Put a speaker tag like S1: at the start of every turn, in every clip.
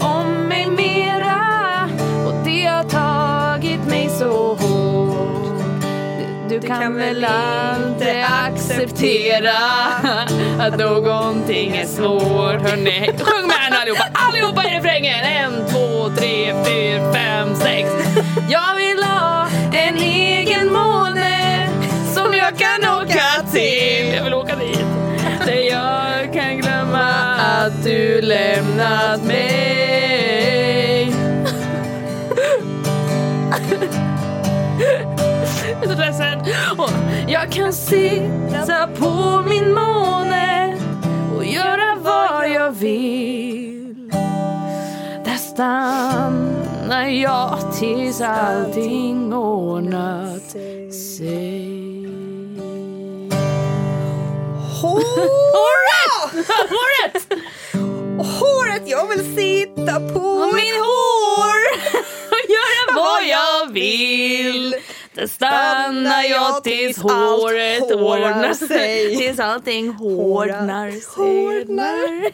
S1: om mig mera Och det har tagit mig så hårt Du, du kan väl inte acceptera Att någonting är svårt Hörrni, sjung med här nu allihopa Allihopa i refrängen En, två, tre, fyra, fem, sex Jag vill ha en egen måne Som jag kan åka till Jag vill åka dit där jag kan glömma att du lämnat mig Jag är så ledsen. Åh, Jag kan sitta på min måne och göra vad jag vill Där stannar jag tills allting ordnat sig
S2: Håret!
S1: Håret!
S2: Håret! Jag vill sitta på
S1: min hår och göra vad jag vill. Där stannar jag tills håret ordnar sig. Tills allting hårdnar
S2: Hårdnar.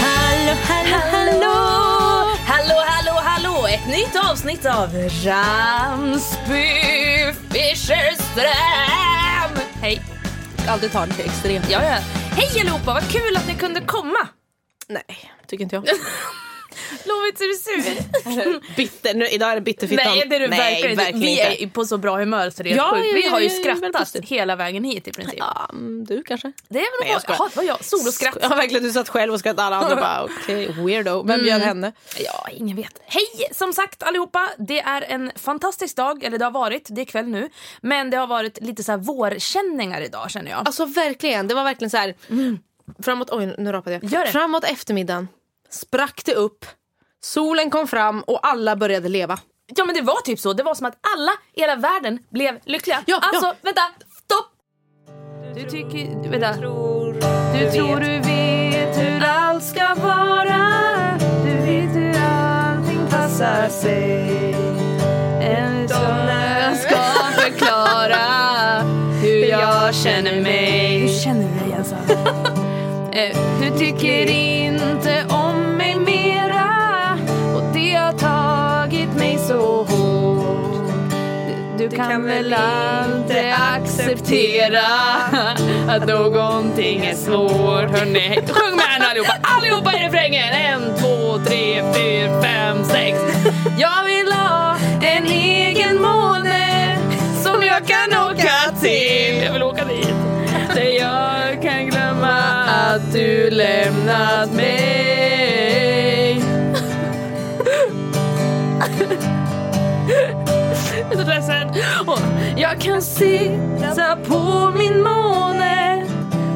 S1: Hallå, hallå, hallå! Hallå, hallå, hallå! Ett nytt avsnitt av Ramsby Fischerström! Hej!
S2: Aldrig tar det till extremt.
S1: Ja, ja. Hej allihopa, vad kul att ni kunde komma!
S2: Nej, tycker inte jag.
S1: Lovigt är du sur?
S2: Bitter. Nu, idag är det bitterfittan.
S1: Nej, det är du verkligen, inte. Vi är på så bra humör så det är
S2: Ja,
S1: helt sjukt.
S2: ja,
S1: Vi
S2: ja,
S1: har ju
S2: ja, ja, väldigt
S1: skrattat
S2: positivt.
S1: hela vägen hit i princip.
S2: Ja, mm, du kanske?
S1: Det är väl
S2: Nej, jag
S1: bara,
S2: skojar.
S1: Jaha, det var jag. Soloskratt.
S2: Ja, verkligen. Du satt själv och skrattade. Alla andra bara, okej, weirdo.
S3: Mm.
S2: Vem bjöd henne?
S1: Ja, ingen vet. Hej som sagt allihopa! Det är en fantastisk dag, eller det har varit, det är kväll nu. Men det har varit lite så här vårkänningar idag känner jag.
S3: Alltså verkligen, det var verkligen så här.
S2: Mm.
S3: Framåt, oj nu rapade jag.
S1: Gör det.
S3: Framåt eftermiddagen sprack det upp, solen kom fram och alla började leva.
S1: Ja men det var typ så, det var som att alla i hela världen blev lyckliga.
S3: Ja,
S1: alltså
S3: ja.
S1: vänta, stopp! Du tycker, vänta. Du tror du vet hur allt ska vara Du vet hur allting passar sig Utom när jag ska förklara hur jag känner mig
S2: känner mig alltså.
S1: Eh, Du tycker inte om mig mera Och det har tagit mig så hårt Du, du kan väl inte acceptera Att någonting är svårt Hörrni, sjung med här nu allihopa Allihopa i refrängen En, två, tre, fyra, fem, sex Jag vill ha en egen måne Som jag kan åka till Jag vill åka dit där jag kan glömma att du lämnat lämnat mig Jag är så ledsen. Och Jag kan sitta på min måne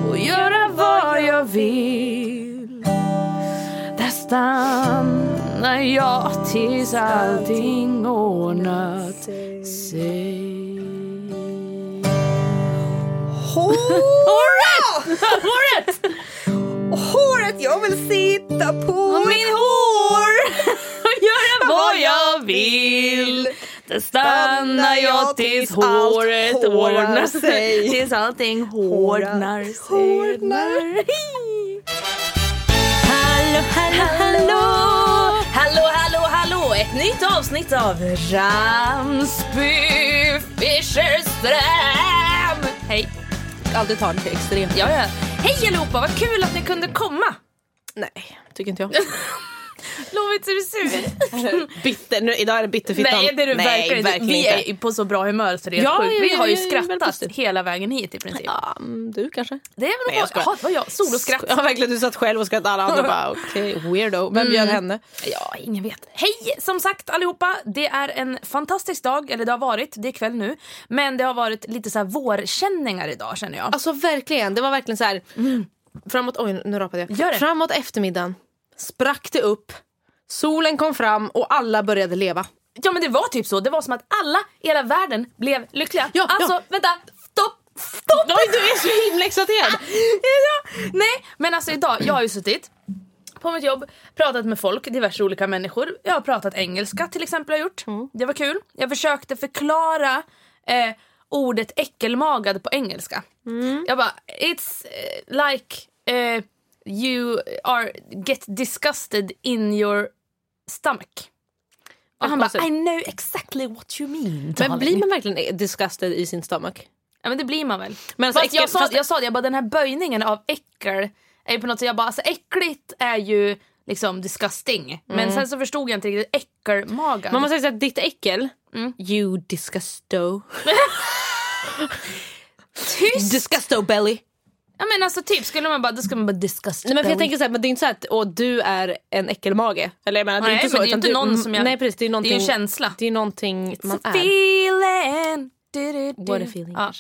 S1: och göra vad jag vill Där stannar jag tills allting ordnat sig
S4: Håret!
S1: Håret!
S4: Håret! Jag vill sitta på
S1: Och
S4: mitt
S1: min
S4: hår!
S1: och göra vad jag vill. Där stannar jag tills håret ordnar sig. Tills allting hårdnar sig.
S4: Hallå, hallå, hallå! Hallå, hallå, hallå! Ett nytt avsnitt av
S1: Ramsby Fischerström. Hej.
S5: Aldrig tar det för extremt.
S1: Ja, ja. Hej allihopa, vad kul att ni kunde komma.
S5: Nej, tycker inte jag.
S1: Lovits, är du sur?
S2: Bitter, nu, idag är det bitterfittan.
S1: Nej, det är du
S2: Nej,
S1: verkligen inte.
S2: verkligen
S1: Vi
S2: inte.
S1: är på så bra humör så det är
S2: Ja,
S1: helt sjukt. Vi
S2: ja,
S1: har ju
S2: ja, ja, väldigt
S1: skrattat
S2: positivt.
S1: hela vägen hit i princip.
S2: Ja, mm, du kanske?
S1: Det är väl
S2: Nej, jag
S1: bara... Jaha,
S2: skojar.
S1: det var jag. Soloskratt.
S2: Ja, verkligen. Du satt själv och skrattade. Alla andra bara okej, weirdo. Vem bjöd henne?
S1: Mm. Ja, ingen vet. Hej som sagt allihopa! Det är en fantastisk dag, eller det har varit, det är kväll nu. Men det har varit lite så här vårkänningar idag känner jag.
S5: Alltså verkligen, det var verkligen så här. Framåt, oj nu rapade jag.
S1: Gör det.
S5: Framåt eftermiddagen sprack det upp, solen kom fram och alla började leva.
S1: Ja men det var typ så, det var som att alla i hela världen blev lyckliga.
S2: Ja,
S1: alltså
S2: ja.
S1: vänta, stopp! Stopp!
S2: Oj, du är så himla exalterad.
S1: Ja, Nej men alltså idag, jag har ju suttit på mitt jobb, pratat med folk, diverse olika människor. Jag har pratat engelska till exempel har jag gjort.
S2: Mm.
S1: Det var kul. Jag försökte förklara eh, ordet äckelmagad på engelska.
S2: Mm.
S1: Jag bara, it's eh, like eh, you are get disgusted in your stomach. Och han bara, I know exactly what you mean.
S2: Alltså- Men blir man verkligen disgusted i sin stomach?
S1: Ja men det blir man väl.
S2: Men alltså,
S1: fast, jag
S2: äckel-
S1: sa,
S2: fast-
S1: jag sa det, jag bara den här böjningen av äckel är ju på något sätt, jag bara alltså äckligt är ju liksom disgusting. Men sen så förstod jag inte riktigt äckelmagen.
S2: Mm. Man måste säga att ditt äckel,
S1: Mm.
S2: you disgusto.
S1: Tyst!
S2: Disgusto belly.
S1: Ja men alltså typ skulle man bara, då skulle man bara disgusting.
S2: Nej, men för jag tänker så här, men det är inte så att åh, du är en äckelmage. Eller jag menar, det är
S1: Nej,
S2: inte så,
S1: men det är ju
S2: utan
S1: inte
S2: du, mm,
S1: någon som jag-
S2: Nej precis, det är,
S1: det är ju en
S2: någonting-
S1: känsla.
S2: Det är någonting man
S1: It's a
S2: är.
S1: feeling. Du, du, du.
S2: What a feeling.
S1: Ja.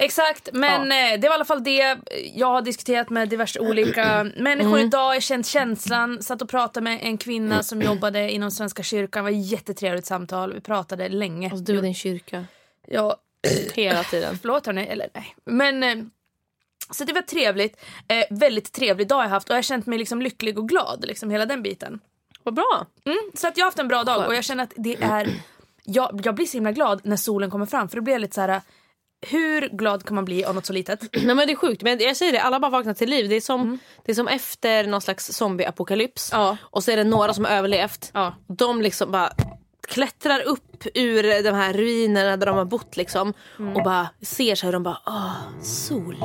S1: Exakt, men eh, det var i alla fall det jag har diskuterat med diverse olika
S2: Mm.
S1: människor idag. Jag känt känslan, satt och pratade med en
S2: Mm.
S1: kvinna som jobbade inom Svenska kyrkan. Det var ett jättetrevligt samtal, vi pratade länge.
S2: Alltså, du och din kyrka.
S1: Jag
S2: Hela tiden.
S1: Förlåt hörni, eller nej. Men, eh, så det var trevligt. Eh, väldigt trevlig dag jag haft och jag har känt mig liksom lycklig och glad. Liksom, hela den biten.
S2: Vad bra.
S1: Mm, så att jag har haft en bra dag och jag känner att det är... Jag, jag blir så himla glad när solen kommer fram för det blir lite så här. eh, Hur glad kan man bli av något så litet?
S2: Nej, men det är sjukt. Men jag säger det, alla bara vaknar till liv. Det är som, det är som efter någon slags zombieapokalyps.
S1: Mm. Ja.
S2: Och så är det några som har överlevt.
S1: Ja.
S2: De liksom bara klättrar upp ur de här ruinerna där de har bott liksom.
S1: Mm.
S2: Och bara ser sig och de bara åh, sol.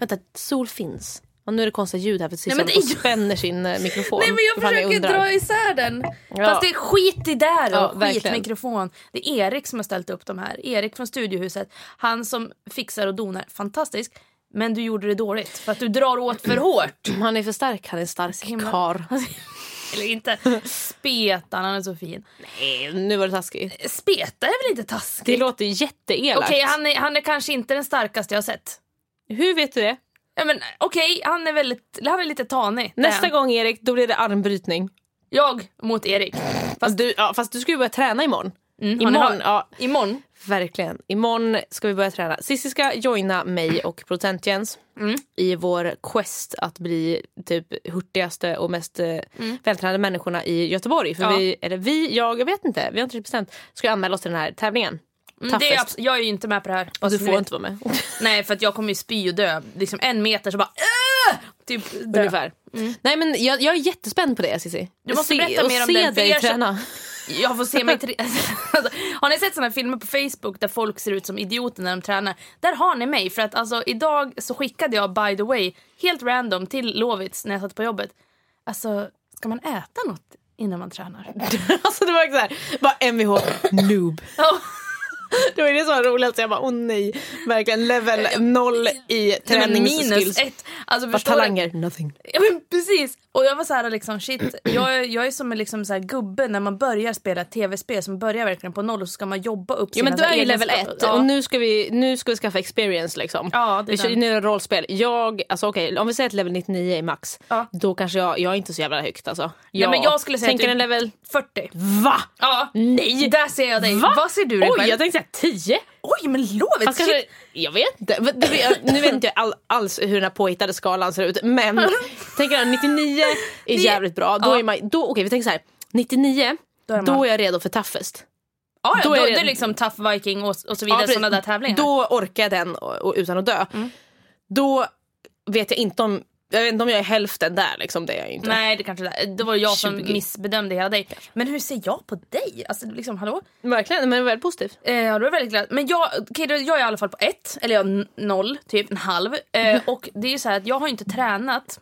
S2: Vänta, sol finns. Och nu är det konstiga ljud här för precis
S1: Nej, men det
S2: jag
S1: är
S2: håller på
S1: ju-
S2: och spänner sin eh, mikrofon.
S1: Nej men jag
S2: Ifall ni
S1: försöker
S2: undrar.
S1: dra isär den.
S2: Ja.
S1: Fast det är skit i där
S2: Ja,
S1: och skit
S2: verkligen.
S1: mikrofon. Det är Erik som har ställt upp de här. Erik från Studiohuset. Han som fixar och donar. Fantastisk. Men du gjorde det dåligt för att du drar åt för hårt.
S2: Han är för stark, han är en stark
S1: himla- Alltså,
S2: karl.
S1: Eller inte. Spetan, han är så fin.
S2: Nu var det taskigt.
S1: Speta är väl inte taskigt?
S2: Det låter jätteelakt.
S1: Okej, han, är, han är kanske inte den starkaste jag har sett.
S2: Hur vet du det?
S1: Ja, men, Okej, han är väldigt, han är lite tanig. Det är
S2: Nästa
S1: han.
S2: gång Erik, då blir det armbrytning.
S1: Jag mot Erik.
S2: Fast du, ja, fast du ska ju börja träna imorgon.
S1: Mm, har ni
S2: imorgon,
S1: hört?
S2: ja,
S1: Imorgon.
S2: verkligen. Imorgon ska vi börja träna. Sissi ska joina mig och producent Jens
S1: Mm.
S2: i vår quest att bli typ hurtigaste och mest eh, vältränade människorna i Göteborg. För
S1: Mm. Ja.
S2: vi, eller vi, jag, jag vet inte, vi har inte riktigt bestämt. Ska anmäla oss till den här tävlingen.
S1: Mm, Det är,
S2: Toughest.
S1: abs- jag är ju inte med på det här.
S2: Och du
S1: Ni
S2: får
S1: vet.
S2: inte vara med.
S1: Nej, för att jag kommer ju spy och dö. Liksom en meter så bara... "Åh!" Typ dö.
S2: Ungefär. Nej, men jag, jag är jättespänd på det Cissi.
S1: Mm. Du måste
S2: se,
S1: berätta
S2: och
S1: mer om
S2: se
S1: den, för
S2: dig
S1: jag-
S2: träna.
S1: Jag får se mig... Tre- alltså, har ni sett såna här filmer på Facebook där folk ser ut som idioter när de tränar? Där har ni mig. För att alltså, idag så skickade jag, by the way, helt random till Lovits när jag satt på jobbet. Alltså, ska man äta något innan man tränar?
S2: alltså det var så här, bara mvh noob.
S1: Ja. Då är det så roligt så jag bara åh nej, verkligen level noll i
S2: Nej, men
S1: träningsskills.
S2: minus ett. Alltså,
S1: Fast
S2: förstår du?
S1: talanger, nothing.
S2: Ja men precis! Och jag var så här liksom shit, jag, jag är som en liksom så här gubbe när man börjar spela tv-spel som börjar verkligen på noll och så ska man jobba upp
S1: Jo men
S2: sina
S1: du är ju level
S2: egenskaper.
S1: ett
S2: Ja.
S1: och nu ska vi, nu ska vi skaffa experience liksom.
S2: Ja, det är
S1: vi kör,
S2: den.
S1: nu är det rollspel. Jag, alltså okej om vi säger att level 99 är max. Då kanske jag, jag är inte så jävla högt alltså.
S2: Nej, men jag skulle säga
S1: tänker
S2: att du-
S1: en level,
S2: 40.
S1: va?
S2: Ja.
S1: Nej!
S2: Där ser jag dig. Vad ser du dig
S1: Oj
S2: själv?
S1: jag tänkte säga 10.
S2: Oj men lovet!
S1: Fast kanske,
S2: shit.
S1: jag vet inte. Men det- jag- Nu vet inte jag all, alls hur den här påhittade skalan ser ut. Men tänker jag 99 är jävligt bra. Då
S2: Ja.
S1: är man, då, okej vi tänker så här. 99, då
S2: Då är
S1: är,
S2: man-
S1: jag redo för toughest.
S2: Ja, ja,
S1: då
S2: då,
S1: är
S2: är
S1: det-
S2: det liksom tough viking och, och så
S1: Ja,
S2: vidare
S1: precis.
S2: sådana där tävlingar. Mm.
S1: Då orkar jag den och, och, utan att dö. Då vet jag inte om jag, vet inte om jag är hälften där. Liksom, det är jag ju inte.
S2: Nej det kanske det det var jag som
S1: 20.
S2: missbedömde hela dig. Men hur ser jag på dig? Alltså liksom hallå?
S1: Verkligen, men väldigt positiv.
S2: Eh, ja, du är väldigt glad. Men jag, okej, då- jag är i alla fall på ett, eller jag n- noll, typ en halv.
S1: Mm.
S2: Eh, och det är ju så här att jag har inte tränat.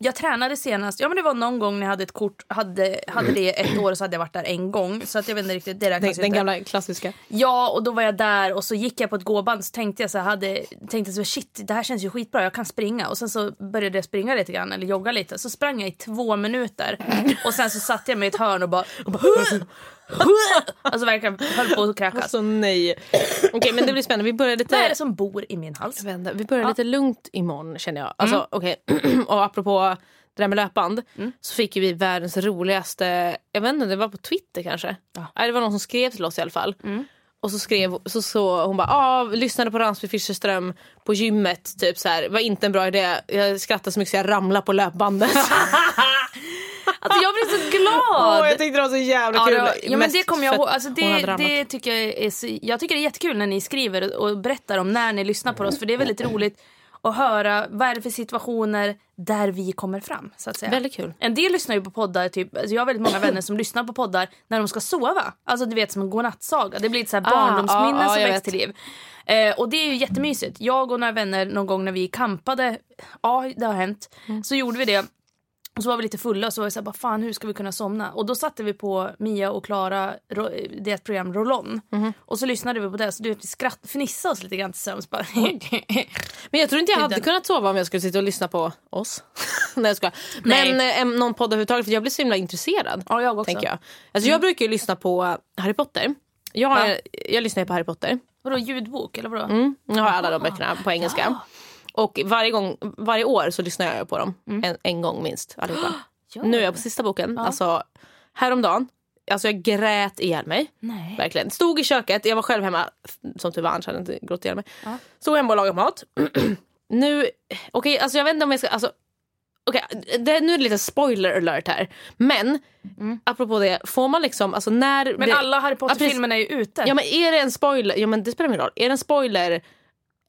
S2: Jag tränade senast, ja men det var någon gång när jag hade ett kort, hade, hade det ett år så hade jag varit där en gång. Så att jag vet inte riktigt, det
S1: Den,
S2: räknas ju
S1: den
S2: inte.
S1: gamla klassiska.
S2: Ja och då var jag där och så gick jag på ett gåband så tänkte jag så här, hade, tänkte så här, shit det här känns ju skitbra jag kan springa och sen så började jag springa lite grann eller jogga lite så sprang jag i två minuter och sen så satte jag mig i ett hörn och bara, och bara alltså verkligen höll på att kräkas.
S1: Alltså nej. Okej men det blir spännande. Vi börjar lite...
S2: Vad är det som bor i min hals?
S1: vända. Vi börjar lite lugnt imorgon känner jag. Alltså, okej. och apropå det där med löpband så fick ju vi världens roligaste, jag vet inte, det var på Twitter kanske? Nej, det var någon som skrev till oss i alla fall. Och så skrev så, så hon bara, ah, lyssnade på Ransby Fischerström på gymmet, typ så här. var inte en bra idé, jag skrattade så mycket så jag ramlade på löpbandet.
S2: Alltså jag blev så
S1: Åh,
S2: glad!
S1: jag tyckte det var så jävla
S2: Ja,
S1: kul.
S2: det var, ja men
S1: Mest
S2: det kommer jag
S1: för att
S2: ihåg. Alltså
S1: hon
S2: det,
S1: hade ramlat.
S2: det tycker jag, är, så- jag tycker det är jättekul när ni skriver och och berättar om när ni lyssnar på oss för det är väldigt roligt att höra vad är det för situationer där vi kommer fram. Så att säga.
S1: Väldigt kul.
S2: En del lyssnar ju på poddar, typ, alltså jag har väldigt många vänner som lyssnar på poddar när de ska sova. Alltså du vet som en godnattsaga. Det blir lite så här
S1: Ah,
S2: barndomsminnen
S1: ja, ja,
S2: som
S1: jag
S2: väcks
S1: vet.
S2: till liv. Eh, och det är ju jättemysigt. Jag och några vänner någon gång när vi kampade, ja det har hänt,
S1: Mm.
S2: så gjorde vi det. Och så var vi lite fulla och så var vi såhär, bara, fan hur ska vi kunna somna? Och då satte vi på Mia och Klara, ro- deras program Roll-On.
S1: Mm-hmm.
S2: Och så lyssnade vi på det, så du vet, vi skratt, fnissade oss lite grann tillsammans. Bara,
S1: Men jag tror inte jag hade
S2: Tiden.
S1: kunnat sova om jag skulle sitta och lyssna på oss. Nej, jag skojar. Men eh, em, någon podd överhuvudtaget för jag blir så himla intresserad.
S2: Ja, jag också. Mm.
S1: Tänker jag. Alltså, jag brukar ju lyssna på Harry Potter. Jag, har, jag lyssnar ju på Harry Potter.
S2: vadå ljudbok eller vadå?
S1: Mm. Jag har alla de böckerna på engelska. Och varje, gång, varje år så lyssnar jag på dem.
S2: Mm.
S1: En, en gång minst. Allihopa. Nu är jag på sista boken. Alltså, häromdagen Alltså jag grät ihjäl mig.
S2: Nej.
S1: Verkligen. Stod i köket, jag var själv hemma, som tur var annars hade jag inte gråtit ihjäl mig. Stod hemma och lagade mat. nu, okej alltså jag vet inte om jag ska, alltså, okej, det, nu är det lite spoiler alert här. Men apropå det, får man liksom, alltså när...
S2: Mm. Men
S1: det,
S2: alla Harry
S1: Ja, precis.
S2: Potter-filmerna är ju ute.
S1: Ja men är det en spoiler, ja men det spelar ingen roll. Är det en spoiler,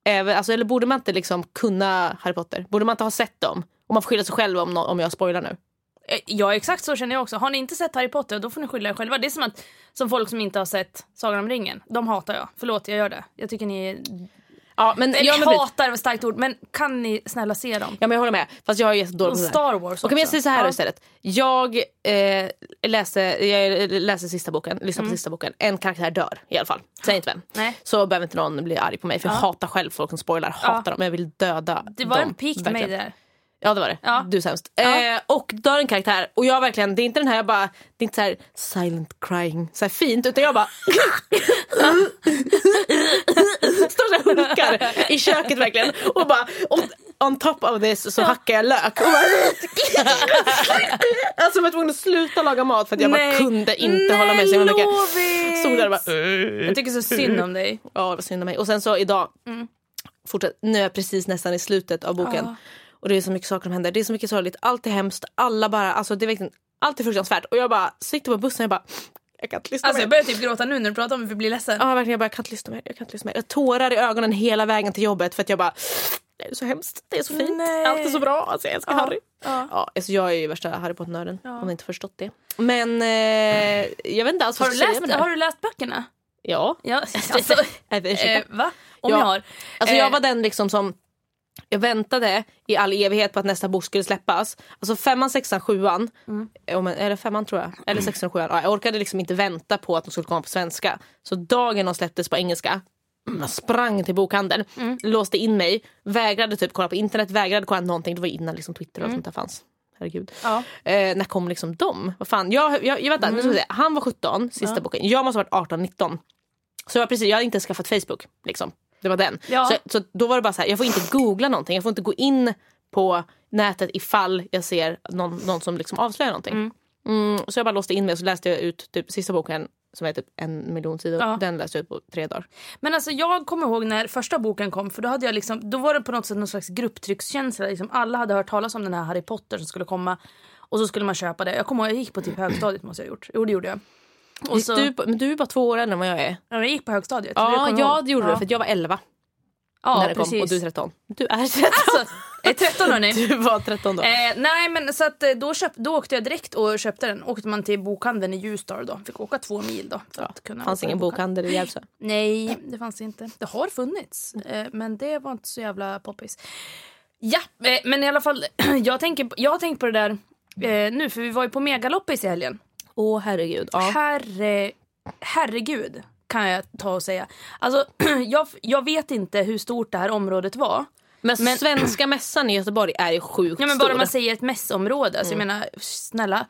S1: även, alltså, eller borde man inte liksom kunna Harry Potter? Borde man inte ha sett dem? Och man får skylla sig själv om, nå- om jag spoilar nu.
S2: Eh, Ja exakt så känner jag också. Har ni inte sett Harry Potter då får ni skylla er själva. Det är som att som folk som inte har sett Sagan om ringen. De hatar jag. Förlåt jag gör det. Jag tycker ni är...
S1: Ja men,
S2: Eller
S1: ja, men, precis.
S2: hatar är ett starkt ord men kan ni snälla se dem?
S1: ja, men jag håller med. Fast jag har ju jättedålig
S2: Och
S1: på det här.
S2: Star Wars
S1: Okej, men jag säger
S2: också.
S1: så här
S2: Ja.
S1: istället. Jag, eh, läste, jag läser sista boken, lyssnar på sista boken. En karaktär dör i alla fall. Säg inte vem.
S2: Mm. Nej.
S1: Så behöver inte någon bli arg på mig för jag hatar själv folk som spoilar. Hatar dem. Jag vill döda
S2: Det var
S1: dem,
S2: en pik till mig
S1: verkligen.
S2: där.
S1: Ja det var det.
S2: Ja.
S1: Du är sämst. Eh, och dör en karaktär och jag verkligen, det är inte den här jag bara, det är inte så här silent crying, så här fint utan jag bara står så här och hunkar i köket verkligen och bara on, on top of this så hackar jag lök och bara Alltså jag var tvungen att sluta laga mat för att jag bara
S2: Nej.
S1: kunde inte hålla med så
S2: Nej,
S1: himla mycket.
S2: Lovits!
S1: Stod där och bara "Äh."
S2: Jag tycker så synd om dig.
S1: Ja, vad synd om mig. Och sen så idag,
S2: Mm.
S1: fortsätt, nu är jag precis nästan i slutet av boken. Och det är så mycket saker som händer. Det är så mycket sorgligt. Allt är hemskt. Alla bara, alltså det är verkligen, allt är fruktansvärt. Och jag bara, så gick det på bussen jag bara, jag kan inte lyssna
S2: Alltså jag
S1: mer.
S2: börjar typ gråta nu när du pratar om det för jag blir ledsen.
S1: Ja verkligen, jag bara, jag kan inte lyssna mer. Jag kan inte lyssna mer. Jag har tårar i ögonen hela vägen till jobbet för att jag bara, det är så hemskt. Det är så fint.
S2: Nej.
S1: Allt är så bra. Alltså jag älskar Harry. Ja. alltså jag är ju värsta Harry Potter-nörden. Om ni inte förstått det. Men eh, jag vet inte alls vad
S2: Har, du
S1: jag ska säga
S2: läst,
S1: med det.
S2: har du läst böckerna?
S1: Ja.
S2: Ja, alltså,
S1: Eh, ursäkta.
S2: eh, va? Om
S1: Ja.
S2: jag har.
S1: Alltså
S2: Eh,
S1: jag var den liksom som Jag väntade i all evighet på att nästa bok skulle släppas. Alltså femman, sexan, sjuan. Om, eller femman tror jag. Eller sexan, och sjuan. Ja, jag orkade liksom inte vänta på att de skulle komma på svenska. Så dagen de släpptes på engelska. mm, Jag sprang till bokhandeln, låste in mig, vägrade typ kolla på internet, vägrade kolla någonting. Det var innan liksom Twitter och allt sånt där fanns. Herregud. Eh, när kom liksom de? Vad fan? Jag, jag, jag, vänta, nu ska vi se. Han var 17, sista boken. Jag måste ha varit 18-19. Så jag, precis, jag hade inte ens skaffat Facebook. Liksom. Det var den.
S2: Ja.
S1: Så, så då var det bara så här, jag får inte googla någonting. Jag får inte gå in på nätet ifall jag ser någon, någon som liksom avslöjar någonting. Mm. så jag bara låste in mig och så läste jag ut typ, sista boken som är typ en miljon sidor.
S2: Ja.
S1: Den läste jag ut på tre dagar.
S2: Men alltså jag kommer ihåg när första boken kom för då hade jag liksom, då var det på något sätt någon slags grupptryckskänsla. Liksom alla hade hört talas om den här Harry Potter som skulle komma och så skulle man köpa det. Jag kommer ihåg, jag gick på typ högstadiet måste jag ha gjort. Jo det gjorde jag. Och
S1: Gick
S2: så,
S1: Du, på- men du är bara två år äldre än vad jag är.
S2: Ja, jag gick på högstadiet. det
S1: Alltså- Ja,
S2: kommer jag
S1: ja
S2: ihåg.
S1: det gjorde
S2: ja.
S1: du. För att jag var 11
S2: ja,
S1: när det kom
S2: precis.
S1: och du är 13. Du är 13.
S2: Alltså, jag är 13 hörni.
S1: Du var 13 då.
S2: Eh, nej men så att eh, då, köp, då åkte jag direkt och köpte den. Åkte man till bokhandeln i Ljusdal då. Fick åka två mil då. För att kunna
S1: Det fanns
S2: åka
S1: ingen bokhandel i Järvsö.
S2: Nej, det fanns det inte. Det har funnits, eh, men det var inte så jävla poppis. Ja, eh, men i alla fall, jag, tänker, på- jag har tänkt på det där eh, nu, för vi var ju på megaloppis i helgen.
S1: Åh herregud. Ja.
S2: Herre, herregud, kan jag ta och säga. Alltså, jag, jag vet inte hur stort det här området var.
S1: Men, svenska mässan i Göteborg är ju sjukt
S2: Ja, men bara
S1: stor.
S2: man säger ett mässområde. Alltså,
S1: Mm.
S2: Jag menar, snälla,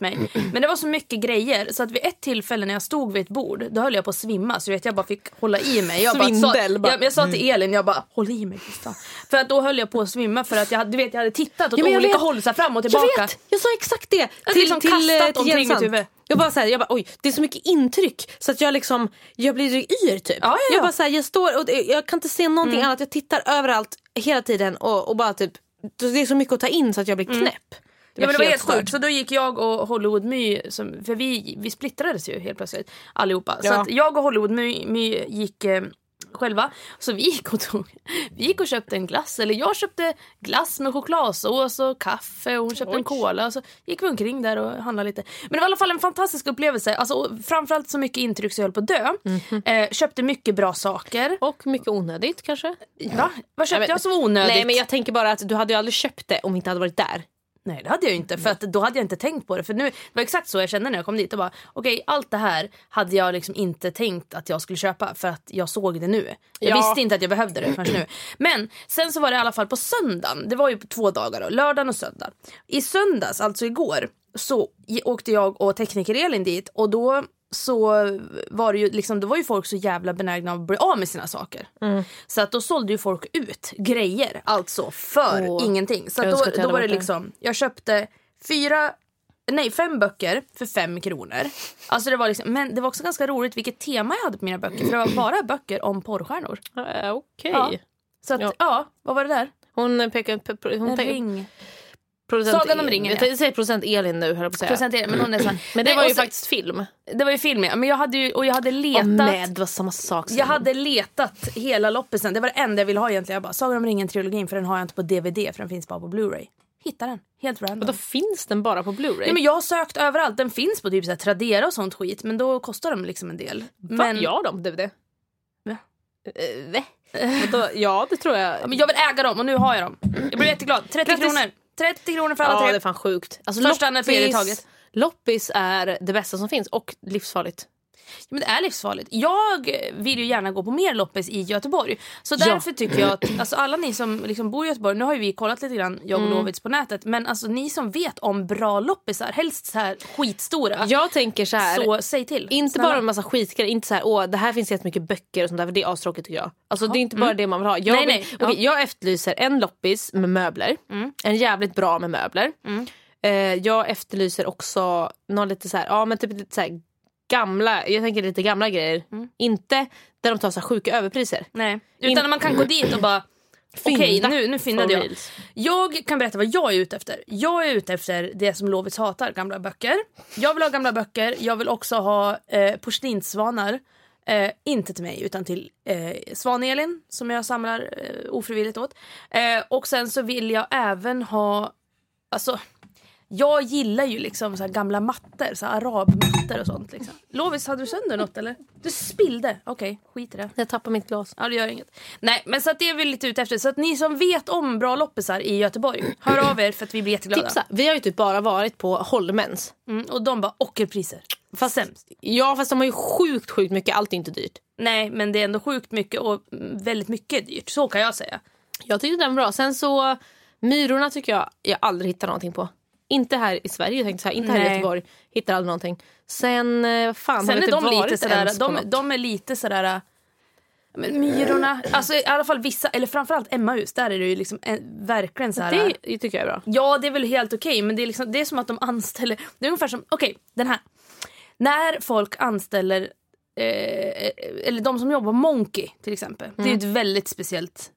S2: mig. Men det var så mycket grejer så att vid ett tillfälle när jag stod vid ett bord, då höll jag på att svimma. Så du vet, jag bara fick hålla i mig. Jag
S1: Svindel,
S2: Bara
S1: bara. Mm.
S2: sa, jag, jag sa till Elin, jag bara håll i mig. för fan." För att då höll jag på att svimma för att jag, hade- du vet, jag hade tittat åt
S1: Ja, men jag
S2: olika
S1: vet.
S2: håll, så här, fram och tillbaka.
S1: Jag vet! Jag sa exakt det!
S2: har liksom kastat
S1: eh,
S2: omkring
S1: Jens
S2: mitt
S1: Sant.
S2: huvud.
S1: Jag bara, så här, jag bara oj, det är så mycket intryck så att jag liksom, jag blir yr typ.
S2: ja, ja. Mm.
S1: Jag bara så här, jag står och det- jag kan inte se någonting annat. Jag tittar överallt hela tiden och, och bara typ, det är så mycket att ta in så att jag blir knäpp.
S2: Mm. Ja, men det var helt
S1: stört.
S2: sjukt. Så då gick jag och Hollywood My, som, för vi, vi splittrades ju helt plötsligt allihopa. Så
S1: Ja.
S2: att jag och Hollywood My, My gick eh, själva. Så vi gick och, tog, vi gick och köpte en glass, eller jag köpte glass med chokladsås och kaffe och hon köpte en cola. Och så gick vi omkring där och handlade lite. Men det var i alla fall en fantastisk upplevelse. Alltså, och framförallt så mycket intryck så jag höll på att dö.
S1: Mhm.
S2: Eh, köpte mycket bra saker.
S1: Och mycket onödigt kanske?
S2: Va? Vad köpte
S1: Nej, men-
S2: jag som var onödigt?
S1: Nej men jag tänker bara att du hade ju aldrig köpt det om vi inte hade varit där.
S2: Nej det hade jag ju inte för att då hade jag inte tänkt på det. För nu, det var exakt så jag kände när jag kom dit. Och bara, okej allt det här hade jag liksom inte tänkt att jag skulle köpa för att jag såg det nu. Jag
S1: Ja.
S2: visste inte att jag behövde det förrän nu. Men sen så var det i alla fall på söndagen. Det var ju på två dagar då, lördagen och söndag. I söndags, alltså igår, så i- åkte jag och tekniker-Elin dit och då så var det ju liksom, då var ju folk så jävla benägna att bli av med sina saker.
S1: Mm.
S2: Så att då sålde ju folk ut grejer, alltså för
S1: Åh.
S2: ingenting. Så
S1: Jag
S2: att
S1: önskar att
S2: då,
S1: jag
S2: då
S1: hade
S2: var det
S1: varit där.
S2: liksom, jag köpte fyra, nej fem böcker för fem kronor. Alltså det var liksom, men det var också ganska roligt vilket tema jag hade på mina böcker för det var bara böcker om porrstjärnor.
S1: Uh, Okej.
S2: Ja. eh, Så att, ja.
S1: Ja.
S2: vad var det där?
S1: Hon pekar... pe- pe- Hon
S2: En
S1: pekar-
S2: ring.
S1: producent
S2: Sagan om
S1: El-
S2: ringen,
S1: Jag
S2: ja.
S1: tänkte säga producent Elin nu höll jag på att säga.
S2: Procent men hon är så här,
S1: Men det
S2: Nej,
S1: var
S2: och
S1: ju
S2: så,
S1: faktiskt film.
S2: Det var ju film ja, men jag hade ju, och jag hade letat.
S1: det var samma sak.
S2: Jag hade letat hela loppisen. Det var det enda jag ville ha egentligen. Jag bara, Sagan om ringen-trilogin för den har jag inte på DVD för den finns bara på Blu-ray. Hitta den, helt random.
S1: Då finns den bara på Blu-ray?
S2: Nej, men jag har sökt överallt. Den finns på typ så här, Tradera och sånt skit, men då kostar de liksom en del.
S1: Va?
S2: Men,
S1: Jag har dem på DVD.
S2: Va?
S1: Eh, va? Vadå? ja, det tror jag.
S2: Ja, men jag vill äga dem och nu har jag dem. Jag blev jätteglad. 30
S1: Grattis.
S2: kronor. 30 kronor för alla
S1: ja, det
S2: tre.
S1: är fan sjukt. Alltså,
S2: Första, andra, tredje taget.
S1: Loppis är det bästa som finns och livsfarligt.
S2: Ja, Men det är livsfarligt. Jag vill ju gärna gå på mer loppis i Göteborg. Så därför tycker jag att alltså alla ni som liksom bor i Göteborg, nu har ju vi kollat lite grann, jag och
S1: Mm.
S2: Lovits på nätet, men alltså ni som vet om bra loppisar, helst så här skitstora,
S1: Jag tänker så här.
S2: så säg till.
S1: Inte
S2: Snälla.
S1: bara en massa skitgrejer, inte så här, åh det här finns jättemycket böcker och sånt där för det är astråkigt tycker jag. Alltså det är inte bara det man vill ha. Jag,
S2: Mm. Nej,
S1: vill,
S2: nej. Ja. Mm.
S1: okej, jag efterlyser en loppis med möbler, en jävligt bra med möbler. Eh, jag efterlyser också någon lite så här, ja men typ lite så här gamla, jag tänker lite gamla grejer.
S2: Mm.
S1: Inte där de tar så här sjuka överpriser.
S2: Nej. Utan man kan gå dit och bara Okej,
S1: Fynda
S2: nu, nu fyndade
S1: for
S2: jag.
S1: reals.
S2: Jag kan berätta vad jag är ute efter. Jag är ute efter det som Lovits hatar, gamla böcker. Jag vill ha gamla böcker, jag vill också ha eh, porslinssvanar. Eh, inte till mig, utan till eh, Svan-Elin som jag samlar eh, ofrivilligt åt. Eh, och sen så vill jag även ha... Alltså, Jag gillar ju liksom så här gamla mattor, så här arabmattor och sånt. Liksom. Lovis, hade du sönder något eller? Du spillde! Okej, skit i det.
S1: Jag tappar mitt glas.
S2: Ja, det gör inget. Nej, men så att det är vi lite ute efter. Så att ni som vet om bra loppisar i Göteborg, hör av er för att vi blir jätteglada.
S1: Tipsa. Vi har ju typ bara varit på Holmens.
S2: Mm, och de bara ockerpriser. Fast sämst.
S1: Ja fast de har ju sjukt sjukt mycket, allt är inte dyrt.
S2: Nej, men det är ändå sjukt mycket och mm, väldigt mycket dyrt. Så kan jag säga.
S1: Jag tyckte den var bra. Sen så Myrorna tycker jag jag aldrig hittar någonting på. Inte här i Sverige, jag tänkte så här. inte här
S2: Nej.
S1: i Göteborg. Hittar aldrig någonting. Sen eh, fan har
S2: Sen
S1: vi
S2: är
S1: inte
S2: de lite
S1: varit
S2: sådär,
S1: ens på något.
S2: de, de är lite sådär äh, men Myrorna, alltså i alla fall vissa, eller framförallt Emmahus, där är det ju liksom en, verkligen så här.
S1: Det tycker jag är bra.
S2: Ja, det är väl helt okej, men det är, liksom, det är som att de anställer... Det är ungefär som... Okej, den här. När folk anställer... Eh, eller de som jobbar Monkey, till exempel. Det är
S1: Mm.
S2: ett väldigt speciellt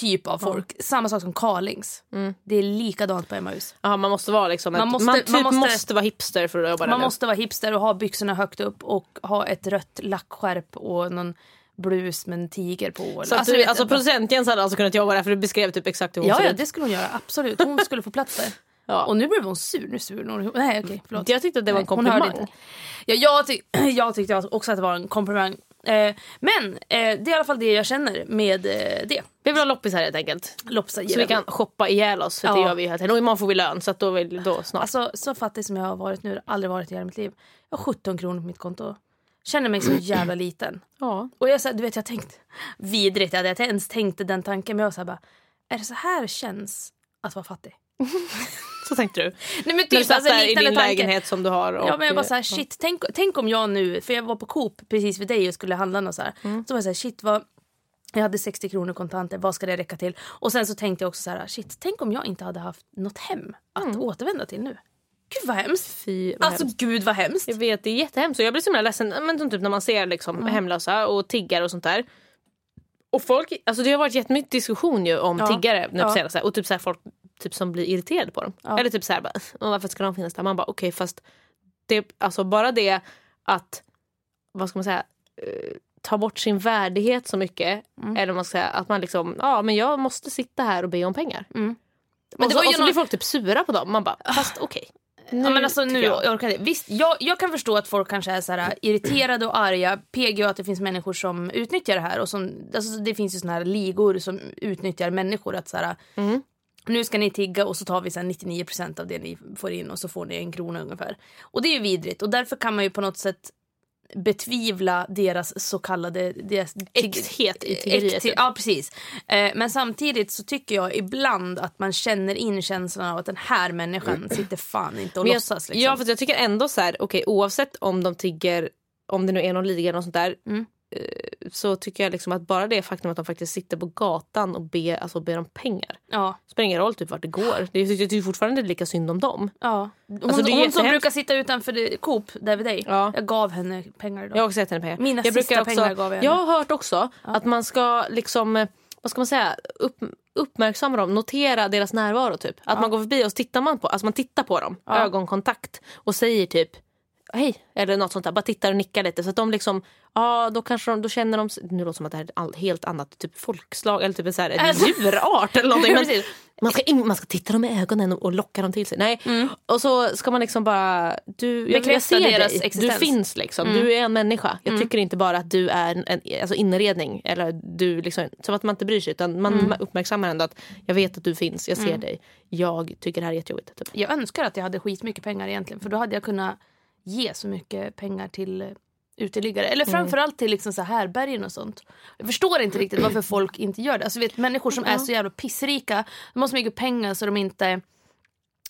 S2: typ av folk. Samma sak som Carlings.
S1: Mm.
S2: Det är likadant på Emmaus.
S1: Ja, man måste vara liksom
S2: Man
S1: man
S2: måste-
S1: måste, man, typ
S2: man
S1: man
S2: måste-
S1: måste, vara hipster för att jobba där
S2: Man
S1: nu.
S2: måste vara hipster och ha byxorna högt upp och ha ett rött lackskärp och någon blus med en tiger på. Eller.
S1: Så att
S2: Alltså,
S1: du,
S2: vet
S1: alltså,
S2: jag bara-
S1: producent-Jens hade alltså kunnat jobba där för du beskrev typ exakt hur hon
S2: ja,
S1: ser
S2: ja,
S1: ut.
S2: det skulle hon göra. Absolut. Hon skulle få plats där.
S1: Ja.
S2: Och nu blev hon sur. Nu sur hon. Nej, okej. förlåt.
S1: Jag tyckte att det var en
S2: Nej, hon hörde
S1: komplimang.
S2: inte. Ja, jag, tyck jag tyckte också att det var en komplimang. Eh, men eh, det är i alla fall det jag känner med eh, det.
S1: Vi vill ha loppisar helt enkelt.
S2: Loppisar
S1: Så
S2: gillar
S1: vi kan shoppa ihjäl oss för det
S2: Ja.
S1: gör vi ju hela tiden. Och imorgon får vi lön så att då, vill, då snart.
S2: Alltså så fattig som jag har varit nu, jag har aldrig varit i hela mitt liv. Jag har 17 kronor på mitt konto. Känner mig så jävla liten.
S1: ja.
S2: Och jag, så här, du vet, jag har tänkt, vidrigt, jag hade inte ens tänkt den tanken. Men jag var så här bara, är det så här känns att vara fattig?
S1: Så tänkte du.
S2: Nej men
S1: När du
S2: typ,
S1: satt
S2: alltså,
S1: där i
S2: liknande
S1: din
S2: tanke.
S1: lägenhet som du har. Och, eh,
S2: Ja men jag bara såhär shit, tänk, tänk om jag nu, för jag var på Coop precis vid dig och skulle handla något så här.
S1: Mm.
S2: Så var jag såhär shit vad, jag hade 60 kronor kontanter, vad ska det räcka till? Och sen så tänkte jag också så här: shit tänk om jag inte hade haft något hem att återvända till nu. Gud vad hemskt.
S1: Mm. Fy, vad
S2: Alltså gud vad hemskt.
S1: Jag vet, det är jättehemskt. Och Jag blir så himla ledsen men som typ när man ser liksom, hemlösa och tiggare och sånt där. Och folk, alltså det har varit jättemycket diskussion ju om
S2: Ja.
S1: tiggare nu på
S2: Ja.
S1: senaste. Och typ så här, folk typ som blir irriterade på dem. Eller typ så här, bara, "Åh, varför ska de finnas där? Man bara okej fast det, alltså bara det att, vad ska man säga, eh, ta bort sin värdighet så mycket.
S2: Mm.
S1: Eller om man ska säga att man liksom, ja men jag måste sitta här och be om
S2: Mm.
S1: pengar. Men
S2: Och
S1: det
S2: så-
S1: var, och
S2: och så
S1: så blir
S2: någon-
S1: folk typ sura på dem. Man bara fast okej.
S2: Ja, men alltså,
S1: tycker
S2: nu
S1: jag. Mm.
S2: orkar jag. inte. Visst, jag, jag kan förstå att folk kanske är så här, irriterade och arga. PGO att det finns människor som utnyttjar det här. Och som, alltså, det finns ju såna här ligor som utnyttjar människor. att så här,
S1: Mm.
S2: Nu ska ni tigga och så tar vi så här 99% av det ni får in och så får ni en krona ungefär. Och det är ju vidrigt och därför kan man ju på något sätt betvivla deras så kallade... Deras tig-
S1: Äkthet i tiggeriet,
S2: äkthet-
S1: typ.
S2: Ja, precis. Eh, Men samtidigt så tycker jag ibland att man känner in känslan av att den här människan sitter fan inte och
S1: Mm. Men jag,
S2: låtsas. Liksom.
S1: Ja, för jag tycker ändå så här, okej oavsett om de tigger, om det nu är någon liga eller något sånt där, eh, så tycker jag liksom att bara det faktum att de faktiskt sitter på gatan och ber, alltså, ber om pengar,
S2: ja,
S1: spelar ingen roll typ vart det går. Det är, jag tycker fortfarande lika synd om dem.
S2: ja. Hon,
S1: Alltså, det är
S2: hon som
S1: jättehemskt.
S2: brukar sitta utanför det- Coop där vid dig.
S1: Ja.
S2: Jag gav henne pengar idag.
S1: Jag har också gett henne pengar.
S2: Mina
S1: jag
S2: sista pengar gav jag henne.
S1: jag har hört också att man ska liksom, eh, vad ska man säga, upp, uppmärksamma dem, notera deras närvaro typ. Att man går förbi och så tittar man på, alltså man tittar på dem, ögonkontakt och säger typ hej eller något sånt där, bara tittar och nickar lite så att de liksom, ja då kanske de, då känner de, sig- nu låter det som att det här är ett all- helt annat typ folkslag eller typ så här, en
S2: Alltså-
S1: djurart eller någonting.
S2: Ja,
S1: Men
S2: precis.
S1: man, ska in, man ska titta dem i ögonen och, och locka dem till sig. Nej. Och så ska man liksom bara, du, jag, jag
S2: Mm. Bekräfta
S1: ser
S2: deras
S1: dig,
S2: existens.
S1: du finns finns. Liksom.
S2: Mm.
S1: Du är en människa. Jag tycker inte bara att du är en, en alltså inredning. Eller du liksom, som att man inte bryr sig. Utan man
S2: Mm.
S1: uppmärksammar ändå att jag vet att du finns, jag ser dig. Jag tycker det här är jättejobbigt. Typ.
S2: Jag önskar att jag hade skitmycket pengar egentligen för då hade jag kunnat ge så mycket pengar till eh, uteliggare. Eller
S1: Mm.
S2: framförallt till liksom så här bergen och sånt. Jag förstår inte riktigt
S1: Mm.
S2: varför folk inte gör det. Alltså vet, människor som är så jävla pissrika, de har så mycket pengar så de inte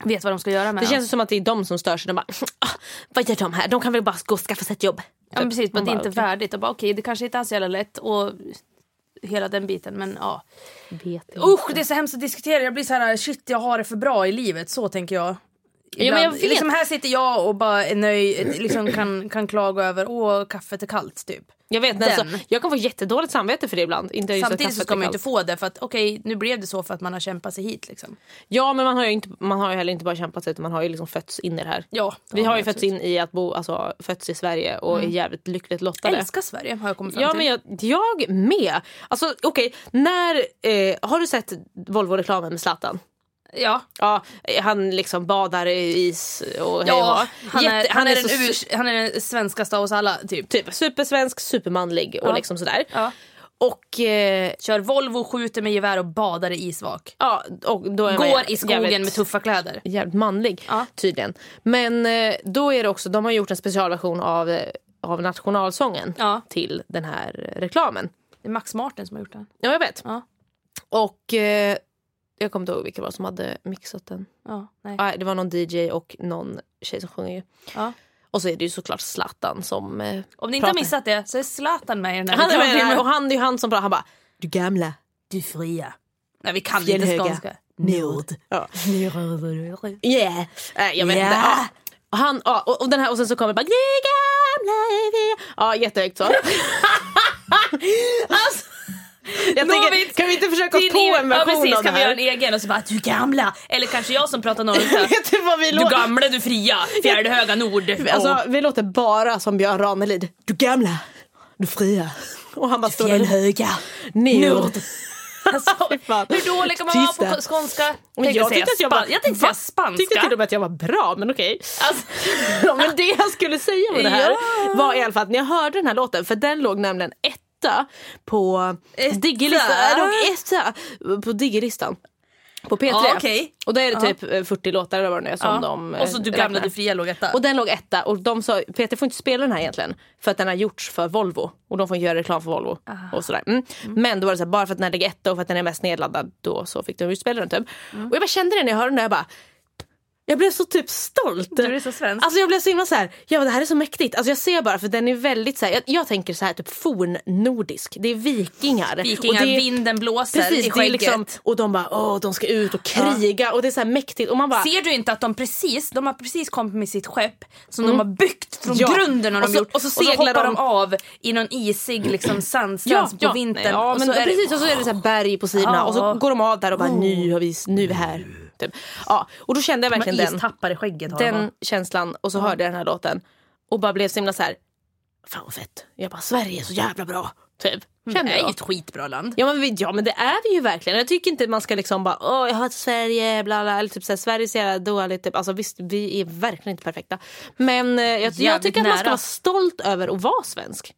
S2: vet vad de ska göra med
S1: Det
S2: dem.
S1: känns som att det är de som stör sig. De bara, "Ah, vad gör de här? De kan väl bara gå och skaffa sig ett jobb.
S2: Ja, men precis, men
S1: Man
S2: det är
S1: bara,
S2: inte
S1: okej.
S2: värdigt. Och bara, okej, det kanske inte är så jävla lätt och hela den biten. Men ja.
S1: Vet inte.
S2: Usch, det är så hemskt att diskutera. Jag blir så här, shit jag har det för bra i livet. Så tänker jag.
S1: Ja, men jag vet.
S2: Liksom här sitter jag och bara är nöjd, liksom kan, kan klaga över åh kaffet är kallt typ.
S1: jag, vet, men alltså,
S2: den.
S1: jag kan få jättedåligt samvete för det ibland. Inte just att
S2: Samtidigt så
S1: kaffet
S2: ska
S1: är
S2: man ju
S1: kallt.
S2: inte få det för att okej nu blev det så för att man har kämpat sig hit liksom.
S1: Ja men man har ju, inte, man har ju heller inte bara kämpat sig utan man har ju liksom fötts in i det här.
S2: Ja, det
S1: Vi
S2: har
S1: har
S2: man
S1: ju fötts
S2: absolut.
S1: in i att bo, alltså fötts i Sverige och är jävligt lyckligt
S2: Jag
S1: lottade.
S2: älskar Sverige har jag kommit fram
S1: Ja
S2: till.
S1: men jag, jag med. Alltså okej, när, eh, har du sett Volvo-reklamen med Zlatan?
S2: Ja,
S1: Ja, han liksom badar i is och hej och hå.
S2: ja han, är,
S1: Jätte-
S2: han, är
S1: så
S2: den ur, han är den svenskaste av oss alla, typ.
S1: typ supersvensk, supermanlig och liksom sådär.
S2: Ja.
S1: Och, eh,
S2: Kör Volvo, skjuter med gevär och badar i isvak.
S1: ja, och då är man
S2: Går
S1: jä-
S2: i skogen
S1: jävligt-
S2: med tuffa kläder.
S1: jävligt manlig
S2: Ja.
S1: tydligen. Men eh, då är det också, de har gjort en specialversion av, eh, av nationalsången
S2: Ja.
S1: till den här eh, reklamen.
S2: Det är Max Martin som har gjort den.
S1: Ja, jag vet.
S2: Ja.
S1: Och eh, jag kommer inte ihåg vilka det var som hade mixat den.
S2: Ja, nej.
S1: Nej, det var någon DJ och någon tjej som sjunger ju.
S2: Ja.
S1: Och så är det ju såklart Zlatan som eh,
S2: Om ni inte har
S1: pratar.
S2: missat det så är Zlatan med i den här
S1: Han är med
S2: reklamfilmen.
S1: där, och han det är ju han som pratar, han bara du gamla.
S2: Du fria. Nej, vi kan
S1: Fjällhöga.
S2: inte skånska.
S1: Nord. Ja. Yeah. Äh, jag vet inte. Ja. Och Han, ja, och, och, den här, och sen så kommer det bara Du gamla är vi. Ja, jättehögt så. alltså, jag tänker,
S2: Nåvitt,
S1: kan vi inte försöka oss
S2: Till
S1: på
S2: er-
S1: en version
S2: ja, precis,
S1: av det
S2: kan vi göra
S1: här?
S2: en egen och så bara du gamla. Eller kanske jag som pratar norrländska.
S1: Vet du vad vi
S2: Du
S1: låter?
S2: gamla, du fria, fjärdehöga nord.
S1: Alltså,
S2: Åh.
S1: Vi låter bara som Björn Ranelid. Du gamla, du fria. Och han bara står där.
S2: Fjällhöga.
S1: Nord.
S2: Alltså,
S1: Fy fan.
S2: hur dålig kan man vara
S1: Tysta.
S2: på skånska?
S1: Men jag
S2: säga
S1: tyckte att jag
S2: span-
S1: var,
S2: jag tänkte säga
S1: Va? Tyckte till
S2: spanska.
S1: och med att jag var bra, men okej.
S2: Alltså,
S1: Ja, men det jag skulle säga med det här
S2: Ja.
S1: var i alla fall att när jag hörde den här låten, för den låg nämligen etta på diggerlistan. Den låg etta på diggerlistan. På P3.
S2: Ja, okej.
S1: Och då är det typ eh, 40 låtar eller vad det nu är som de eh,
S2: och så du gamla,
S1: räknar.
S2: du fria låg etta.
S1: Och den låg etta och de sa P3 får inte spela den här egentligen för att den har gjorts för Volvo och de får göra reklam för Volvo
S2: Ah.
S1: och sådär. Mm. Men då var det så här, bara för att den här ligger etta och för att den är mest nedladdad då så fick de ju spela den typ.
S2: Mm.
S1: Och jag bara kände det när jag hörde den där jag bara jag blev så typ stolt.
S2: Du är så svensk.
S1: Alltså jag blev så himla så här, ja men det här är så mäktigt. Alltså jag ser bara för den är väldigt så här, jag, jag tänker så här typ fornnordisk. Det är vikingar.
S2: Vikingar,
S1: och det är,
S2: vinden blåser
S1: precis,
S2: i
S1: det är
S2: skägget.
S1: liksom, och de bara åh de ska ut och kriga och det är så här mäktigt och man bara
S2: Ser du inte att de precis, de har precis kommit med sitt skepp som de har byggt från
S1: Ja.
S2: grunden har de
S1: Och så-
S2: gjort.
S1: och så seglar
S2: hoppar de
S1: de
S2: av i någon isig liksom, sandstrand på vintern.
S1: Nej, Ja,
S2: och
S1: men
S2: så är det-
S1: precis, och så är det så här berg på sidorna
S2: Ja. Mm.
S1: och så går de av där och bara nu har vi, nu är vi här. Typ. Ja, och då kände jag verkligen
S2: de har
S1: den,
S2: istappar i skägget. har de.
S1: den känslan och så hörde jag den här låten och bara blev så himla så här, fan vad fett. Jag bara Sverige är så jävla bra. Typ. Kände
S2: Det är ju
S1: jag.
S2: ett skitbra land.
S1: Ja men, vi- ja men det är vi ju verkligen. Jag tycker inte man ska liksom bara åh jag hatar Sverige bla bla. Eller typ såhär Sverige är så jävla dåligt. Typ. Alltså visst vi är verkligen inte perfekta. Men eh, jag, jag
S2: Jävligt
S1: tycker att man ska
S2: nära.
S1: vara stolt över att vara svensk.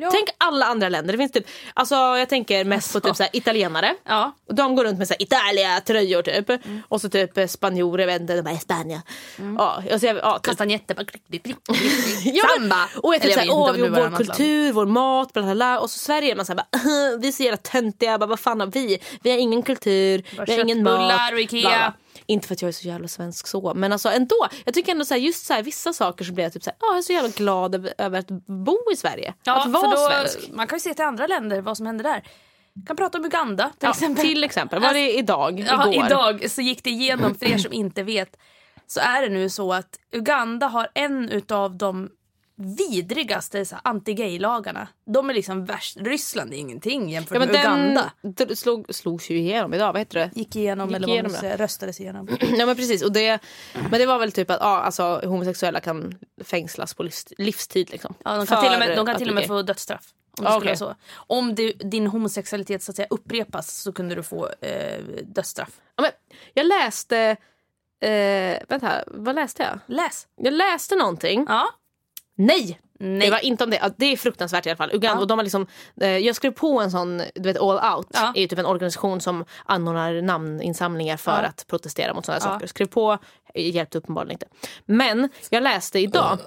S2: Ja.
S1: Tänk alla andra länder. Det finns typ, alltså, jag tänker mest på typ såhär, italienare.
S2: Ja.
S1: Och De går runt med såhär, Italia-tröjor typ.
S2: Mm.
S1: Och så typ eh, spanjorer, jag vet inte, de bara Spanien. Ja, alltså, jag, ja, typ.
S2: Kastanjetter bara klick, klick, klick,
S1: Ja,
S2: klick.
S1: men-
S2: Samba!
S1: Och jag typ
S2: Eller
S1: såhär,
S2: vet inte
S1: åh,
S2: om det
S1: vår,
S2: var
S1: vår
S2: annat land.
S1: kultur, vår mat, bla, bla, bla. Och så Sverige är man såhär, bara, vi är så jävla töntiga, bara, vad fan har vi? Vi har ingen kultur, vi har ingen mat.
S2: köttbullar och Ikea.
S1: Inte för att jag är så jävla svensk så, men alltså ändå. Jag tycker ändå såhär, just såhär, vissa saker så blir jag typ såhär, ja, jag är så jävla glad över- över att bo i Sverige.
S2: Ja,
S1: att
S2: för
S1: vara
S2: då,
S1: svensk.
S2: Man kan ju se till andra länder vad som händer där. Kan prata om Uganda till
S1: Ja,
S2: exempel.
S1: Till exempel, var det idag?
S2: Ja,
S1: igår?
S2: idag så gick det igenom, för er som inte vet, så är det nu så att Uganda har en utav de vidrigaste så här anti-gay-lagarna. De är liksom värst. Ryssland är ingenting jämfört
S1: Ja, men
S2: med Uganda.
S1: den dr- slog, slogs ju igenom idag, vad heter det?
S2: Gick igenom,
S1: Gick
S2: eller vad man
S1: igenom
S2: ska säga, röstades igenom.
S1: Ja men precis, och det, men det var väl typ att ja, alltså, homosexuella kan fängslas på livst- livstid. Liksom,
S2: Ja, de
S1: För
S2: kan till och med, de kan
S1: att
S2: till och
S1: du
S2: med
S1: är-
S2: få dödsstraff. Om, det
S1: Ja,
S2: skulle
S1: okej.
S2: vara så. om du, din homosexualitet så att säga, upprepas så kunde du få eh, dödsstraff.
S1: Ja, men, jag läste, eh, vänta här, vad läste jag?
S2: Läs!
S1: Jag läste någonting.
S2: Ja.
S1: Nej!
S2: Nej.
S1: Det var inte om det. Ja, Det är fruktansvärt i alla fall. Uganda, och de har liksom, eh, jag skrev på en sån, du vet All Out
S2: Ja.
S1: är ju typ en organisation som anordnar namninsamlingar för att protestera mot sådana saker. Skrev på, eh, hjälpte uppenbarligen inte. Men jag läste idag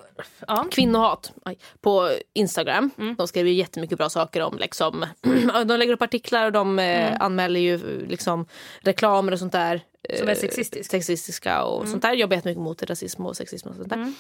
S1: kvinnohat aj, på Instagram.
S2: Mm.
S1: De skriver ju jättemycket bra saker om liksom, de lägger upp artiklar och de eh,
S2: Mm.
S1: anmäler ju eh, liksom, reklamer och sånt där. eh,
S2: Som är sexistisk.
S1: sexistiska och
S2: Mm.
S1: sånt där. Jobbar jättemycket mot rasism och sexism och sånt där.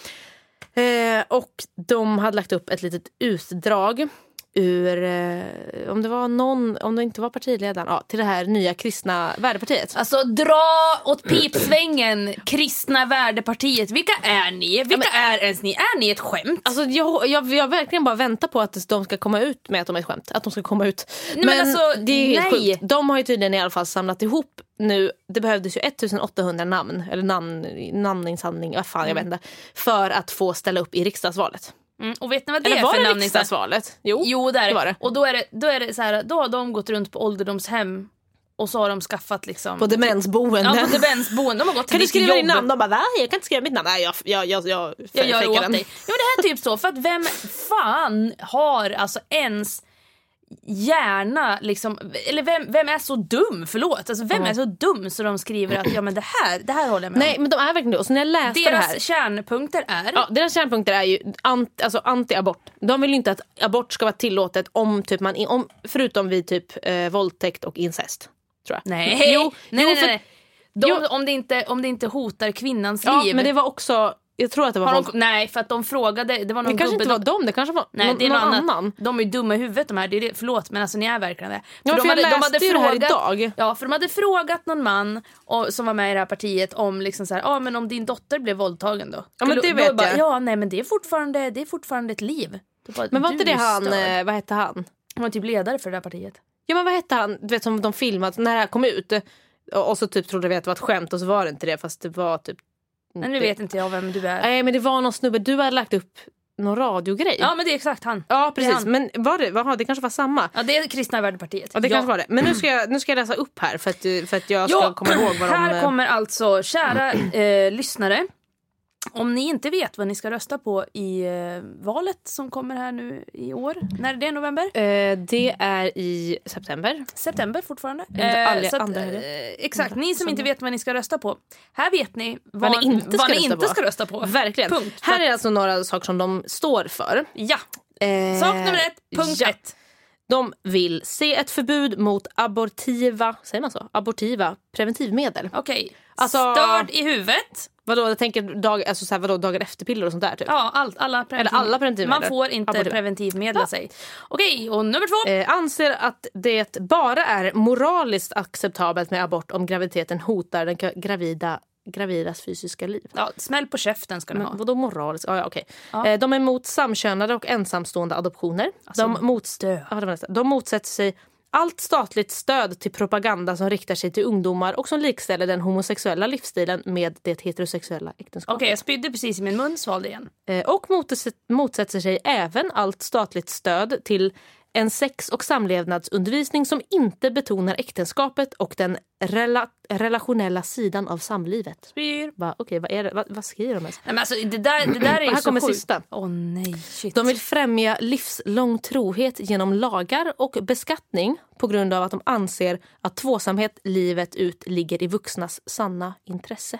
S1: Eh, och de hade lagt upp ett litet utdrag ur, eh, om det var någon, om det inte var partiledaren, ja, till det här nya kristna värdepartiet.
S2: Alltså dra åt pipsvängen, kristna värdepartiet. Vilka är ni? Vilka är ens ni? Är ni ett skämt?
S1: Alltså jag, jag, jag verkligen bara väntar på att de ska komma ut med att de är ett skämt. Att de ska komma ut.
S2: Nej, men alltså,
S1: det är ju helt
S2: nej.
S1: sjukt. De har ju tydligen i alla fall samlat ihop nu, det behövdes ju 1800 namn, eller namn, namninsamling, vad fan jag vet inte. För att få ställa upp i riksdagsvalet.
S2: Mm, och vet ni vad det
S1: Eller
S2: är
S1: var
S2: för
S1: det
S2: namn?
S1: riksdagsvalet? Jo,
S2: Jo, det är det.
S1: var det.
S2: Och då är det, då är det så här, då har de gått runt på ålderdomshem Och så har de skaffat liksom...
S3: På demensboenden.
S2: Ja, på demensboenden. De har gått
S1: Kan du
S2: till
S1: skriva
S2: jobb.
S1: ditt namn? De bara va? Jag kan inte skriva mitt namn. Nej jag, jag, jag, jag,
S2: Jag gör
S1: fejkar
S2: åt
S1: den.
S2: dig. Ja, men det här är typ så. För att vem fan har alltså ens hjärna liksom, eller vem, vem är så dum, förlåt, alltså vem är så dum så de skriver att ja men det här, det här håller jag med
S1: Nej men de är verkligen det. Och så när jag läste
S2: om.
S1: det
S2: Deras
S1: här.
S2: kärnpunkter är
S1: Ja, deras kärnpunkter är ju anti, alltså anti-abort. De vill ju inte att abort ska vara tillåtet om typ man, om, förutom vid typ eh, våldtäkt och incest. Tror jag.
S2: Nej,
S1: Jo,
S2: nej,
S1: jo,
S2: nej,
S1: för-
S2: nej. De,
S1: Jo.
S2: om, det inte, om det inte hotar kvinnans
S1: Ja,
S2: liv.
S1: men det var också, jag tror att det var
S2: har
S1: våld.
S2: de, nej, för att de frågade, det var någon
S1: Det kanske
S2: gubbe,
S1: inte var dem, det kanske var
S2: Nej,
S1: någon,
S2: det är någon,
S1: någon
S2: annan.
S1: annan.
S2: De är ju dumma i huvudet de här. Det är det, förlåt men alltså ni är verkligen det.
S1: Ja, för jag läste ju det här idag.
S2: Ja, för de hade frågat någon man och, som var med i det här partiet om liksom så här, ah, men om din dotter blev våldtagen då?
S1: Ja, men
S2: Skulle-
S1: det
S2: då
S1: vet
S2: bara,
S1: jag.
S2: Ja, nej men det är fortfarande, det är fortfarande ett liv. Då bara,
S1: Men var
S2: du
S1: inte det
S2: är
S1: han,
S2: störd.
S1: eh, Mm, vad hette han?
S2: Han var typ ledare för det där partiet.
S1: Ja men vad hette han, du vet som de filmade när det här kom ut. Och, och så typ trodde vi att det var ett skämt och så var det inte det fast det var typ...
S2: Men nu vet inte jag vem du är.
S1: Nej men det var någon snubbe, du hade lagt upp någon radiogrej.
S2: Ja men det är exakt han.
S1: Ja,
S2: Det är
S1: precis,
S2: han.
S1: men var det, vaha, det kanske var samma.
S2: Ja, det är kristna värdepartiet.
S1: Ja, det kanske var det. Men nu ska jag, nu ska jag läsa upp här för att, du- för att jag ska
S2: Ja,
S1: komma ihåg vad de... eh,
S2: här kommer alltså, kära eh, lyssnare. Om ni inte vet vad ni ska rösta på i eh, valet som kommer här nu i år. När är det? November?
S1: Eh, det är i september.
S2: September fortfarande?
S1: Inte aldrig-
S2: så att,
S1: andra
S2: eh,
S1: är
S2: exakt, ni som inte vet vad ni ska rösta på. Här vet ni
S1: Vad
S2: vad,
S1: ni inte,
S2: vad
S1: ska,
S2: ni
S1: rösta
S2: inte
S1: på.
S2: ska rösta på.
S1: Verkligen.
S2: Punkt.
S1: Här är alltså några saker som de står för.
S2: Ja. Sak nummer ett, punkt
S1: Eh, ja.
S2: ett.
S1: De vill se ett förbud mot abortiva, säger man så? Abortiva preventivmedel.
S2: Okej.
S1: Alltså-
S2: Störd i huvudet.
S1: Vadå, jag tänker dag, alltså så här, vadå, dagar efter-piller och sånt där typ?
S2: Ja, allt, alla preventiv-
S1: alla preventivmedel.
S2: Man får inte
S1: Abortiv-
S2: preventivmedla
S1: Ja.
S2: sig. Okej, och nummer två.
S1: Eh, anser att det bara är moraliskt acceptabelt med abort om graviditeten hotar den ka- gravida, gravidas fysiska liv.
S2: Ja, smäll på käften ska ni ha.
S1: Men vadå moraliskt? Ah, ja, okej. Eh, de är emot samkönade och ensamstående adoptioner. de, motst- ja, det var nästa. de motsätter sig allt statligt stöd till propaganda som riktar sig till ungdomar och som likställer den homosexuella livsstilen med det heterosexuella
S2: Okej,
S1: äktenskapet.
S2: jag spydde precis i min mun, svalde igen.
S1: Eh, och motsätt- motsätter sig även allt statligt stöd till en sex och samlevnadsundervisning som inte betonar äktenskapet och den rela- relationella sidan av samlivet.
S2: Spyr.
S1: Va, okej, vad, är det? Va, vad skriver de ens?
S2: Nej, men alltså, det, där, det där är ju
S1: Här
S2: så
S1: kommer
S2: sjukt.
S1: sista.
S2: Åh nej, shit.
S1: De vill främja livslång trohet genom lagar och beskattning på grund av att de anser att tvåsamhet livet ut ligger i vuxnas sanna intresse.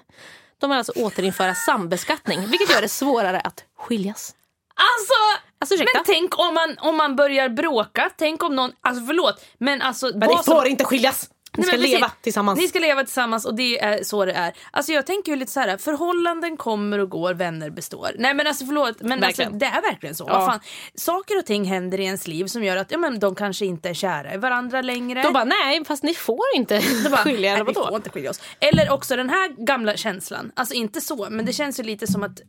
S1: De vill alltså återinföra sambeskattning, vilket gör det svårare att skiljas.
S2: Alltså!
S1: Alltså, ursäkta.
S2: men tänk om man, om man börjar bråka, tänk om någon, alltså förlåt, men alltså... Men
S1: inte skiljas! Ni
S2: Nej,
S1: ska
S2: men precis.
S1: leva tillsammans.
S2: Ni ska leva tillsammans och det är så det är. Alltså jag tänker ju lite så här, förhållanden kommer och går, vänner består. Nej men alltså förlåt, men alltså,
S1: Verkligen.
S2: det är verkligen så. Vad fan? Saker och ting händer i ens liv som gör att ja, men de kanske inte är kära i varandra längre.
S1: De bara, nej fast ni får inte skilja er.
S2: Nej, vi
S1: Vadå?
S2: får inte skilja oss. Eller också den här gamla känslan. Alltså inte så, men det känns ju lite som att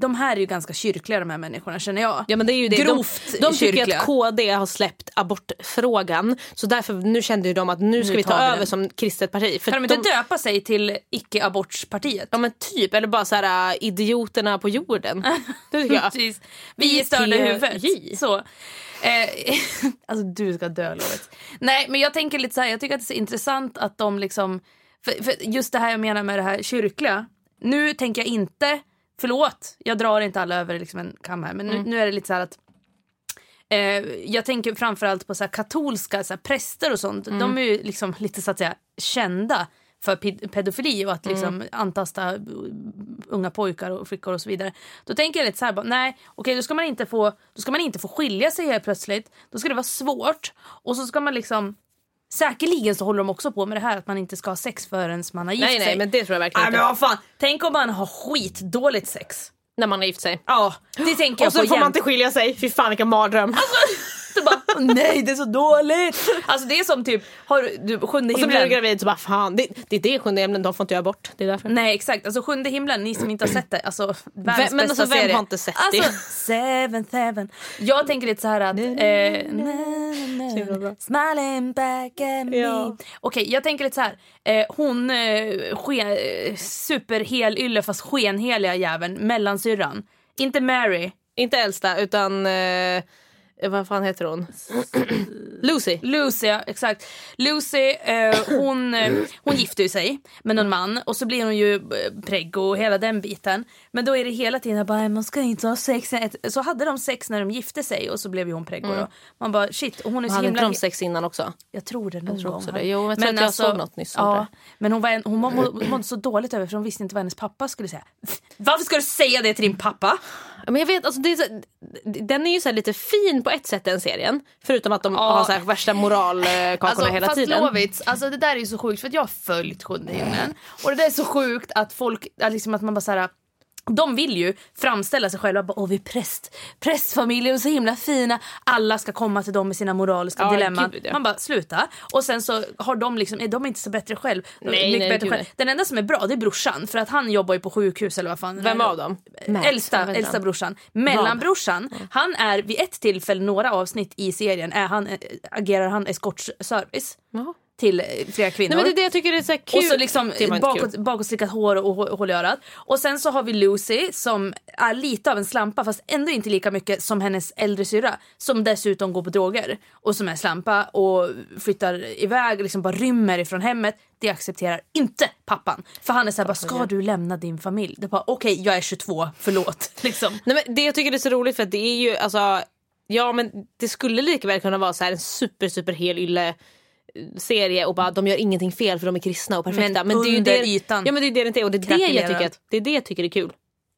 S2: de här är ju ganska kyrkliga de här människorna känner jag.
S1: Ja, men det är ju det.
S2: Grovt
S1: de, de tycker
S2: kyrkliga.
S1: att KD har släppt abortfrågan. Så därför nu kände ju de att nu ska
S2: Nu
S1: vi ta
S2: tar vi
S1: över
S2: den.
S1: som kristet parti. För
S2: Kan de inte döpa sig till icke-abortspartiet?
S1: Ja men typ, eller bara så här äh, idioterna på jorden. Det tycker jag.
S2: Precis. Vi är störda
S1: ITJ.
S2: i huvudet. Så. Eh, alltså du ska dö Lovet. Nej men jag tänker lite så här, jag tycker att det är så intressant att de liksom, för, för just det här jag menar med det här kyrkliga. Nu tänker jag inte, förlåt, jag drar inte alla över liksom en kam här men nu,
S1: Mm.
S2: nu är det lite så här att Eh, jag tänker framförallt på så här katolska så här präster och sånt.
S1: Mm.
S2: De är ju liksom lite så att säga kända för ped- pedofili och att
S1: Mm.
S2: liksom antasta eh, unga pojkar och flickor och så vidare. Då tänker jag lite så här, bara, nej okej då ska man inte få då ska man inte få skilja sig helt plötsligt. Då ska det vara svårt och så ska man liksom Säkerligen så håller de också på med det här att man inte ska ha sex förrän man har gift
S1: Nej nej
S2: sig.
S1: men det tror jag verkligen
S2: Nej,
S1: inte.
S2: men vad fan, tänk om man har skitdåligt sex.
S1: När man har gift sig.
S2: Ja, det tänker jag på jämt.
S1: skilja sig. Fy fan vilken mardröm.
S2: Så bara, "Åh, nej det är så dåligt. Alltså det är som typ, har du- du, sjunde
S1: och så blir du
S2: himlen.
S1: gravid så bara fan det, det är det sjunde ämnen, de får inte göra abort. Det är därför.
S2: Nej exakt, alltså sjunde himlen, ni som inte har sett det, alltså världens
S1: men
S2: bästa
S1: alltså, vem
S2: serie.
S1: har inte sett det?
S2: Alltså, seven, seven. Jag tänker lite så här att... eh, na, na, na, Smiling back at me.
S1: Ja.
S2: Okej, jag tänker lite så här. Eh, hon eh, sken, eh, superhelylle fast skenheliga jäveln, mellansyrran. Inte Mary.
S1: Inte äldsta utan eh, eh, vad fan heter hon? Lucy.
S2: Lucy, ja, exakt. Lucy, eh, hon, eh, hon gifter ju sig med någon man och så blir hon ju eh, preggo och hela den biten. Men då är det hela tiden bara, man ska inte ha sex. Så hade de sex när de gifte sig och så blev ju hon preggo då. Man bara shit, och hon är så
S1: Mm. Hade inte
S2: himla...
S1: de sex innan också?
S2: Jag tror det någon
S1: tror
S2: gång. alltså,
S1: också det. Jo, jag tror att jag såg något nyss om
S2: ja,
S1: det.
S2: Men hon, var en, hon må- må- mådde så dåligt över för hon visste inte vad hennes pappa skulle säga. Varför ska du säga det till din pappa?
S1: Men jag vet, alltså, det är så, den är ju så här lite fin på ett sätt den serien. Förutom att de har så här värsta moralkakorna
S3: Alltså,
S1: hela
S3: fast
S1: tiden.
S3: Lovits, alltså det där är ju så sjukt för att jag har följt sjunde himlen. Och det där är så sjukt att folk, att liksom att man bara såhär
S2: De vill ju framställa sig själva bara, åh vi är präst, prästfamiljen är så himla fina, alla ska komma till dem med sina moraliska
S1: Ja,
S2: dilemman.
S1: gud, ja.
S2: Man bara sluta. Och sen så har de liksom, är de inte så bättre själv.
S1: Nej,
S2: Mycket
S1: nej,
S2: bättre
S1: gud,
S2: själv.
S1: nej.
S2: Den enda som är bra det är brorsan för att han jobbar ju på sjukhus eller vad fan.
S1: Vem av dem? Matt, jag
S2: Äldsta,
S1: vet inte.
S2: äldsta brorsan. Mellanbrorsan, han är vid ett tillfälle, några avsnitt i serien, är han, äh, agerar han eskortservice
S1: Jaha.
S2: till äh, flera kvinnor.
S1: Nej, men det är det jag tycker är så här kul.
S2: Och så liksom
S1: Det var inte
S2: bakåt,
S1: kul.
S2: bakåtslickat hår och hå- hål i örat. Och sen så har vi Lucy som är lite av en slampa fast ändå inte lika mycket som hennes äldre syrra. Som dessutom går på droger och som är slampa och flyttar iväg, liksom bara rymmer ifrån hemmet. Det accepterar inte pappan. För han är såhär bara, ska du lämna din familj? Det är bara, okej jag är 22, förlåt. Liksom.
S1: Nej, men det jag tycker är så roligt för att det är ju alltså, ja men det skulle lika väl kunna vara så här en super super hel ylle eh, serie och bara de gör ingenting fel för de är kristna och perfekta.
S2: Men
S1: det är ju
S2: under
S1: det,
S2: ytan
S1: Ja men det är det det inte är och det är det jag
S2: krackelerad.
S1: tycker, att, det är det jag tycker är kul.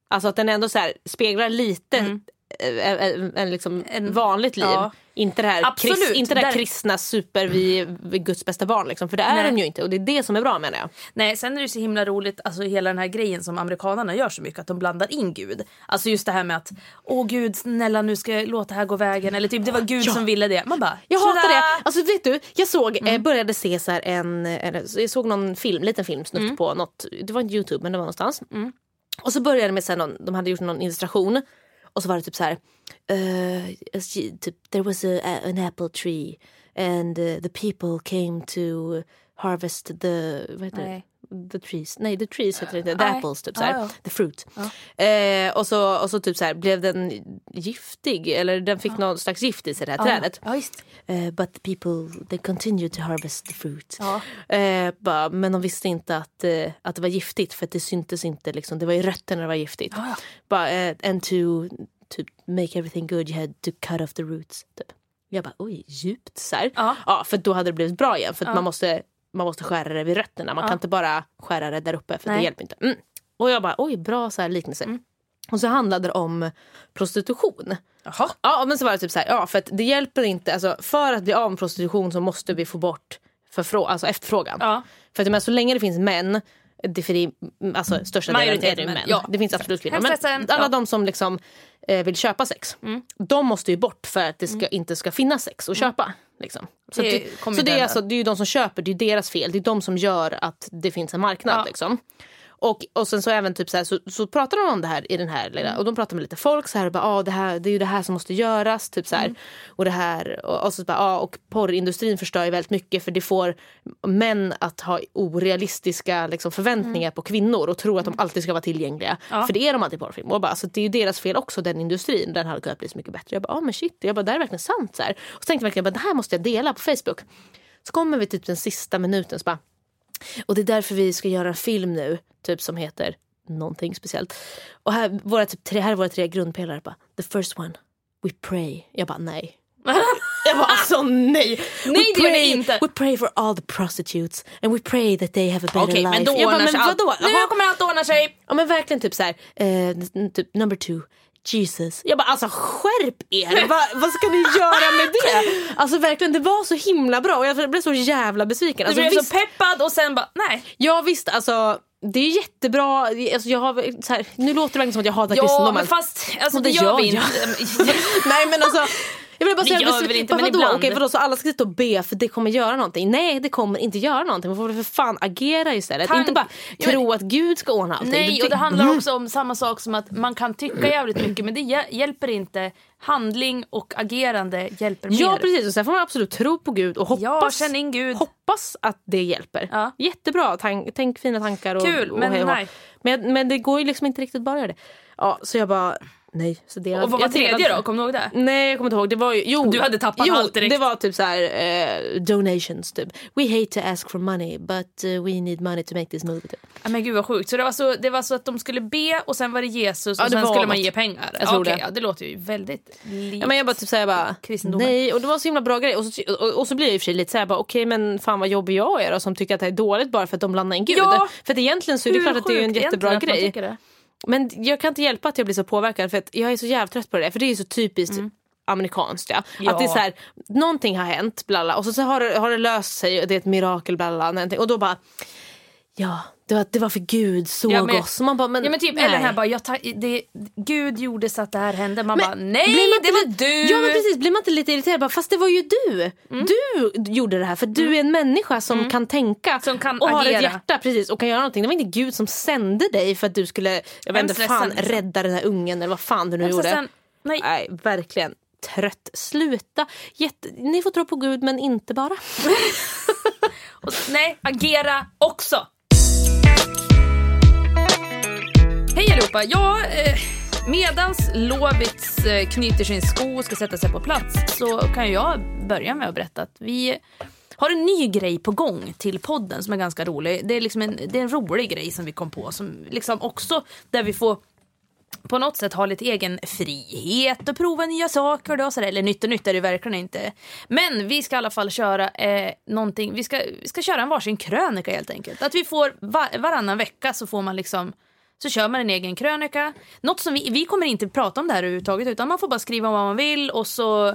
S1: Alltså att den ändå så här speglar lite eh, eh, en, liksom vanligt liv.
S2: Mm. ja.
S1: Inte det här,
S2: Absolut,
S1: krist, inte det här
S2: där-
S1: kristna super vi, vi är Guds bästa barn liksom. För det är
S2: Nej.
S1: de ju inte och det är det som är bra menar jag.
S2: Nej, sen är det ju så himla roligt, alltså hela den här grejen som amerikanarna gör så mycket, att de blandar in Gud. Alltså just det här med att, åh gud, snälla nu ska jag låta det här gå vägen, eller typ det var Gud som ville det. Man bara,
S1: Jag hatar
S2: "Tada!"
S1: det. Alltså vet du, jag såg, eh,
S2: Mm.
S1: började se så här en, eller, så jag såg någon film, liten film snutt
S2: Mm.
S1: på något, det var inte Youtube men det var någonstans. Och så började det med så här någon, de hade gjort någon illustration och så var det typ så här, eh, as you- typ, there was a, an apple tree and eh, the people came to harvest the, vad heter det?
S2: Nej.
S1: The trees, nej the trees heter det inte, the
S2: Nej. Ah,
S1: apples typ så här.
S2: Ja, ja.
S1: the fruit. Eh, och så, och så typ så här, blev den giftig eller den
S2: Ah.
S1: fick någon slags gift i sig det här trädet.
S2: Ja, visst.
S1: Eh, but the people they continued to harvest the fruit. Eh, bara, men de visste inte att, eh, att det var giftigt för att det syntes inte. Liksom, det var ju rötterna det var giftigt. Bara, eh, and to, to make everything good you had to cut off the roots. Typ. Jag bara oj, djupt så här.
S2: Ja.
S1: för då hade det blivit bra igen. För att man, måste, man måste skära det vid rötterna. Man kan inte bara skära det där uppe för
S2: Nej. Mm.
S1: det hjälper inte. Mm. Och jag bara oj, bra så här liknelse. Och så handlade det om prostitution.
S2: Jaha.
S1: Ja men så var det typ så här, ja för att det hjälper inte, alltså, för att bli av med prostitution så måste vi få bort förfrå- alltså efterfrågan.
S2: Ja.
S1: För att jag menar, så länge det finns män, det för det är, mm, alltså största delen är det
S2: Majoriteten
S1: ju
S2: män,
S1: män.
S2: ja.
S1: Det finns absolut kvinnor. Men
S2: Helst sen,
S1: alla
S2: ja. Mm.
S1: de som liksom eh, vill köpa sex, de måste ju bort för att det ska, inte ska finnas sex att köpa. Liksom. Så,
S2: Det
S1: det,
S2: kommer
S1: så det, är
S2: där.
S1: alltså, det är ju de som köper, det är ju deras fel. Det är de som gör att det finns en marknad.
S2: Ja.
S1: Liksom. Och, och sen så även typ så, här, så, så pratar de om det här i den här lilla, och de pratar med lite folk så här, och bara, ah, det här det är ju det här som måste göras typ så här, och det här och, och så bara, ah, och porrindustrin förstör ju väldigt mycket för det får män att ha orealistiska liksom, förväntningar på kvinnor och tro att de alltid ska vara tillgängliga för det är de alltid i porrfilm och jag bara, alltså, det är ju deras fel också den industrin den hade kunnat bli så mycket bättre. Jag bara ah, men shit, jag bara det här är verkligen sant så här. och så tänkte jag verkligen bara, det här måste jag dela på Facebook. Så kommer vi typ den sista minuten så bara och det är därför vi ska göra en film nu, typ som heter någonting speciellt. Och här, våra typ tre, här är våra tre grundpelare. Bara, The first one, we pray. Jag bara nej. Jag bara alltså nej. Nej
S2: det gör det inte.
S1: We pray for all the prostitutes and we pray that they have a better
S2: Okej,
S1: life.
S2: men då
S1: jag
S2: ordnar
S1: bara, men
S2: sig allt.
S1: vadå?
S2: Nu
S1: Jaha.
S2: kommer allt ordna sig. Alltså,
S1: Ja men verkligen typ så här, eh, n- typ number two, Jesus. Jag bara alltså skärp er, Va, vad ska ni göra med det? Alltså verkligen det var så himla bra och jag blev så jävla besviken.
S2: Du
S1: Alltså,
S2: blev
S1: visst-
S2: så peppad och sen bara, nej.
S1: Ja visst, alltså det är jättebra. Alltså, jag har, väl- så här, nu låter det verkligen som att jag hatar
S2: Ja,
S1: kristendomen.
S2: men fast alltså,
S1: Och
S2: det
S1: det
S2: gör
S1: gör
S2: vi
S1: jag.
S2: inte.
S1: Nej men alltså. Jag vill bara
S2: Det
S1: säga,
S2: gör vi
S1: besv-
S2: väl inte,
S1: bara,
S2: men
S1: vadå?
S2: ibland.
S1: Okej, vadå, så alla ska sitta och be för det kommer göra någonting? Nej det kommer inte göra någonting. Man får väl för fan agera istället.
S2: Tank-
S1: Inte bara
S2: Ja, men-
S1: tro att Gud ska ordna allting.
S2: Nej,
S1: Du-
S2: och det Mm. handlar också om samma sak som att man kan tycka jävligt mycket men det hjä- hjälper inte. Handling och agerande hjälper
S1: Ja
S2: mer.
S1: precis, och sen får man absolut tro på Gud och hoppas,
S2: Ja, känn in Gud.
S1: hoppas att det hjälper.
S2: Ja.
S1: Jättebra, tank, tänk fina tankar. Och,
S2: Kul,
S1: och
S2: men
S1: hej och hå.
S2: nej.
S1: men, men det går ju liksom inte riktigt bara att göra det. Ja, så jag bara, Nej, så det
S2: Och vad var
S1: jag delade-
S2: tredje då? Kommer du ihåg det?
S1: Nej, jag kommer inte ihåg. Det var ju, jo,
S2: Du hade tappat
S1: jo,
S2: allt direkt.
S1: det var typ så här eh, donations typ. We hate to ask for money but eh, we need money to make this movie. Typ.
S2: Ja, men gud vad sjukt. Så det, var så det var så att de skulle be och sen var det Jesus och
S1: det
S2: sen
S1: var
S2: skulle man
S1: något.
S2: ge pengar?
S1: Jag tror
S2: Okej,
S1: det.
S2: Ja, det låter ju väldigt likt.
S1: Ja, men jag bara typ såhär bara,
S2: Kristendomen.
S1: nej. Och det var så himla bra grej. Och så, och, och så blir jag i och för sig lite såhär bara okej men fan vad jobbig jag är då, som tycker att det här är dåligt bara för att de blandar in Gud.
S2: Ja!
S1: För att egentligen så är det klart att det är ju en jättebra grej. Men jag kan inte hjälpa att jag blir så påverkad för att jag är så jävla trött på det där, För det är ju så typiskt
S2: Mm.
S1: amerikanskt. Ja. Att det är så här, någonting har hänt bla bla, och så, så har, det, har det löst sig och det är ett mirakel bla bla, någonting. och då bara ja det var, det var för gud såg
S2: Ja, men-
S1: oss. Och Man bara, men,
S2: Ja men typ,
S1: nej.
S2: eller den här bara, jag ta, det, Gud gjorde så att det här hände. Man bara, nej
S1: Blir man inte
S2: det var
S1: lite-
S2: du! Mm.
S1: Ja men precis, blir man inte lite irriterad? Bara, fast det var ju du! Du gjorde det här för du är en människa som kan tänka
S2: Som kan
S1: och har ett
S2: agera.
S1: hjärta precis, och kan göra någonting. Det var inte Gud som sände dig för att du skulle jag vet inte,
S2: Hemskt ledsen,
S1: fan,
S2: liksom.
S1: rädda den här ungen eller vad fan du nu
S2: Hemskt
S1: gjorde.
S2: ledsen. Nej.
S1: Nej, verkligen trött. Sluta! Jätte... Ni får tro på Gud men inte bara.
S2: Och, nej, agera också! Hej allihopa! Ja, eh, medans Lovits eh, knyter sin sko och ska sätta sig på plats så kan jag börja med att berätta att vi har en ny grej på gång till podden som är ganska rolig. Det är, liksom en, det är en rolig grej som vi kom på som liksom också där vi får på något sätt ha lite egen frihet och prova nya saker. Då, sådär. Eller nytt och nytt är det verkligen inte. Men vi ska i alla fall köra eh, någonting. Vi ska, vi ska köra en varsin krönika helt enkelt. Att vi får va- varannan vecka så får man liksom så kör man en egen krönika. Något som vi, vi kommer inte prata om det här överhuvudtaget utan man får bara skriva vad man vill och så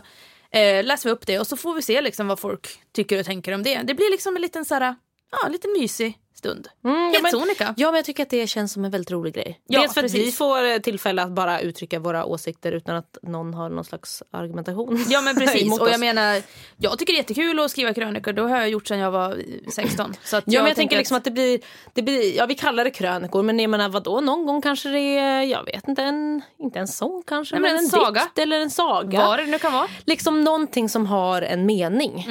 S2: eh, läser vi upp det och så får vi se liksom vad folk tycker och tänker om det. Det blir liksom en liten, såhär, ja, en liten mysig stund. helt sonika.
S1: Ja men jag tycker att det känns som en väldigt rolig grej.
S2: Ja,
S1: Dels för
S2: precis.
S1: att vi får eh, tillfälle att bara uttrycka våra åsikter utan att någon har någon slags argumentation.
S2: Ja men precis.
S1: emot
S2: Och jag
S1: oss.
S2: menar, jag tycker det är jättekul att skriva krönikor. Det har jag gjort sedan jag var 16. Så att
S1: Ja, men jag tänker liksom att det blir, det blir, ja vi kallar det krönikor men jag menar vadå någon gång kanske det är, jag vet inte, en, inte en sång kanske
S2: Nej,
S1: men, en, saga. dikt eller en saga.
S2: Vad det nu kan vara.
S1: Liksom någonting som har en mening.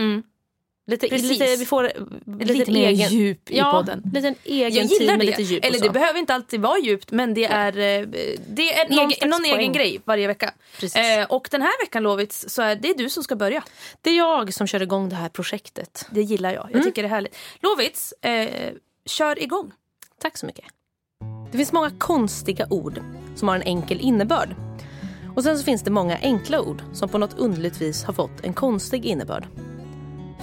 S1: Lite,
S2: Mm. Precis.
S1: lite, vi får lite,
S2: lite mer djup i
S1: ja,
S2: podden.
S1: Lite en egen
S2: Jag gillar
S1: tid
S2: det.
S1: med lite djup och
S2: Eller
S1: så.
S2: det behöver inte alltid vara djupt men det är, eh, det är
S1: Någon
S2: en någon, egen,
S1: slags
S2: någon egen
S1: poäng.
S2: grej varje vecka.
S1: Precis.
S2: Eh, och den här veckan Lovits så är det du som ska börja.
S1: Det är jag som kör igång det här projektet.
S2: Det gillar jag. Jag tycker det är härligt. Lovits, eh, kör igång.
S1: Tack så mycket. Det finns många konstiga ord som har en enkel innebörd. Och sen så finns det många enkla ord som på något underligt vis har fått en konstig innebörd.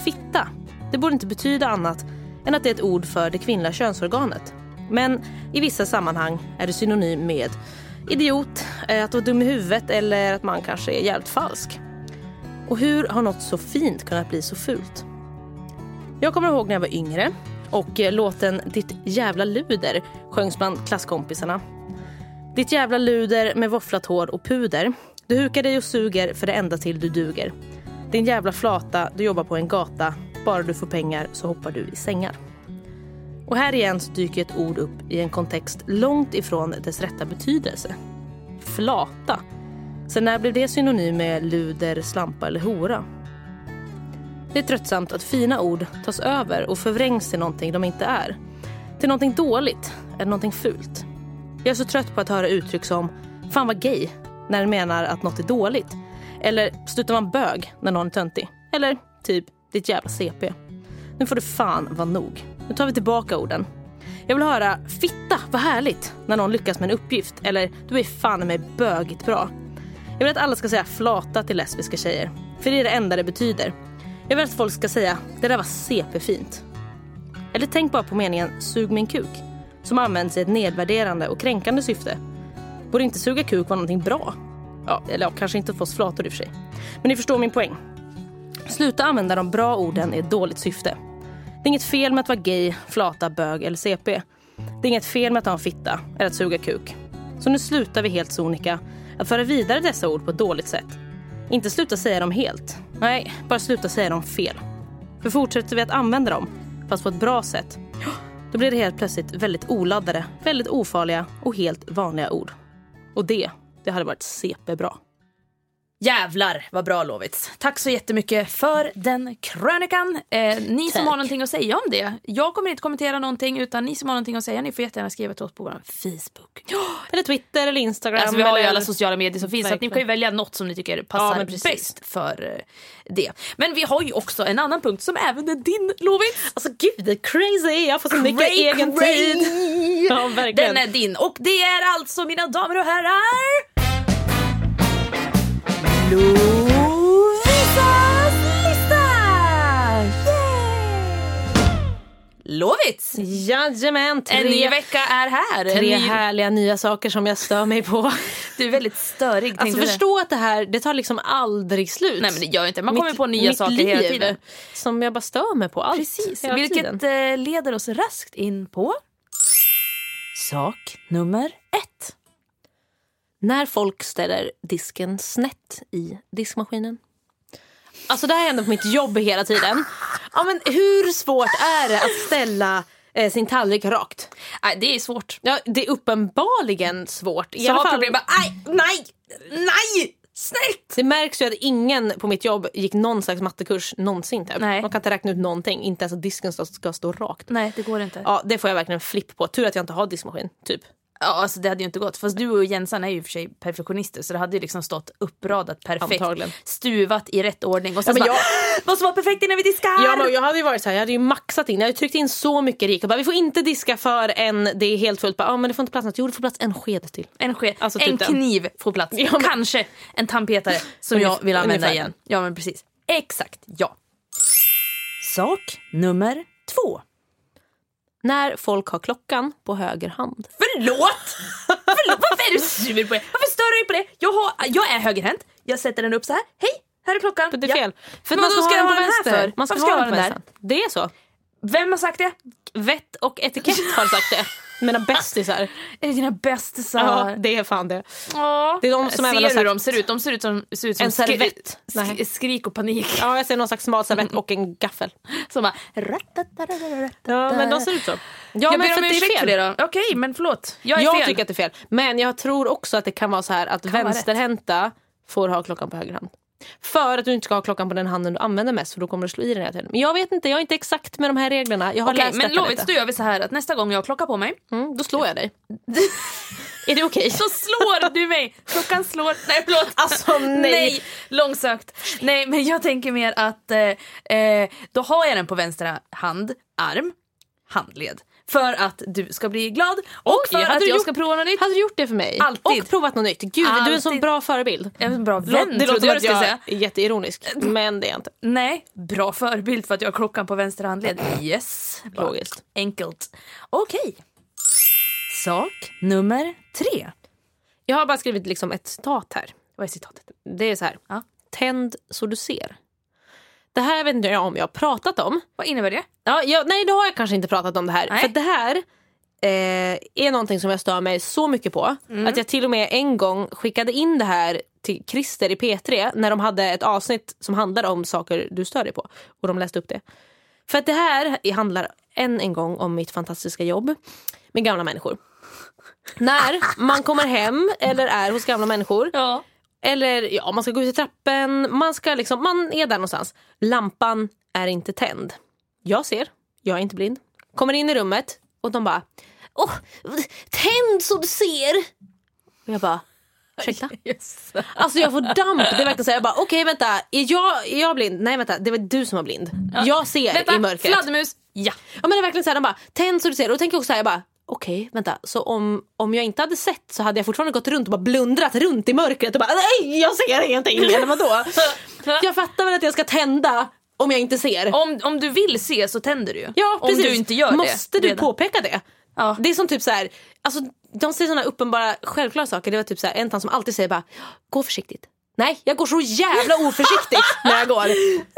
S1: Fitta, det borde inte betyda annat än att det är ett ord för det kvinnliga könsorganet. Men i vissa sammanhang är det synonym med idiot, eh, att vara dum i huvudet eller att man kanske är jävligt falsk. Och hur har något så fint kunnat bli så fult? Jag kommer ihåg när jag var yngre och eh, låten Ditt jävla luder sjöngs bland klasskompisarna. Ditt jävla luder med våfflat hår och puder. Du hukar dig och suger för det enda till du duger. Din jävla flata, du jobbar på en gata. Bara du får pengar så hoppar du i sängar. Och här igen så dyker ett ord upp i en kontext långt ifrån dess rätta betydelse. Flata. Sen när blev det synonym med luder, slampa eller hora? Det är tröttsamt att fina ord tas över och förvrängs till någonting de inte är. Till någonting dåligt eller någonting fult. Jag är så trött på att höra uttryck som “fan vad gay” när den menar att något är dåligt. Eller “sluta vara en bög” när någon är töntig. Eller typ “ditt jävla CP”. Nu får det fan vara nog. Nu tar vi tillbaka orden. Jag vill höra “fitta, vad härligt” när någon lyckas med en uppgift. Eller “du är fan med bögigt bra”. Jag vill att alla ska säga flata till lesbiska tjejer. För det är det enda det betyder. Jag vill att folk ska säga det där var CP-fint. Eller tänk bara på meningen sug min kuk. Som används i ett nedvärderande och kränkande syfte. Borde inte suga kuk vara någonting bra? Ja, eller ja, kanske inte för oss flator i och för sig. Men ni förstår min poäng. Sluta använda de bra orden i ett dåligt syfte. Det är inget fel med att vara gay, flata, bög eller CP. Det är inget fel med att ha en fitta eller att suga kuk. Så nu slutar vi helt sonika att föra vidare dessa ord på ett dåligt sätt. Inte sluta säga dem helt. Nej, bara sluta säga dem fel. För fortsätter vi att använda dem, fast på ett bra sätt, då blir det helt plötsligt väldigt oladdade, väldigt ofarliga och helt vanliga ord. Och det, det hade varit CP-bra.
S2: Jävlar vad bra Lovits. Tack så jättemycket för den krönikan. Eh, ni som har någonting att säga om det. Jag kommer inte kommentera någonting utan ni som har någonting att säga ni får jättegärna skriva till oss på vår Facebook.
S1: Eller Twitter eller Instagram.
S2: Alltså, vi har ju
S1: eller-
S2: alla sociala medier som finns så att ni
S1: Verkligen.
S2: kan ju välja något som ni tycker
S1: Ja,
S2: passar
S1: men precis.
S2: bäst för eh, det. Men vi har ju också en annan punkt som även är din Lovits.
S1: Alltså gud, det är crazy! Jag får så mycket
S2: Cray,
S1: egen
S2: cray.
S1: tid. Ja, verkligen.
S2: Den är din och det är alltså mina damer och herrar Lovisas lista! Yay! Lovits!
S1: Jajamän,
S2: En ny
S1: tre,
S2: vecka är här. En
S1: tre
S2: ny...
S1: härliga nya saker som jag stör mig på.
S2: Du är väldigt störig.
S1: Alltså
S2: tänkte jag.
S1: förstå att det här det tar liksom aldrig slut.
S2: Nej men det gör jag inte. Man
S1: Mitt-
S2: kommer på nya
S1: mitt
S2: saker
S1: liv
S2: hela tiden.
S1: Som jag bara stör mig på allt.
S2: Precis,
S1: hela tiden.
S2: vilket eh, leder oss raskt in på sak nummer ett.
S1: När folk ställer disken snett i diskmaskinen. Alltså det här händer på mitt jobb hela tiden. Ja, men hur svårt är det att ställa eh, sin tallrik rakt?
S2: Nej, det är svårt.
S1: Ja, det är uppenbarligen svårt. I
S2: Jag
S1: alla
S2: har
S1: fall,
S2: problem med, aj, nej, nej, snällt!
S1: det märks ju att ingen på mitt jobb gick någon slags mattekurs någonsin. Typ.
S2: Nej.
S1: Man kan inte räkna ut någonting, inte ens att disken ska, ska stå rakt.
S2: Nej, det går inte. typ. Ja,
S1: Ja, det får jag verkligen flipp på. Tur att jag inte har diskmaskin. Typ.
S2: alltså det hade ju inte gått. Fast du och Jensan är ju i och för sig perfektionister så det hade ju liksom stått uppradat perfekt.
S1: Antagligen.
S2: Stuvat i rätt ordning och sen
S1: Ja, men
S2: så bara, måste vara perfekt innan vi diskar!
S1: Ja, men jag hade ju varit så här, jag hade ju maxat in. Jag hade ju tryckt in så mycket rik. Och bara, vi får inte diska för en, det är helt fullt. Bara, ah, men det får inte plats något. Jo, det får plats en sked till.
S2: En, sked,
S1: Alltså,
S2: en
S1: typ den.
S2: kniv får plats.
S1: Ja, men-
S2: Kanske en tandpetare som
S1: Ungef-
S2: jag vill använda
S1: ungefär.
S2: igen. Ja men precis. Exakt, ja. Sak nummer två.
S1: När folk har klockan på höger hand.
S2: Förlåt! Förlåt! Varför är du sur på det? Varför stör du dig på det? Jag, har, jag är högerhänt. Jag sätter den upp så här. Hej, här är klockan.
S1: Det är
S2: Ja.
S1: fel. För
S2: Men
S1: man ska,
S2: vadå,
S1: ha
S2: ska
S1: den
S2: jag
S1: på
S2: ha den här
S1: vänster.
S2: för?
S1: Man ska,
S2: Varför ska
S1: ha
S2: jag
S1: den på
S2: ha den
S1: vänster. Det är så.
S2: Vem har sagt det?
S1: Vett och etikett har sagt det. Mina bästisar.
S2: Är det dina bästisar?
S1: Ja, det är fan det.
S2: Ja.
S1: det är de som
S2: ser
S1: även har
S2: hur
S1: sagt-
S2: de ser ut? De ser ut som, ser ut som
S1: En
S2: skri-
S1: servett.
S2: Sk
S1: Nej.
S2: skrik och panik.
S1: Ja, jag ser någon slags matservett och en gaffel.
S2: Som bara... ratatatararata.
S1: Ja, men de ser ut så. Ja,
S2: Eh, Jag
S1: men
S2: ber
S1: för
S2: om
S1: att det är
S2: ursäkt
S1: fel.
S2: för det då. Okej, men förlåt. Jag är
S1: Jag
S2: fel.
S1: tycker att det är fel. Men jag tror också att det kan vara så här att
S2: vara
S1: vänsterhänta får ha klockan på höger hand. För att du inte ska ha klockan på den handen du använder mest för då kommer du slå i den hela tiden. Men jag vet inte, jag är inte exakt med de här reglerna. Jag har
S2: Okej,
S1: läst
S2: men
S1: detta
S2: Lovits,
S1: lite.
S2: då gör vi så här att nästa gång jag klockar på mig
S1: Mm, då slår jag dig. är det okej?
S2: så slår du mig. Klockan slår. Nej förlåt.
S1: Alltså, nej.
S2: långsökt. Nej men jag tänker mer att eh, eh, då har jag den på vänster hand, arm, handled. För att du ska bli glad och
S1: Oj,
S2: för
S1: hade
S2: att
S1: du
S2: jag
S1: gjort-
S2: ska prova något nytt.
S1: Hade du gjort det för mig?
S2: Alltid.
S1: Och provat något nytt. Gud, du är en sån
S2: Alltid.
S1: bra förebild.
S2: Jag är en bra
S1: Låt-
S2: vän
S1: det
S2: trodde
S1: låter
S2: jag
S1: som
S2: du
S1: att
S2: skulle
S1: jag
S2: säga.
S1: är jätteironisk, men det är jag inte.
S2: Nej, bra förebild för att jag har klockan på vänster handled. Yes. Bra.
S1: Logiskt.
S2: Enkelt. Okej. Sak nummer tre.
S1: Jag har bara skrivit liksom ett citat här.
S2: Vad är citatet?
S1: Det är så här.
S2: Ja.
S1: Tänd så du ser. Det här vet inte jag om jag har pratat om.
S2: Vad innebär det?
S1: Ja, jag, nej, det har jag kanske inte pratat om det här.
S2: Nej.
S1: För det här eh, är någonting som jag stör mig så mycket på.
S2: Mm.
S1: Att jag till och med en gång skickade in det här till Christer i P3 när de hade ett avsnitt som handlade om saker du stör dig på. Och de läste upp det. För att det här handlar än en gång om mitt fantastiska jobb med gamla människor. När man kommer hem eller är hos gamla människor
S2: Ja.
S1: eller ja, man ska gå ut i trappen. Man, ska liksom, man är där någonstans. Lampan är inte tänd. Jag ser, jag är inte blind. Kommer in i rummet och de bara Åh, tänd så du ser! Och jag bara ursäkta?
S2: Yes.
S1: Alltså jag får damp. Det är verkligen så här, jag bara okej vänta, är jag, är jag blind? Nej vänta, det var du som var blind. Jag ser i
S2: Vänta,
S1: mörkret.
S2: fladdermus. Ja.
S1: Ja men det är verkligen så här, de bara tänd så du ser. Och då tänker jag också så här, jag bara okej vänta. Så om, om jag inte hade sett så hade jag fortfarande gått runt och bara blundrat runt i mörkret och bara nej jag ser ingenting. Eller vadå? jag fattar väl att jag ska tända om jag inte ser.
S2: Om, om du vill se så tänder du ju.
S1: ja
S2: om
S1: precis.
S2: du inte gör det.
S1: Måste du
S2: redan.
S1: påpeka det?
S2: Ja.
S1: Det är som typ så här, alltså de säger sådana uppenbara självklara saker. Det var typ så här, en tant som alltid säger bara gå försiktigt. Nej, jag går så jävla oförsiktigt när jag går.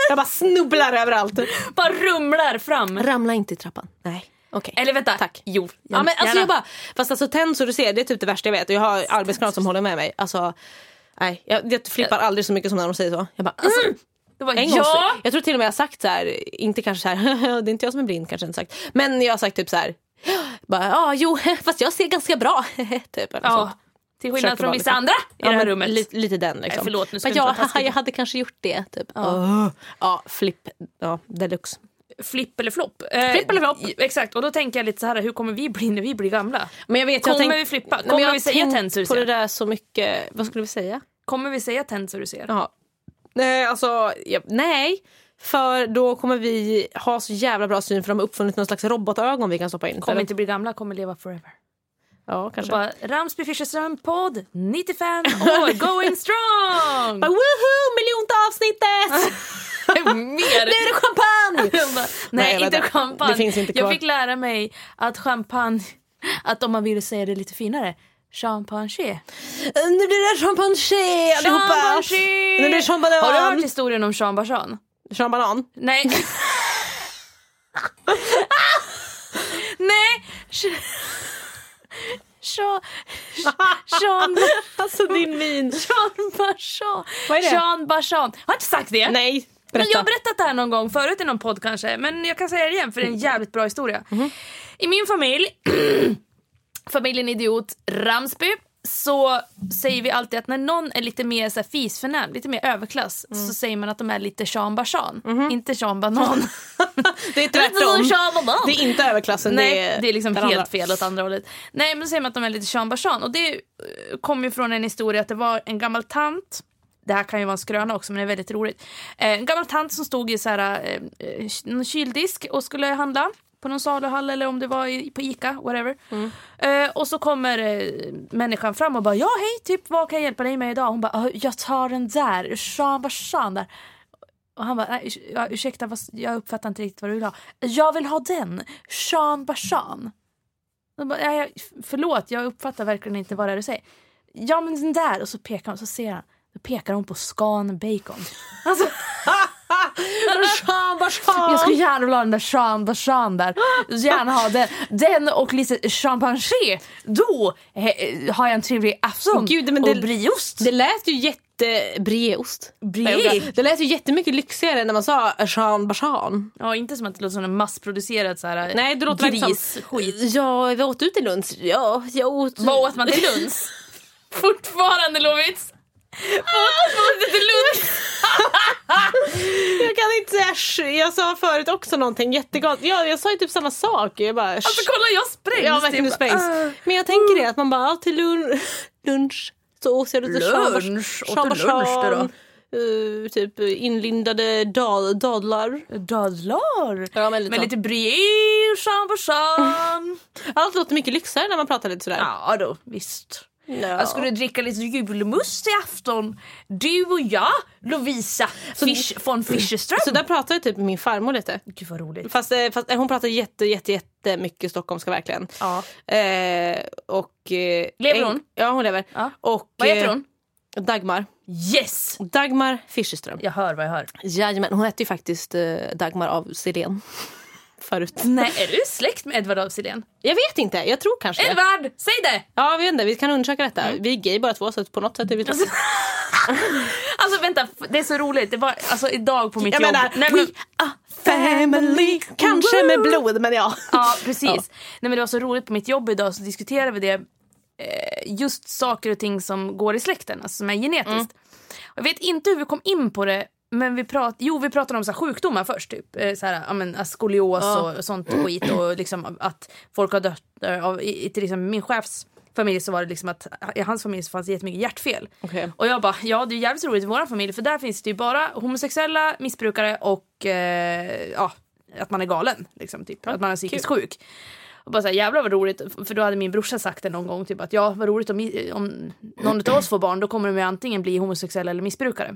S1: Jag bara snubblar överallt.
S2: Bara rumlar fram.
S1: Ramla inte i trappan. Nej, okej.
S2: Eller vänta. Tack. Jo.
S1: Ja, men alltså
S2: gärna.
S1: jag bara, fast alltså tänd så du ser, det är typ det värsta jag vet. Och jag har arbetskamrater som håller med mig. Alltså, nej, jag, jag flippar aldrig så mycket som när de säger så. Jag bara, alltså,
S2: Du bara,
S1: en gång,
S2: ja.
S1: Jag tror till och med jag har sagt så här, inte kanske så här, det är inte jag som är blind kanske jag inte sagt. Men jag har sagt typ så här, bara, ja jo, fast jag ser ganska bra. typ, eller
S2: Ja.
S1: ja.
S2: Till
S1: Försöker
S2: skillnad från
S1: vara
S2: vissa
S1: liksom-
S2: andra i
S1: Ja,
S2: det här
S1: men
S2: rummet.
S1: li- lite den liksom.
S2: Nej, förlåt, nu ska
S1: Men
S2: du inte
S1: jag,
S2: vara taskig.
S1: jag hade kanske gjort det. Typ. Ja, ja flipp. Ja, deluxe.
S2: Flipp eller flopp. Eh,
S1: Flipp eller flopp.
S2: Exakt, och då tänker jag lite så här, hur kommer vi bli när vi blir gamla?
S1: Men jag vet,
S2: Kommer
S1: jag tänk-
S2: vi flippa?
S1: Nej, men
S2: Kommer
S1: jag har
S2: vi säga
S1: tänkt
S2: tänd, så du
S1: på det
S2: ser?
S1: där så mycket. Vad skulle vi säga?
S2: Kommer vi säga tänd så du ser?
S1: Jaha. Nej, alltså, ja, nej. För då kommer vi ha så jävla bra syn för de har uppfunnit någon slags robotögon vi kan stoppa in.
S2: Kommer
S1: Eller-
S2: inte bli gamla, kommer leva forever.
S1: Ja, kanske.
S2: Bara, Ramsby Fischerström podd 95 år, going strong!
S1: Bara, Woho! Miljonte avsnittet!
S2: Mer!
S1: nu är det champagne!
S2: Jag bara,
S1: Nej,
S2: Nej,
S1: vänta.
S2: inte champagne.
S1: Det finns inte kvar.
S2: Jag fick lära mig att champagne, att om man vill säga det lite finare, champagne.
S1: nu blir det champagne allihopa!
S2: Champagne!
S1: Nu blir det champagne!
S2: Har du hört historien om Sean Barzan?
S1: Champagne?
S2: Nej. Nej! Sh- Sean... Sean...
S1: Alltså din min.
S2: Sean Barzan.
S1: Vad är det?
S2: Sean Barzan. Har jag inte sagt det?
S1: Nej, berätta.
S2: Men jag har berättat det här någon gång förut i någon podd kanske, men jag kan säga det igen för det är en jävligt bra historia.
S1: Mhm.
S2: I min familj, familjen Idiot Ramsby, så säger vi alltid att när någon är lite mer så här, fisförnäm, lite mer överklass,
S1: Mm.
S2: så säger man att de är lite Sean Barzan,
S1: Mhm.
S2: inte Sean Banan.
S1: det är
S2: Lite
S1: tvärtom.
S2: som Sean Banan.
S1: Det är inte överklassen.
S2: Nej,
S1: Alltså, det är,
S2: liksom
S1: den
S2: helt
S1: andra.
S2: fel åt andra hållet. Nej, men då säger man att de är lite Sean Barzan. Och det eh, kommer ju från en historia att det var en gammal tant det här kan ju vara en skröna också men det är väldigt roligt. Eh, En gammal tant som stod i så här, eh, eh, någon kyldisk och skulle handla på någon saluhall eller om det var i, på Ica, whatever.
S1: Mm.
S2: Eh, och så kommer eh, människan fram och bara ja hej, typ vad kan jag hjälpa dig med idag? Hon bara "Ah, jag tar den där, Jean Barzan där. Och han bara, "Nej, urs- ja, ursäkta vad, s- jag uppfattar inte riktigt vad du vill ha. Jag vill ha den, Sean Barzan. Jag bara, "Nej, jag- förlåt, jag uppfattar verkligen inte vad det är du säger. Ja men den där, och så pekar hon, så ser han. Då pekar hon på Scan Bacon. Alltså,
S1: Jean Barzan.
S2: jag skulle gärna vilja ha den där Sean Barzan där. Jag skulle Gärna ha den, den och lite champagne. Då eh, har jag en trevlig afton.
S1: Gud, men det-
S2: och brieost.
S1: Det lät ju jätte... Brieost.
S2: Brie.
S1: Det lät ju jättemycket lyxigare när man sa Jean Barzan.
S2: Ja, inte som att det låter som en massproducerad så här,
S1: Nej, det låter
S2: gris. Skit.
S1: Ja, vi åt ut i lunch. Ja, jag åt...
S2: Vad åt man till lunch? Fortfarande Lovits! Vad åt man till lunch?
S1: Jag kan inte säga sh- Jag sa förut också någonting jättegott. Ja, jag sa ju typ samma sak. Jag bara... sh-
S2: Alltså kolla jag sprängs!
S1: ja, men,
S2: typ.
S1: nu sprängs.
S2: Ah.
S1: men jag tänker det, att man bara, ja, till lun- lunch så åt jag lite Jean Bar-
S2: Lunch? Åt
S1: Jean
S2: du lunch det då?
S1: Barzan. eh, typ inlindade dal- dadlar.
S2: Dadlar!
S1: Ja, men lite
S2: med
S1: så.
S2: lite brie, chambarsan.
S1: Allt låter mycket lyxigare när man pratar lite sådär.
S2: ja då, visst.
S1: Ja.
S2: Jag skulle dricka lite julmust i afton. Du och jag, Lovisa Fisch von Fischerström.
S1: Mm. Så där pratar jag typ med min farmor lite.
S2: Gud vad roligt.
S1: Fast, eh, fast eh, hon pratar jätte, jätte, jätte mycket stockholmska verkligen.
S2: Ja.
S1: Eh, och, eh,
S2: Lever
S1: en-
S2: hon?
S1: Ja, hon lever.
S2: Ja.
S1: Och,
S2: Vad heter
S1: eh,
S2: hon?
S1: Dagmar.
S2: Yes!
S1: Dagmar Fischerström.
S2: Jag hör vad jag hör.
S1: Jajamän, hon hette ju faktiskt eh, Dagmar av Silén. Förut.
S2: Nej, är du släkt med Edvard af Sillén?
S1: Jag vet inte, jag tror kanske det.
S2: Edvard, säg det!
S1: Ja, vi vet inte, vi kan undersöka detta.
S2: Mm.
S1: Vi är gay bara två så att på något sätt är vi
S2: Alltså, alltså vänta, f- det är så roligt. Det var alltså idag på mitt
S1: Jag
S2: jobb.
S1: menar,
S2: Nej,
S1: we are family. Kanske med blod, men ja.
S2: Ja, precis. Nej, men det var så roligt på mitt jobb idag så diskuterade vi det. eh, Just saker och ting som går i släkten, alltså som är genetiskt. Och Jag vet inte hur vi kom in på det, men vi, prat, jo, vi pratade om så här sjukdomar först. Typ. Eh, Så här, ja, men, alltså, skolios och sånt skit. Och liksom att folk har dött eh, av, i, i till exempel min chefs familj så var det liksom att i hans familj så fanns det jättemycket hjärtfel.
S1: Okej.
S2: Och jag bara, ja det är jävligt roligt i vår familj för där finns det ju bara homosexuella missbrukare och eh, ja, att man är galen. Liksom, typ. att man är psykiskt sjuk. Och bara så här, jävlar vad roligt, för då hade min brorsa sagt det någon gång typ att ja vad roligt om, om någon av oss får barn då kommer de ju antingen bli homosexuella eller missbrukare.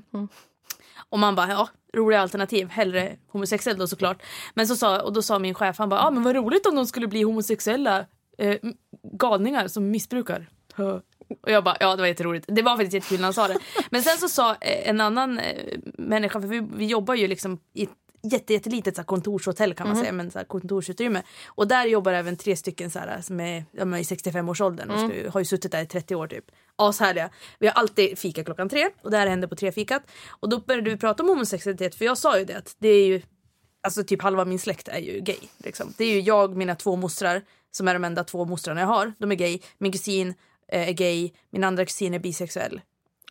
S2: Och man bara, ja, roliga alternativ. Hellre homosexuell då såklart. Men så sa, och då sa min chef, han bara, ja men vad roligt om de skulle bli homosexuella eh, m- galningar som missbrukar. Hö. Och jag bara, ja det var jätteroligt. Det var faktiskt jättekul när han sa det. Men sen så sa eh, en annan eh, människa, för vi, vi jobbar ju liksom i ett jätte, jättelitet så här kontorshotell kan man säga, men så här kontorsutrymme. Och där jobbar även tre stycken så här, som är ja, men i 65-årsåldern och ska, har ju suttit där i 30 år typ. Ashärliga. Vi har alltid fika klockan tre och det här hände på trefikat. Och då började vi prata om homosexualitet för jag sa ju det att det är ju alltså typ halva min släkt är ju gay. Liksom. Det är ju jag, mina två mostrar, som är de enda två mostrarna jag har. De är gay. Min kusin, eh, är gay, min andra kusin är bisexuell.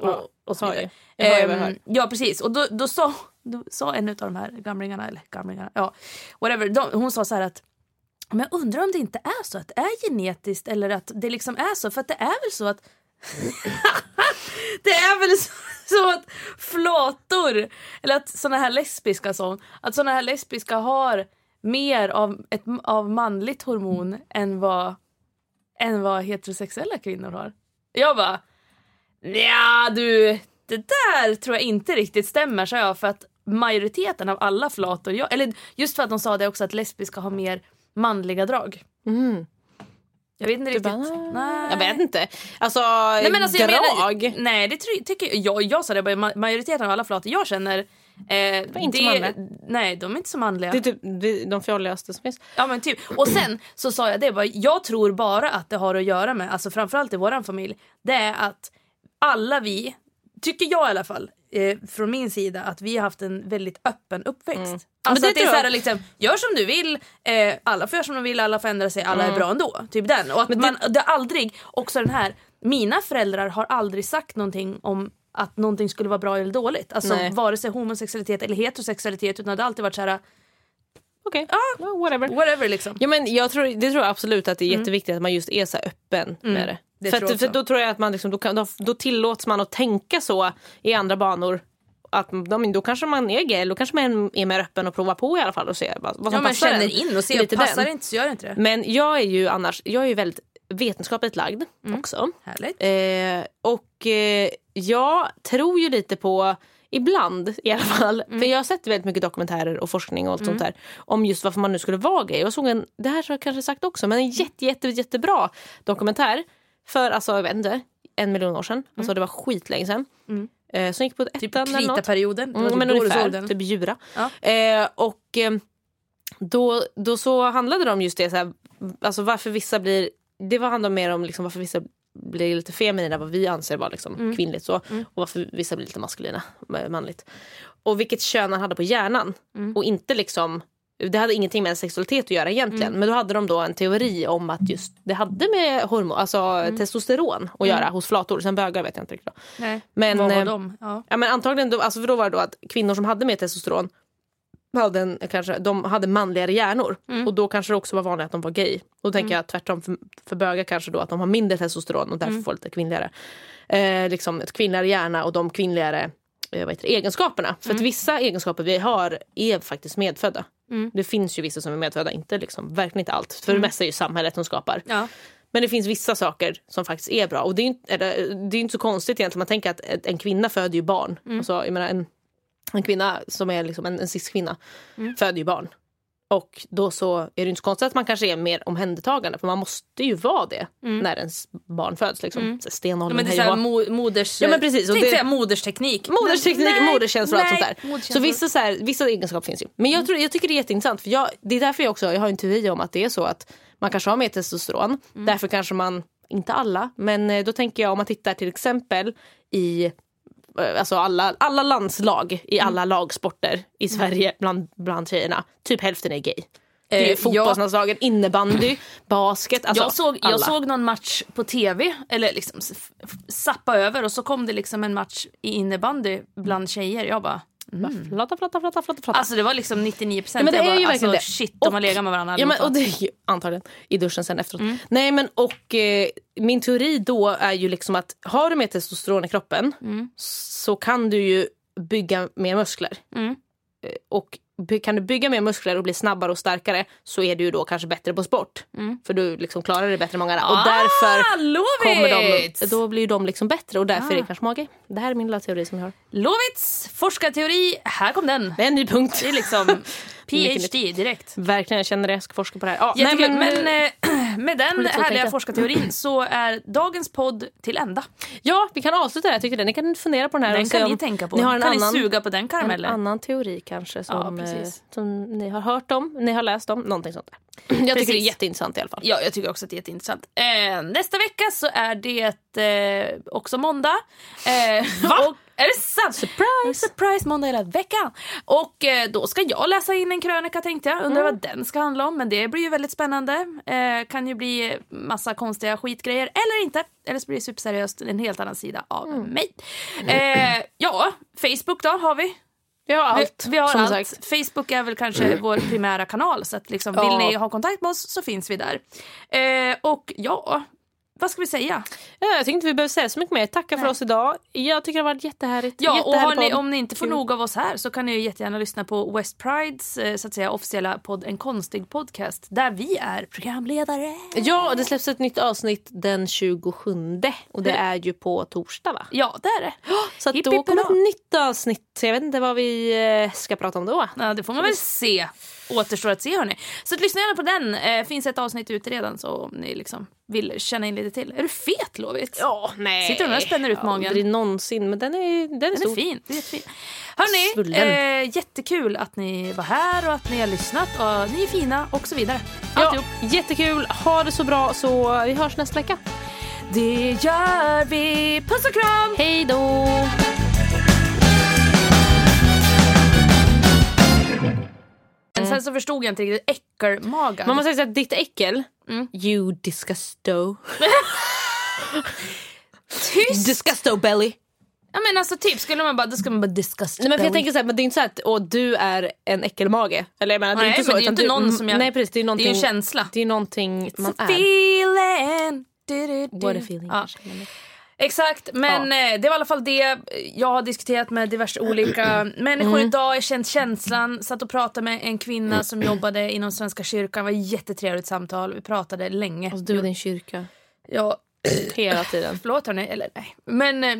S2: Och,
S1: Ja,
S2: och så
S1: har
S2: vidare.
S1: ju. Det har jag väl
S2: Ehm,
S1: hört.
S2: ja precis, och då, då, sa, då sa en av de här gamlingarna, eller gamlingarna, ja whatever, de, hon sa så här att men jag undrar om det inte är så att det är genetiskt eller att det liksom är så för att det är väl så att det är väl så, så att flator, eller att såna här lesbiska sån, att såna här lesbiska har mer av, ett, av manligt hormon än vad, än vad heterosexuella kvinnor har. Jag bara, ja du, det där tror jag inte riktigt stämmer sa jag för att majoriteten av alla flator, jag, eller just för att de sa det också att lesbiska har mer manliga drag. Jag vet inte riktigt. Nej.
S1: Jag vet inte. Alltså,
S2: Nej, men alltså, jag
S1: drag.
S2: Menar, nej, det try- tycker jag. Jag, jag sa det bara, ma- majoriteten av alla flator jag känner eh, det,
S1: inte manliga.
S2: Nej, de är inte så manliga.
S1: Det är typ det- de fjolligaste som finns.
S2: Ja men typ. Och sen så sa jag det bara, jag tror bara att det har att göra med, alltså framförallt i våran familj, det är att alla vi, tycker jag i alla fall, eh, från min sida att vi har haft en väldigt öppen uppväxt. Alltså
S1: Mm. det
S2: att det är
S1: tror jag.
S2: såhär liksom, gör som du vill, eh, alla får göra som de vill, alla får ändra sig, alla
S1: Mm.
S2: är bra ändå. Typ den. Och att man, det har aldrig, också den här, mina föräldrar har aldrig sagt någonting om att någonting skulle vara bra eller dåligt. Alltså
S1: Nej.
S2: vare sig homosexualitet eller heterosexualitet utan det har alltid varit såhär,
S1: Okej, ja, whatever.
S2: whatever liksom.
S1: Ja, men jag tror, det tror jag absolut att det är jätteviktigt att man just är så här öppen med det.
S2: Mm. det
S1: för
S2: tror
S1: att,
S2: jag också.
S1: för då tror jag att man liksom, då, kan, då, då tillåts man att tänka så i andra banor. Att, ja, men då kanske man är gay, då kanske man är mer öppen och provar på i alla fall och ser vad, vad som
S2: Ja, man
S1: passar
S2: känner
S1: en.
S2: in och ser,
S1: Lite
S2: passar
S1: den.
S2: det inte så gör det inte det.
S1: Men jag är ju annars, jag är ju väldigt vetenskapligt lagd
S2: Mm.
S1: också.
S2: Härligt.
S1: Eh, och eh, jag tror ju lite på, ibland i alla fall, för jag har sett väldigt mycket dokumentärer och forskning och allt sånt där om just varför man nu skulle vara gay. Jag såg en, det här har jag kanske sagt också, men en jätte, jätte, jättebra dokumentär för alltså, jag vet inte, en miljon år sedan. Alltså det var skitlänge sedan. Eh, som gick på ettan
S2: Typ
S1: eller något.
S2: kritaperioden. Det var
S1: Mm,
S2: typ
S1: men
S2: då du
S1: ungefär,
S2: såg den.
S1: typ Jura.
S2: Ja.
S1: Eh, och eh, då, då så handlade det om just det, så här, alltså varför vissa blir, det var handlade mer om liksom varför vissa blir lite feminina, vad vi anser vara liksom
S2: Mm.
S1: kvinnligt så, och varför vissa blir lite maskulina, ma- manligt. Och vilket kön han hade på hjärnan.
S2: Mm.
S1: Och inte liksom, det hade ingenting med sexualitet att göra egentligen,
S2: Mm.
S1: men då hade de då en teori om att just det hade med hormon, alltså
S2: Mm.
S1: testosteron att göra hos flator. Sen bögar vet jag inte riktigt. då.
S2: Nej.
S1: Men,
S2: Vad var
S1: eh,
S2: de? Ja.
S1: Ja, men antagligen, då, alltså för då var det då att kvinnor som hade mer testosteron hade, en, kanske, de hade manligare hjärnor. Och då kanske det också var vanligt att de var gay. Då tänker jag tvärtom för, för bögar kanske då att de har mindre testosteron och därför får lite kvinnligare. Eh, liksom ett kvinnligare hjärna och de kvinnligare eh, vad heter det, egenskaperna. För att vissa egenskaper vi har är faktiskt medfödda. Det finns ju vissa som är medfödda, inte liksom, verkligen inte allt. För det mesta är ju samhället som skapar.
S2: Ja.
S1: Men det finns vissa saker som faktiskt är bra. Och det är ju inte, eller, det är ju inte så konstigt egentligen. Man tänker att ett- en kvinna föder ju barn.
S2: Mm.
S1: Alltså, jag menar, en, en kvinna som är liksom en, en cis-kvinna
S2: Mm.
S1: föder ju barn. Och då så är det ju inte så konstigt att man kanske är mer omhändertagande. För man måste ju vara det när ens barn föds. Liksom. Så här, Stenåldern,
S2: Mm. Ja, men det är
S1: hej och
S2: såhär
S1: hå.
S2: mo- moders...
S1: Ja, men precis, och
S2: Tänkte
S1: det-
S2: säga modersteknik.
S1: Modersteknik,
S2: Nej,
S1: moderskänslor och allt
S2: nej,
S1: sånt där. Så
S2: moderskänslor.
S1: vissa, så här, vissa egenskaper finns ju. Men jag, tror, jag tycker det är jätteintressant. För jag, det är därför jag också jag har en teori om att det är så att man kanske har mer testosteron.
S2: Mm.
S1: Därför kanske man, inte alla, men eh, då tänker jag om man tittar till exempel i eh, Alltså alla, alla landslag i
S2: Mm.
S1: alla lagsporter i Sverige bland, bland tjejerna, typ hälften är gay. Det är
S2: Eh,
S1: ju fotbollslandslagen, innebandy, basket. Alltså
S2: jag, såg,
S1: alla.
S2: jag såg någon match på tv, eller liksom s- f- zappa över och så kom det liksom en match i innebandy bland tjejer. Jag bara...
S1: Mm. Bara Flatta, flatta, flatta, flatta, flatta.
S2: Alltså det var liksom 99 procent.
S1: Ja, men det
S2: jag bara,
S1: är ju
S2: alltså,
S1: verkligen det.
S2: Shit, de har legat med varandra Mm.
S1: Ja, men,
S2: allihopa.
S1: och det är ju, antagligen i duschen sen efteråt. Nej, men, och, eh, min teori då är ju liksom att har du mer testosteron i kroppen
S2: Mm.
S1: så kan du ju bygga mer muskler.
S2: Mm.
S1: Eh, Och by- kan du bygga mer muskler och bli snabbare och starkare så är du ju då kanske bättre på sport.
S2: Mm.
S1: För du liksom klarar det bättre än många andra.
S2: Ah,
S1: Och därför kommer de,
S2: lovits!
S1: då blir ju de liksom bättre och därför
S2: Ah.
S1: är det kanske mage. Det här är min lilla teori som jag har.
S2: Lovits forskarteori, här kom den.
S1: Det är en ny punkt.
S2: Det är liksom PhD direkt.
S1: Verkligen, jag känner det. Jag ska forska på det här. Ja, nej,
S2: Jättekul.
S1: men-
S2: men eh, med den
S1: lite så
S2: härliga
S1: tänka.
S2: forskarteorin så är dagens podd till ända.
S1: Ja, vi kan avsluta det här tyckte jag. Ni kan fundera på den här.
S2: Den
S1: och se
S2: kan
S1: om
S2: ni tänka på.
S1: Ni har en
S2: kan
S1: annan,
S2: ni suga på den
S1: en
S2: karamellen?
S1: annan teori kanske som eh, eh,
S2: Precis.
S1: som ni har hört om, ni har läst om, någonting sånt där. Jag tycker det är
S2: Precis.
S1: jätteintressant i alla fall.
S2: Ja, jag tycker också att det är jätteintressant. Eh, nästa vecka så är det eh, också måndag. Eh, Va? Och, är det sant? Surprise! Surprise måndag hela veckan. Och eh, då ska jag läsa in en krönika tänkte jag. Undrar vad den ska handla om. Men det blir ju väldigt spännande. Eh, kan ju bli massa konstiga skitgrejer. Eller inte. Eller så blir det superseriöst. En helt annan sida av mig. Eh, ja, Facebook då har vi.
S1: Vi har allt.
S2: Vi, vi har
S1: som
S2: allt.
S1: Sagt.
S2: Facebook är väl kanske vår primära kanal. Så att liksom,
S1: Ja.
S2: Vill ni ha kontakt med oss så finns vi där. Eh, och ja, vad ska vi säga?
S1: Ja, jag tycker inte vi behöver säga så mycket mer. Tacka för oss idag. Jag tycker det har varit jättehärligt.
S2: Ja, och har
S1: Jättehärlig
S2: ni,
S1: podd.
S2: om ni inte får
S1: Kul.
S2: nog av oss här så kan ni ju jättegärna lyssna på West Prides eh, så att säga, officiella podd En konstig podcast där vi är programledare.
S1: Ja, och det släpps ett nytt avsnitt den 27 och det är ju på torsdag va?
S2: Ja, det är det.
S1: Så att
S2: Hipp,
S1: då
S2: hipp,
S1: kommer
S2: hurra.
S1: ett nytt avsnitt. Så jag vet inte vad vi eh, ska prata om då.
S2: Ja, det får man väl se. Återstår att se hörni. Så att lyssna gärna på den. Eh, finns ett avsnitt ute redan så om ni liksom vill känna in lite till. Är du fet Lovit?
S1: Ja, nej.
S2: Sitter hon där och spänner ut magen?
S1: Aldrig någonsin, men den är, den är
S2: Den är
S1: stor.
S2: fin. Den är jättefin.
S1: Svullen.
S2: Hörni, eh, jättekul att ni var här och att ni har lyssnat. Och ni är fina och så vidare.
S1: Ja, jättekul. Ha det så bra så vi hörs nästa vecka.
S2: Det gör vi. Puss och kram!
S1: Hej då!
S2: Men sen så förstod jag inte riktigt äckelmagen.
S1: Man måste säga att ditt äckel, you disgusto.
S2: tyst!
S1: Disgusto belly.
S2: Ja men alltså typ, skulle man bara, då skulle man bara disgust.
S1: Nej, men för jag tänker så här, men det är inte så att åh, du är en äckelmage. Eller, jag menar, det är
S2: Nej,
S1: inte så,
S2: men det är ju
S1: utan
S2: inte
S1: du,
S2: någon som jag-
S1: Nej, precis, det, är
S2: det är ju en
S1: någonting-
S2: känsla.
S1: Det är någonting man
S2: It's a
S1: är.
S2: feeling. Du, du, du.
S1: What a feeling.
S2: Ja. Exakt, men eh, det var i alla fall det jag har diskuterat med diverse olika människor
S1: Mm.
S2: idag. Jag känt känslan, satt och pratade med en kvinna som jobbade inom Svenska kyrkan. Det var ett jättetrevligt samtal, vi pratade länge.
S1: Och Alltså, du och din kyrka.
S2: Jag,
S1: Hela tiden.
S2: förlåt hörni, eller nej. Men, eh,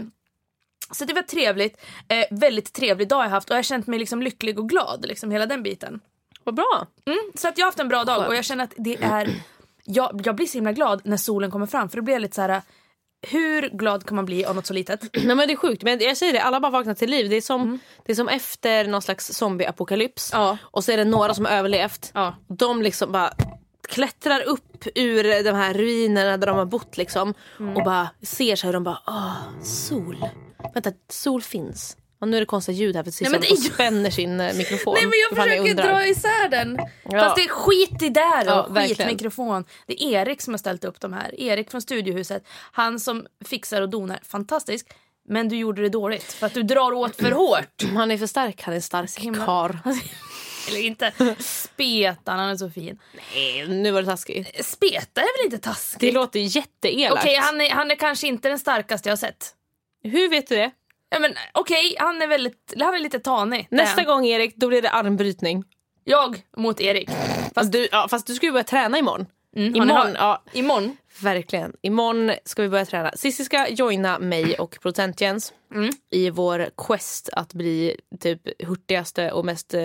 S2: så det var trevligt, eh, väldigt trevlig dag jag haft och jag har känt mig liksom lycklig och glad, liksom hela den biten.
S1: Vad bra.
S2: Mm, så att jag har haft en bra dag och jag känner att det är... Jag, jag blir så himla glad när solen kommer fram för det blir lite så här. eh, Hur glad kan man bli av något så litet?
S1: Nej, men det är sjukt. Men jag säger det, alla bara vaknar till liv. Det är som, det är som efter någon slags zombieapokalyps.
S2: Mm. Ja.
S1: Och så är det några som har överlevt.
S2: Ja.
S1: De liksom bara klättrar upp ur de här ruinerna där de har bott liksom.
S2: Mm.
S1: Och bara ser sig och de bara åh, sol. Vänta, sol finns. Och nu är det konstiga ljud här för precis
S2: Nej,
S1: som
S2: men det är
S1: hon
S2: ju-
S1: spänner sin eh, mikrofon.
S2: Nej men jag
S1: Ifall ni
S2: försöker
S1: undrar.
S2: dra isär den.
S1: Ja.
S2: Fast det är skit i där
S1: Ja,
S2: och skit
S1: verkligen.
S2: mikrofon. Det är Erik som har ställt upp de här. Erik från Studiohuset. Han som fixar och donar. Fantastisk. Men du gjorde det dåligt för att du drar åt för hårt.
S1: Han är för stark, han är en stark
S2: himla-
S1: karl.
S2: Eller inte. Spetan, han är så fin.
S1: Nu var det taskigt.
S2: Speta är väl inte taskigt?
S1: Det låter jätteelakt.
S2: Okej, han, är, han är kanske inte den starkaste jag har sett.
S1: Hur vet du det?
S2: Ja, men, Okej, han är väldigt, han är lite tanig. Det är
S1: Nästa
S2: han.
S1: gång Erik, då blir det armbrytning.
S2: Jag mot Erik.
S1: Fast du, ja, fast du ska ju börja träna imorgon.
S2: Mm, har ni
S1: imorgon,
S2: hört?
S1: ja,
S2: Imorgon.
S1: verkligen. Imorgon ska vi börja träna. Sissi ska joina mig och Procent Jens
S2: Mm.
S1: i vår quest att bli typ hurtigaste och mest eh,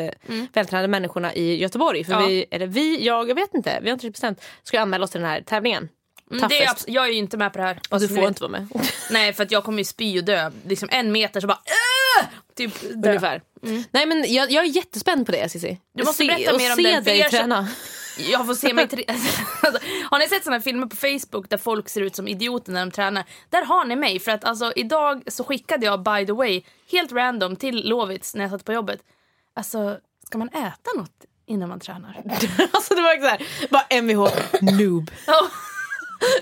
S1: vältränade människorna i Göteborg. För
S2: Mm. Ja.
S1: vi, eller vi, jag, jag vet inte, vi har inte riktigt bestämt. Ska jag anmäla oss till den här tävlingen?
S2: Mm, det är,
S1: Toughest.
S2: abs- jag är ju inte med på det här.
S1: och du
S2: Ni
S1: får
S2: vet.
S1: inte vara med.
S2: Nej, för att jag kommer ju spy och dö. Liksom en meter så bara... "Åh!" Typ dö.
S1: Ungefär. Nej, men jag, jag är jättespänd på det Cissi.
S2: Mm. Du måste
S1: se,
S2: berätta
S1: och
S2: mer om
S1: se
S2: den, för
S1: dig
S2: jag känner-
S1: träna.
S2: Jag får se mig... Tri- alltså, har ni sett såna här filmer på Facebook där folk ser ut som idioter när de tränar? Där har ni mig. För att alltså, idag så skickade jag, by the way, helt random till Lovits när jag satt på jobbet. Alltså, ska man äta något innan man tränar?
S1: alltså det var så här, bara mvh, noob.
S2: Ja.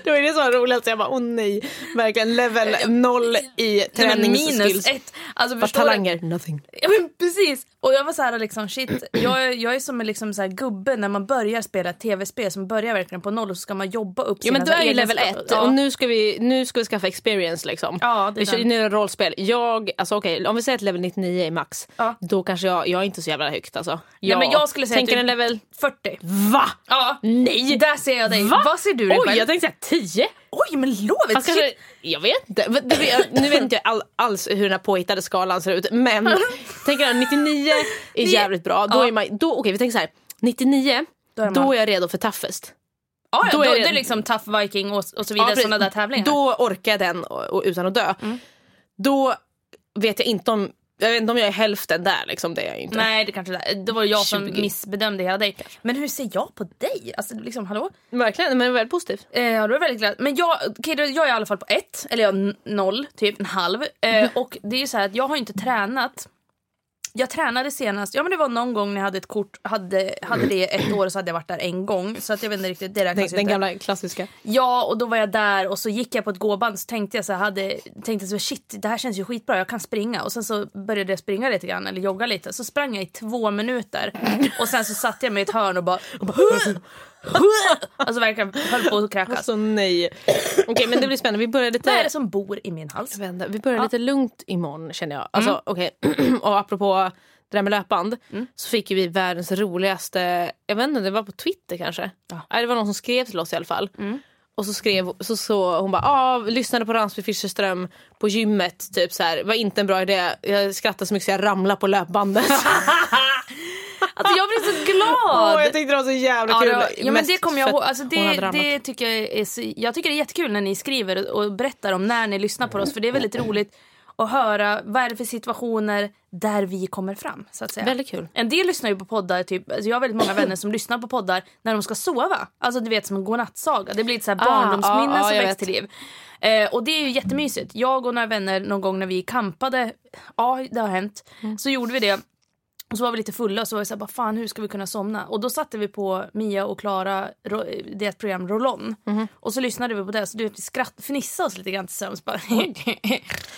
S1: Det var ju det som var roligt, så jag bara åh nej. Verkligen level noll i
S2: Nej, men
S1: träningsskills.
S2: minus ett. Alltså,
S1: Bara
S2: förstår du?
S1: talanger, nothing.
S2: Ja men precis! Och jag var så här liksom shit, jag, är- jag är som en liksom så här gubbe när man börjar spela ett tv-spel som börjar verkligen på noll och så ska man jobba upp
S1: Jo men
S2: sina
S1: du
S2: så här
S1: är ju level
S2: egenskaper.
S1: ett
S2: Ja.
S1: och nu ska, vi, nu ska vi skaffa experience liksom.
S2: Ja, det är
S1: vi kör,
S2: den.
S1: nu är det rollspel. Jag, alltså okej om vi säger att level 99 är max.
S2: Ja.
S1: Då kanske jag, jag är inte så jävla högt alltså.
S2: Nej, men jag skulle säga
S1: tänker
S2: att du-
S1: en level,
S2: 40.
S1: typ va?
S2: Ja.
S1: Nej!
S2: Där ser jag dig. Vad ser du dig
S1: Oj
S2: själv?
S1: jag tänkte säga 10.
S2: Oj men lovet!
S1: Fast kanske, jag vet inte. Men det- jag- Nu vet inte jag all, alls hur den här påhittade skalan ser ut. Men tänker jag 99 är jävligt bra. Då
S2: Ja.
S1: är man, då, okej vi tänker så här. 99, då
S2: är
S1: är,
S2: man-
S1: jag redo för toughest.
S2: ja,
S1: då
S2: då,
S1: är
S2: då
S1: det-
S2: är det liksom tough viking och, och så vidare,
S1: precis.
S2: sådana där tävlingar. Mm.
S1: Då orkar jag den och, och, utan att dö. Då vet jag inte om jag vet inte om jag är hälften där. Liksom, det är jag inte.
S2: Nej, det kanske det. det var jag som
S1: 20.
S2: missbedömde hela dig. Men hur ser jag på dig? Alltså, liksom, hallå?
S1: Verkligen, men väldigt positiv.
S2: Eh, ja, det var väldigt glatt. Men jag, okej, då- jag är i alla fall på ett, eller jag n- noll, typ en halv.
S1: Mhm.
S2: Eh, och det är ju så här att jag har ju inte tränat. Jag tränade senast, ja men det var någon gång när jag hade ett kort, hade, hade det ett år så hade jag varit där en gång. Så att jag vet inte riktigt, det
S1: Den,
S2: räknas ju
S1: den
S2: inte.
S1: gamla klassiska.
S2: Ja, och då var jag där och så gick jag på ett gåband så tänkte jag så här, hade, tänkte så här, shit, det här känns ju skitbra, jag kan springa. Och sen så började jag springa lite grann, eller jogga lite. Så sprang jag i två minuter och sen så satte jag mig i ett hörn och bara Alltså verkligen höll på att kräkas.
S1: Alltså nej. Okej men det blir spännande. Vi börjar lite...
S2: Vad är det som bor i min hals?
S1: Vända. Vi börjar lite lugnt imorgon känner jag.
S2: Mm.
S1: Alltså, okej. och apropå det där med löpband så fick ju vi världens roligaste, jag vet inte, det var på Twitter kanske. Nej, det var någon som skrev till oss i alla fall.
S2: Mm.
S1: Och så skrev så, så hon bara, ah, lyssnade på Ransby Fischerström på gymmet, typ så här. var inte en bra idé, jag skrattade så mycket så jag ramlade på löpbandet.
S2: Alltså jag blev så
S1: Åh,
S2: glad!
S1: jag tyckte det var så jävla
S2: Ja,
S1: kul.
S2: det var, ja men
S1: Mest
S2: det kommer jag
S1: för att
S2: ihåg. Alltså
S1: hon
S2: det,
S1: hade ramlat.
S2: det tycker jag, är, så- jag tycker det är jättekul när ni skriver och berättar om när ni lyssnar på oss. För det är väldigt roligt att höra vad är det för situationer där vi kommer fram. Så att säga.
S1: Väldigt kul.
S2: En del lyssnar ju på poddar, typ, alltså jag har väldigt många vänner som lyssnar på poddar när de ska sova. Alltså du vet som en godnattsaga. Det blir lite så här
S1: Ah,
S2: barndomsminnen
S1: ja, ja,
S2: som
S1: jag
S2: väcks
S1: vet.
S2: till liv. Eh, och det är ju jättemysigt. Jag och några vänner någon gång när vi kampade, ja det har hänt,
S1: Mm.
S2: så gjorde vi det. Och så var vi lite fulla och så var vi såhär, fan hur ska vi kunna somna? Och då satte vi på Mia och Klara, ro- deras program Roll-On.
S1: Mm-hmm.
S2: Och så lyssnade vi på det, så du vet, vi skratt, fnissade oss lite grann till sömns. bara.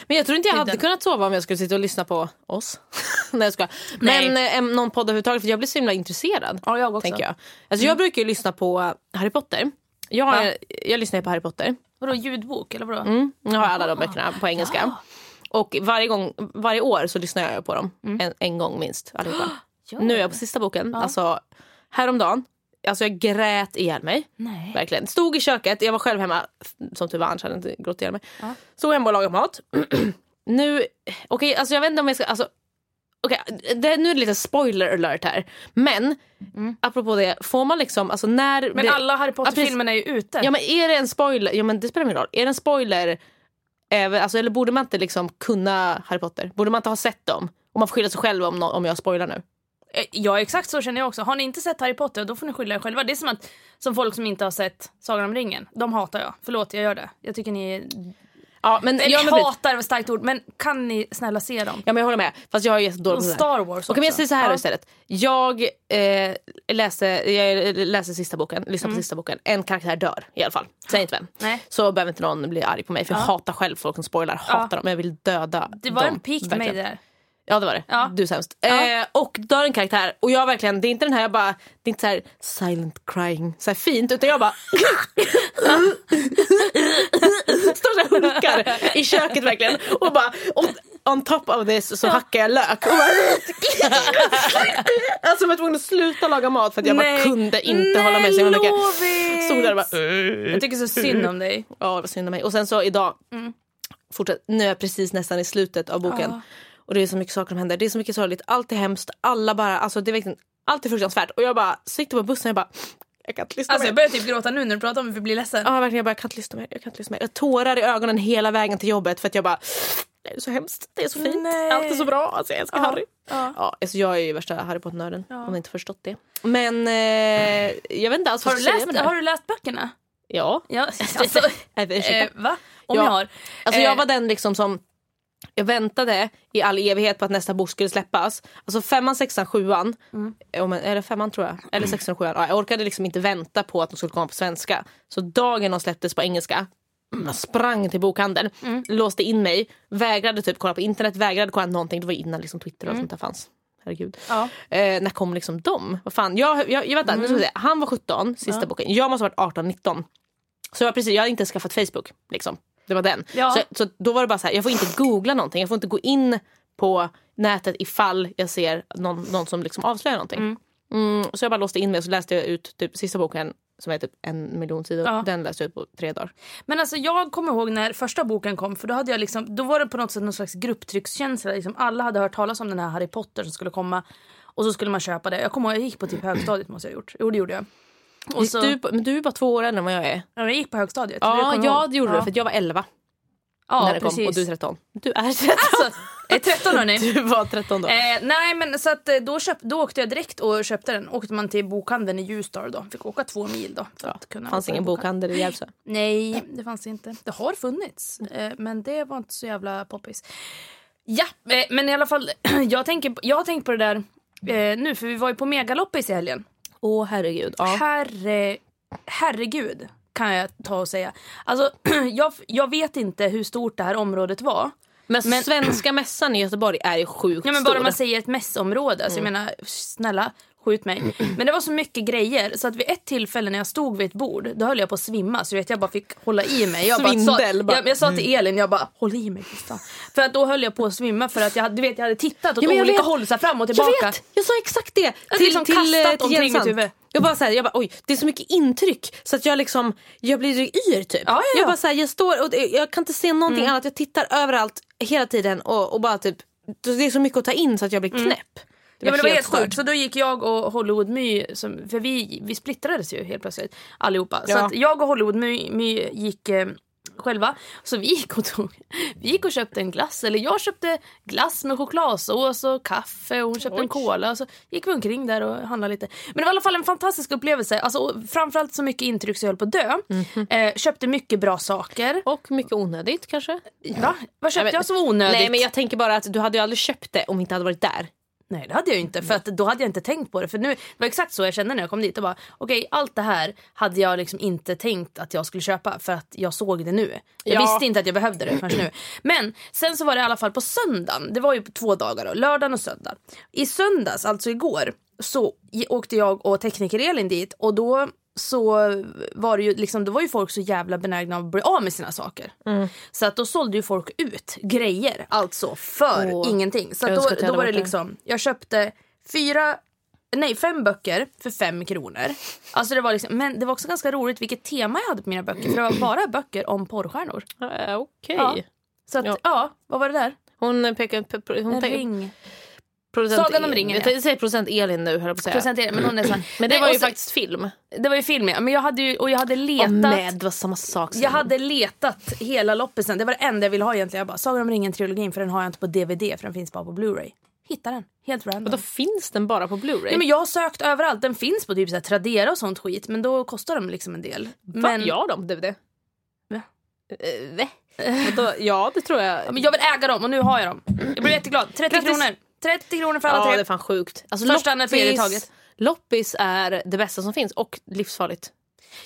S1: Men jag tror inte jag hade
S2: Tiden.
S1: kunnat sova om jag skulle sitta och lyssna på oss. Nej, jag skojar. Men eh, em, någon podd överhuvudtaget för jag blir så himla intresserad.
S2: Ja, jag också. Mm.
S1: Tänker jag. Alltså, jag brukar ju lyssna på Harry Potter. Jag, har, jag lyssnar ju på Harry Potter.
S2: Vadå ljudbok eller vadå?
S1: Mm. Jag har alla de böckerna på engelska. Och varje, gång, varje år så lyssnar jag på dem.
S2: Mm.
S1: En, en gång minst. Allihopa. Nu är jag på sista boken. Alltså, häromdagen, alltså jag grät ihjäl mig.
S2: Nej.
S1: Verkligen. Stod i köket, jag var själv hemma, som tur var annars hade jag inte gråtit ihjäl mig. Stod hemma och lagade mat. nu, okej alltså jag vet inte om jag ska, alltså, okej, det, nu är det lite spoiler alert här. Men, apropå det, får man liksom, alltså när...
S2: Mm. Men
S1: det,
S2: alla Harry
S1: Ja, precis.
S2: Potter-filmerna är ju ute.
S1: Ja men är det en spoiler, ja men det spelar ingen roll. Är det en spoiler, även, alltså, eller borde man inte liksom kunna Harry Potter? Borde man inte ha sett dem? Och man får skylla sig själv om, nå- om jag spoilar nu.
S2: Eh, Ja exakt så känner jag också. Har ni inte sett Harry Potter då får ni skylla er själva. Det är som att som folk som inte har sett Sagan om ringen. De hatar jag. Förlåt jag gör det. Jag tycker ni är...
S1: Ja men,
S2: Eller
S1: ja, men, precis.
S2: hatar är ett starkt ord men kan ni snälla se dem?
S1: ja, men jag håller med. Fast jag har ju jättedålig
S2: Och
S1: på det här.
S2: Star Wars också.
S1: Okej, men jag säger så här
S2: Ja.
S1: istället. Jag, eh, läste, jag läser sista boken, lyssnar på sista boken. En karaktär dör i alla fall. Säg inte vem.
S2: Mm. Nej.
S1: Så behöver inte någon bli arg på mig. För jag hatar själv folk som spoilar. Hatar dem. Jag vill döda
S2: Det var
S1: dem,
S2: en pik till mig
S1: verkligen.
S2: det där.
S1: Ja det var det.
S2: Ja.
S1: Du är sämst. Eh, och dör en karaktär och jag verkligen, det är inte den här jag bara, det är inte så här silent crying, så här fint utan jag bara Står så här hunkar i köket verkligen och bara och on top of this så hackar jag lök och bara Alltså jag var tvungen att sluta laga mat för att jag bara
S2: Nej.
S1: kunde inte hålla med så
S2: Nej,
S1: himla mycket.
S2: Lovits!
S1: Stod där och bara
S2: Jag tycker så synd om dig.
S1: Ja, vad synd om mig. Och sen så idag,
S2: Mm.
S1: fortsätt, nu är jag precis nästan i slutet av boken. Och det är så mycket saker som händer. Det är så mycket sorgligt. Allt är hemskt. Alla bara, alltså det är verkligen, allt är fruktansvärt. Och jag bara, så gick det på bussen jag bara, jag kan inte lyssna
S2: Alltså
S1: mer.
S2: jag börjar typ gråta nu när du pratar om det för jag blir ledsen.
S1: Ja verkligen, jag bara, jag kan inte lyssna mer. Jag kan inte lyssna mer. Jag har tårar i ögonen hela vägen till jobbet för att jag bara, det är så hemskt. Det är så fint.
S2: Nej.
S1: Allt är så bra. Alltså jag älskar Harry. Ja. alltså jag är ju värsta Harry Potter-nörden. Om ni inte förstått det. Men eh, jag vet inte alls
S2: Har
S1: vad
S2: du,
S1: jag ska säga med
S2: läst,
S1: det.
S2: har du läst böckerna?
S1: Ja.
S2: Ja, alltså,
S1: Nej, men ursäkta.
S2: eh, va? Om
S1: Ja.
S2: jag har.
S1: Alltså
S2: Eh,
S1: jag var den liksom som jag väntade i all evighet på att nästa bok skulle släppas. Alltså femman, sexan, sjuan. Mm. Eller femman tror jag. Eller sexan och sjuan. Ja, jag orkade liksom inte vänta på att de skulle komma på svenska. Så dagen de släpptes på engelska. mm, Jag sprang till bokhandeln, låste in mig, vägrade typ kolla på internet, vägrade kolla någonting. Det var innan liksom Twitter och allt sånt där fanns. Herregud. Eh, när kom liksom de? Vad fan? Jag, jag, jag, vänta, nu ska vi se. Han var 17, sista boken. Jag måste ha varit 18, 19. Så jag, precis, jag hade inte ens skaffat Facebook. Liksom. Det var den.
S2: Ja.
S1: Så, så då var det bara så här, jag får inte googla någonting. Jag får inte gå in på nätet ifall jag ser någon, någon som liksom avslöjar någonting. Mm. så jag bara låste in mig och så läste jag ut typ, sista boken som är typ en miljon sidor.
S2: Ja.
S1: Den läste jag ut på tre dagar.
S2: Men alltså jag kommer ihåg när första boken kom för då hade jag liksom, då var det på något sätt någon slags grupptryckskänsla. Liksom alla hade hört talas om den här Harry Potter som skulle komma och så skulle man köpa det. Jag kommer ihåg, jag gick på typ högstadiet måste jag ha gjort. Jo det gjorde jag. Och
S1: Gick
S2: så,
S1: Du, på- men du är bara två år äldre än vad jag är.
S2: ja, jag gick på högstadiet.
S1: Ja,
S2: kommer
S1: jag
S2: ihåg.
S1: gjorde det för att jag var elva.
S2: Ja,
S1: när den kom
S2: precis.
S1: och du är 13. Du är 13.
S2: Alltså, eh, 13 hörni.
S1: Du var 13 då.
S2: Eh, nej men så att eh, då, köp, då åkte jag direkt och köpte den. Åkte man till bokhandeln i Ljusdal då. Fick åka två mil då. För att kunna
S1: Det fanns
S2: åka i
S1: ingen bokhandel i Järvsö.
S2: Nej, det fanns det inte. Det har funnits, eh, men det var inte så jävla poppis. Ja, eh, men i alla fall, jag, tänker, på- jag har tänkt på det där eh, nu, för vi var ju på megaloppis i helgen.
S1: Åh herregud. Ja.
S2: Herre, herregud, kan jag ta och säga. Alltså, jag, jag vet inte hur stort det här området var.
S1: Men, Svenska mässan i Göteborg är ju sjukt
S2: Ja, men
S1: stor. Mm.
S2: bara man säger ett mässområde. Alltså, Jag menar, snälla, skjut mig. Men det var så mycket grejer så att vid ett tillfälle när jag stod vid ett bord, då höll jag på att svimma. Så du vet, jag bara fick hålla i mig. Jag
S1: Svindel,
S2: Bara,
S1: bara. Mm.
S2: sa, jag, jag sa till Elin, jag bara håll i mig Gustav. För att då höll jag på att svimma för att jag, hade- du vet, jag hade tittat åt
S1: Ja, men jag
S2: olika
S1: vet.
S2: håll, så här, fram och
S1: jag
S2: tillbaka.
S1: vet, jag sa exakt det.
S2: har
S1: Till,
S2: liksom
S1: till,
S2: kastat
S1: eh, till
S2: omkring
S1: Jens
S2: mitt
S1: Sant.
S2: huvud.
S1: Jag bara såhär, jag bara oj det är så mycket intryck så att jag liksom, jag blir yr typ.
S2: ja, ja. Mm.
S1: Jag bara såhär, jag står och det- jag kan inte se någonting annat. Jag tittar överallt hela tiden och, och bara typ, det är så mycket att ta in så att jag blir knäpp.
S2: Mm. Ja, men det var helt sjukt. Så då gick jag och Hollywood My, som, för vi, vi splittrades ju helt plötsligt allihopa. Så
S1: Ja.
S2: att jag och Hollywood My, My gick eh, själva. Så vi gick och, tog, vi gick och köpte en glass, eller jag köpte glass med chokladsås och kaffe och hon köpte en cola. Och så gick vi omkring där och handlade lite. Men det var i alla fall en fantastisk upplevelse. Alltså, och framförallt så mycket intryck så jag höll på att dö.
S1: Mhm.
S2: Eh, köpte mycket bra saker.
S1: Och mycket onödigt kanske?
S2: Va? Vad köpte
S1: Nej, men-
S2: jag som var onödigt?
S1: Nej men jag tänker bara att du hade ju aldrig köpt det om vi inte hade varit där.
S2: Nej det hade jag ju inte för att då hade jag inte tänkt på det. För nu, det var exakt så jag kände när jag kom dit. Jag bara, okej allt det här hade jag liksom inte tänkt att jag skulle köpa för att jag såg det nu. Jag visste inte att jag behövde det förrän nu. Men sen så var det i alla fall på söndagen, det var ju på två dagar då, lördagen och söndagen. I söndags, alltså igår, så i- åkte jag och tekniker-Elin dit och då så var det ju liksom, då var ju folk så jävla benägna att bli av med sina saker. Så att då sålde ju folk ut grejer, alltså för
S1: Åh.
S2: ingenting. Så
S1: Jag
S2: att
S1: önskar att
S2: då,
S1: jag
S2: då
S1: hade
S2: var det
S1: varit där.
S2: liksom, jag köpte fyra, nej fem böcker för fem kronor. Alltså det var liksom, men det var också ganska roligt vilket tema jag hade på mina böcker för det var bara böcker om porrstjärnor.
S1: Uh, Okej.
S2: Ja. eh, Så att,
S1: Ja.
S2: ja. vad var det där?
S1: Hon pekar... pe- pe- Hon
S2: En
S1: pekar
S2: ring.
S1: producent
S2: Sagan om
S1: El-
S2: ringen,
S1: Jag
S2: ja.
S1: tänkte säga producent Elin nu höll jag på att säga.
S2: Presenterade, men hon är så här,
S1: Men det
S2: Nej,
S1: var
S2: och
S1: ju
S2: så-
S1: faktiskt film.
S2: Det var ju film ja, men jag hade ju, och jag hade letat.
S1: med, det var samma sak.
S2: Jag hade letat hela loppisen. Det var det enda jag ville ha egentligen. Jag bara, Sagan om ringen-trilogin för den har jag inte på DVD för den finns bara på Blu-ray. Hitta den, helt random.
S1: Och då finns den bara på Blu-ray.
S2: Nej, men jag har sökt överallt. Den finns på typ så här, Tradera och sånt skit men då kostar de liksom en del.
S1: Va?
S2: Men,
S1: Jag har dem på DVD.
S2: Va?
S1: Eh, va? Och då, ja, det tror jag.
S2: Ja, men jag vill äga dem och nu har jag dem. Jag blev jätteglad. 30
S1: Grattis.
S2: kronor. 30 kronor för alla
S1: ja,
S2: tre.
S1: det är fan sjukt. Alltså,
S2: Första, andra, tredje taget.
S1: Loppis är det bästa som finns och livsfarligt.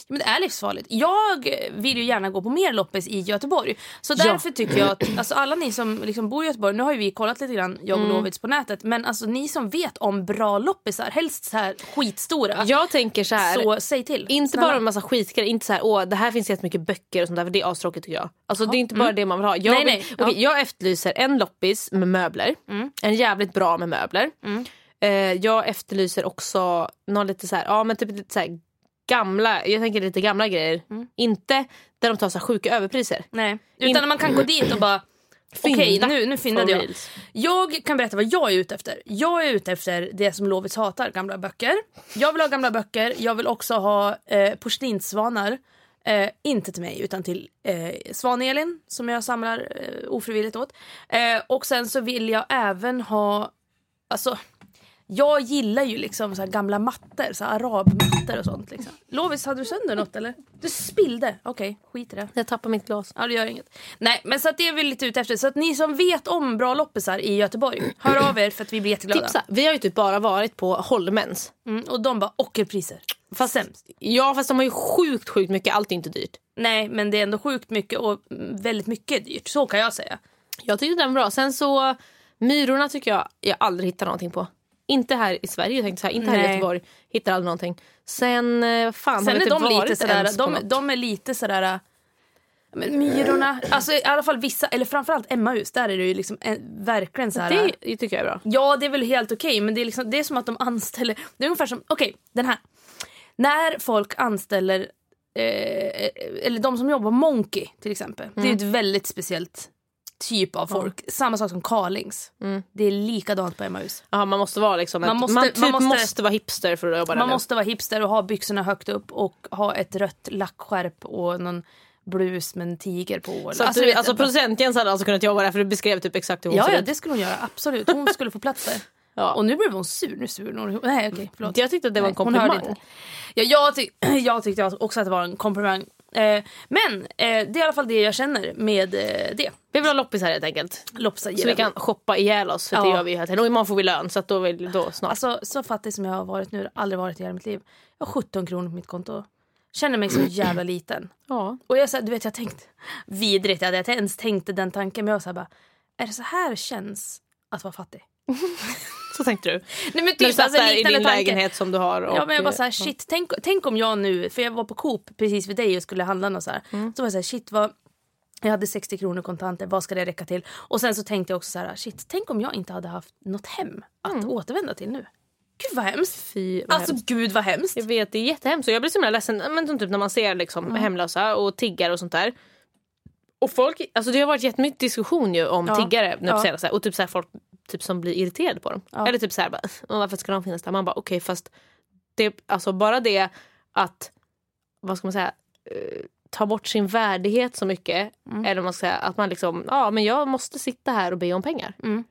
S2: Ja, Men det är livsfarligt. Jag vill ju gärna gå på mer loppis i Göteborg. Så därför tycker jag att alltså alla ni som liksom bor i Göteborg, nu har ju vi kollat lite grann jag och
S1: Mm.
S2: Lovits på nätet, men alltså ni som vet om bra loppisar, helst så här skitstora,
S1: Jag tänker så här.
S2: så säg till.
S1: inte
S2: Snälla.
S1: bara en massa skitgrejer, inte så här, åh det här finns jättemycket böcker och sånt där för det är astråkigt tycker jag. Alltså det är inte bara det man vill ha. Jag,
S2: Nej,
S1: vill,
S2: nej.
S1: okej, jag efterlyser en loppis med möbler, en jävligt bra med möbler. Eh, jag efterlyser också någon lite så här, ja men typ lite så här gamla, jag tänker lite gamla grejer. Inte där de tar så här sjuka överpriser.
S2: Nej. Utan man kan gå dit och bara Okej,
S1: Fynda
S2: nu, nu
S1: for
S2: fyndade jag.
S1: reals.
S2: Jag kan berätta vad jag är ute efter. Jag är ute efter det som Lovits hatar, gamla böcker. Jag vill ha gamla böcker, jag vill också ha eh, porslinssvanar. Eh, inte till mig, utan till eh, Svan-Elin som jag samlar eh, ofrivilligt åt. Eh, och sen så vill jag även ha... Alltså, jag gillar ju liksom så här gamla mattor, så här arabmattor och sånt. Liksom. Lovis, hade du sönder något eller? Du spillde! Okej, skit i det.
S1: Jag tappar mitt glas.
S2: Ja, det gör inget. Nej, men så att det är vi lite ute efter. Så att ni som vet om bra loppisar i Göteborg, hör av er för att vi blir jätteglada.
S1: Tipsa, vi har ju typ bara varit på Holmens.
S2: Mm, och de bara ockerpriser.
S1: Fast, ja fast de har ju sjukt sjukt mycket, allt är inte dyrt.
S2: Nej, men det är ändå sjukt mycket och mm, väldigt mycket dyrt. Så kan jag säga.
S1: Jag tyckte den var bra. Sen så Myrorna tycker jag jag aldrig hittar någonting på. Inte här i Sverige, jag tänkte så här, inte här i
S2: Nej.
S1: Göteborg. Hittar aldrig någonting. Sen eh, fan har
S2: Sen
S1: vi
S2: är
S1: typ
S2: de lite
S1: varit
S2: sådär,
S1: ens på
S2: de,
S1: något.
S2: de är lite sådär äh, men Myrorna, alltså i alla fall vissa, eller framförallt Emmahus, där är det ju liksom en, verkligen så här. äh,
S1: Det tycker jag är bra.
S2: Ja, det är väl helt okej, men det är, liksom, det är som att de anställer... Det är ungefär som... Okej, den här. När folk anställer... Eh, eller de som jobbar Monkey, till exempel. Det är ju
S1: Mm.
S2: ett väldigt speciellt typ av folk. Samma sak som Carlings.
S1: Mm.
S2: Det är likadant på Emmaus.
S1: Ja, man måste vara liksom man,
S2: Man
S1: måste,
S2: måste-
S1: man, typ
S2: man
S1: måste,
S2: måste-
S1: vara hipster för att jobba där
S2: Man
S1: nu.
S2: måste vara hipster och ha byxorna högt upp och ha ett rött lackskärp och någon blus med en tiger på. Eller?
S1: Så alltså,
S2: du
S1: vi,
S2: vet,
S1: alltså
S2: bara-
S1: producentjänst hade alltså kunnat jobba där för du beskrev typ exakt hur hon
S2: Ja,
S1: ser
S2: ja,
S1: ut.
S2: det skulle hon göra. Absolut. Hon skulle få plats där.
S1: Ja.
S2: Och nu blev hon sur. Nu sur hon. Nej, okej. Förlåt.
S1: Jag tyckte att det var en
S2: Nej, hon hörde
S1: komplimang.
S2: inte. Ja, jag, tyck jag tyckte också att det var en komplimang. Eh, men eh, det är i alla fall det jag känner med eh, det.
S1: Vi vill ha loppisar helt enkelt.
S2: Loppisar
S1: Så
S2: gillar
S1: vi kan shoppa ihjäl oss för det
S2: Ja.
S1: gör vi ju hela tiden. Och imorgon får vi lön så att då, vill, då snart.
S2: Alltså så fattig som jag har varit nu, aldrig varit i hela mitt liv. Jag har 17 kronor på mitt konto. Känner mig så jävla liten.
S1: ja.
S2: Och jag så här, du vet jag har tänkt, vidrigt, jag hade inte ens tänkt den tanken men jag var så här bara, är det så här det känns att vara fattig?
S1: Så tänkte du.
S2: Nej men
S1: När du
S2: typ
S1: satt
S2: alltså,
S1: där i
S2: liknande
S1: din
S2: tanke.
S1: lägenhet som du har. Och, eh,
S2: Ja men jag bara såhär shit, tänk, tänk om jag nu, för jag var på Coop precis vid dig och skulle handla något så här.
S1: Mm.
S2: Så var jag såhär shit vad, jag hade 60 kronor kontanter, vad ska det räcka till? Och sen så tänkte jag också så här: shit tänk om jag inte hade haft något hem att återvända till nu. Gud vad hemskt.
S1: Mm. Fy, vad
S2: Alltså gud vad hemskt.
S1: Jag vet, det är jättehemskt. Och Jag blir så himla ledsen men som typ när man ser liksom, hemlösa och tiggare och sånt där. Och folk, alltså det har varit jättemycket diskussion ju om
S2: Ja.
S1: tiggare nu på
S2: Ja.
S1: senaste. Och typ så här, folk typ som blir irriterade på dem. Eller typ så här, bara, "Åh, varför ska de finnas där? Man bara okej fast det, alltså bara det att, vad ska man säga, eh, ta bort sin värdighet så mycket. Eller om man ska säga, att man liksom, ja men jag måste sitta här och be om pengar. Men Mm.